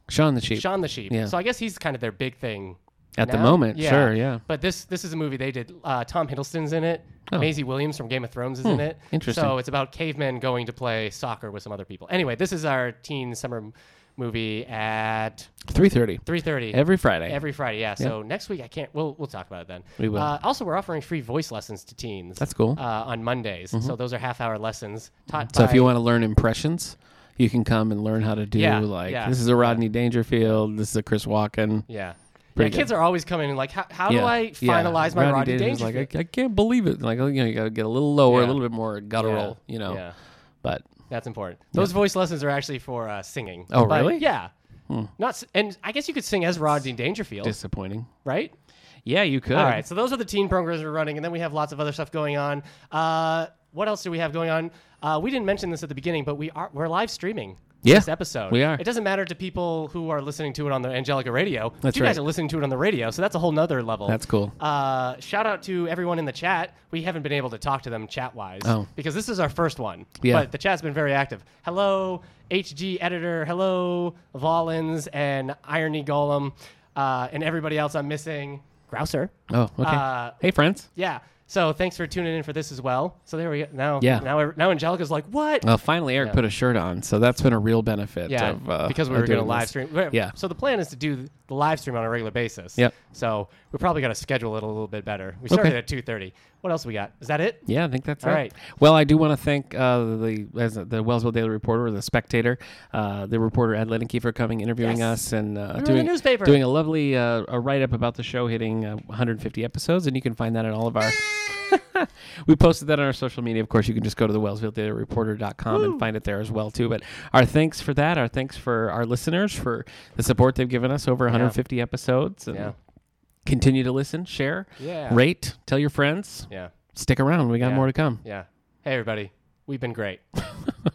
Speaker 2: Sean the Sheep.
Speaker 1: Sean the sheep.
Speaker 2: Yeah.
Speaker 1: So I guess he's kind of their big thing
Speaker 2: At the
Speaker 1: now.
Speaker 2: moment, sure, yeah. Oh.
Speaker 1: But this this is a movie they did. Uh, Tom Hiddleston's in it. Maisie Williams from Game of Thrones is in it.
Speaker 2: Hmm. interesting.
Speaker 1: So it's about cavemen going to play soccer with some other people. Anyway, this is our teen summer m- movie at
Speaker 2: Three thirty
Speaker 1: 3:30
Speaker 2: every Friday.
Speaker 1: Every Friday, yeah. So next week I can't. We'll we'll talk about it then.
Speaker 2: We will.
Speaker 1: Uh, also, we're offering free voice lessons to teens.
Speaker 2: That's cool. Mm-hmm.
Speaker 1: Uh, on Mondays, so those are half-hour lessons taught.
Speaker 2: so if
Speaker 1: by-
Speaker 2: you want to learn impressions, you can come and learn how to do
Speaker 1: Yeah,
Speaker 2: like
Speaker 1: yeah,
Speaker 2: this is a Rodney Dangerfield, this is a Chris Walken.
Speaker 1: yeah, Yeah,
Speaker 2: Pretty good.
Speaker 1: kids are always coming and like, how, how do
Speaker 2: Yeah.
Speaker 1: I
Speaker 2: Yeah.
Speaker 1: finalize my Roddy,
Speaker 2: Dangerfield's
Speaker 1: Dangerfield?
Speaker 2: Like I, I can't believe it. Like you know, you gotta get a little lower,
Speaker 1: Yeah.
Speaker 2: a little bit more guttural. You know,
Speaker 1: Yeah,
Speaker 2: but
Speaker 1: that's important. Those voice lessons are actually for uh, singing.
Speaker 2: Oh,
Speaker 1: But,
Speaker 2: really? Hmm.
Speaker 1: Yeah. Not s- and I guess you could sing as Rodney Dangerfield,
Speaker 2: disappointing.
Speaker 1: right?
Speaker 2: Yeah, you could.
Speaker 1: All right. So those are the teen programs we're running, and then we have lots of other stuff going on. Uh, what else do we have going on? Uh, we didn't mention this at the beginning, but we are we're live streaming.
Speaker 2: Yeah,
Speaker 1: this episode.
Speaker 2: we are.
Speaker 1: It doesn't matter to people who are listening to it on the Angelica radio.
Speaker 2: That's
Speaker 1: you guys
Speaker 2: right.
Speaker 1: are listening to it on the radio, so that's a whole nother level.
Speaker 2: That's cool.
Speaker 1: Uh, shout out to everyone in the chat. We haven't been able to talk to them chat wise
Speaker 2: Oh.
Speaker 1: because this is our first one.
Speaker 2: Yeah.
Speaker 1: But the chat's been very active. Hello, HG editor. Hello, Volins and Irony Golem, uh, and everybody else I'm missing. Grouser.
Speaker 2: Oh, okay.
Speaker 1: Uh,
Speaker 2: hey, friends.
Speaker 1: yeah. So thanks for tuning in for this as well. So there we go. Now,
Speaker 2: Yeah. Oh,
Speaker 1: now, now Angelica's like, what?
Speaker 2: Well, finally, Eric put a shirt on, so that's been a real benefit.
Speaker 1: Yeah,
Speaker 2: of, uh,
Speaker 1: because we
Speaker 2: of
Speaker 1: were going to
Speaker 2: doing
Speaker 1: live
Speaker 2: this.
Speaker 1: stream. we're-
Speaker 2: Yeah.
Speaker 1: So the plan is to do the live stream on a regular basis.
Speaker 2: Yep.
Speaker 1: So we probably got to schedule it a little bit better. We started at two thirty. What else we got? Is that it?
Speaker 2: Yeah, I think that's
Speaker 1: All
Speaker 2: it.
Speaker 1: right.
Speaker 2: Well, I do want to thank uh, the as the Wellsville Daily Reporter, or the Spectator, uh, the reporter Ed Ledenkey for coming, interviewing
Speaker 1: Yes.
Speaker 2: us, and uh,
Speaker 1: in the
Speaker 2: doing
Speaker 1: newspaper.
Speaker 2: doing a lovely uh, a write up about the show hitting uh, 150 episodes, and you can find that in all of our. we posted that on our social media. Of course, you can just go to the WellsvilleDailyReporter.com and find it there as well too. But our thanks for that. Our thanks for our listeners for the support they've given us over 150 episodes. And
Speaker 1: Yeah.
Speaker 2: Continue to listen, share,
Speaker 1: Yeah.
Speaker 2: rate, tell your friends
Speaker 1: Yeah.
Speaker 2: stick around. We got
Speaker 1: Yeah.
Speaker 2: more to come.
Speaker 1: Yeah. Hey everybody, we've been great.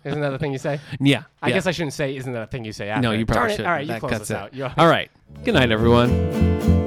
Speaker 1: Isn't that the thing you say?
Speaker 2: Yeah.
Speaker 1: I
Speaker 2: yeah.
Speaker 1: guess I shouldn't say. Isn't that a thing you say? After.
Speaker 2: no, you
Speaker 1: Darn
Speaker 2: probably
Speaker 1: it.
Speaker 2: should.
Speaker 1: All right, you
Speaker 2: That
Speaker 1: close
Speaker 2: cuts
Speaker 1: us
Speaker 2: it.
Speaker 1: out. You-
Speaker 2: All right. Good night, everyone.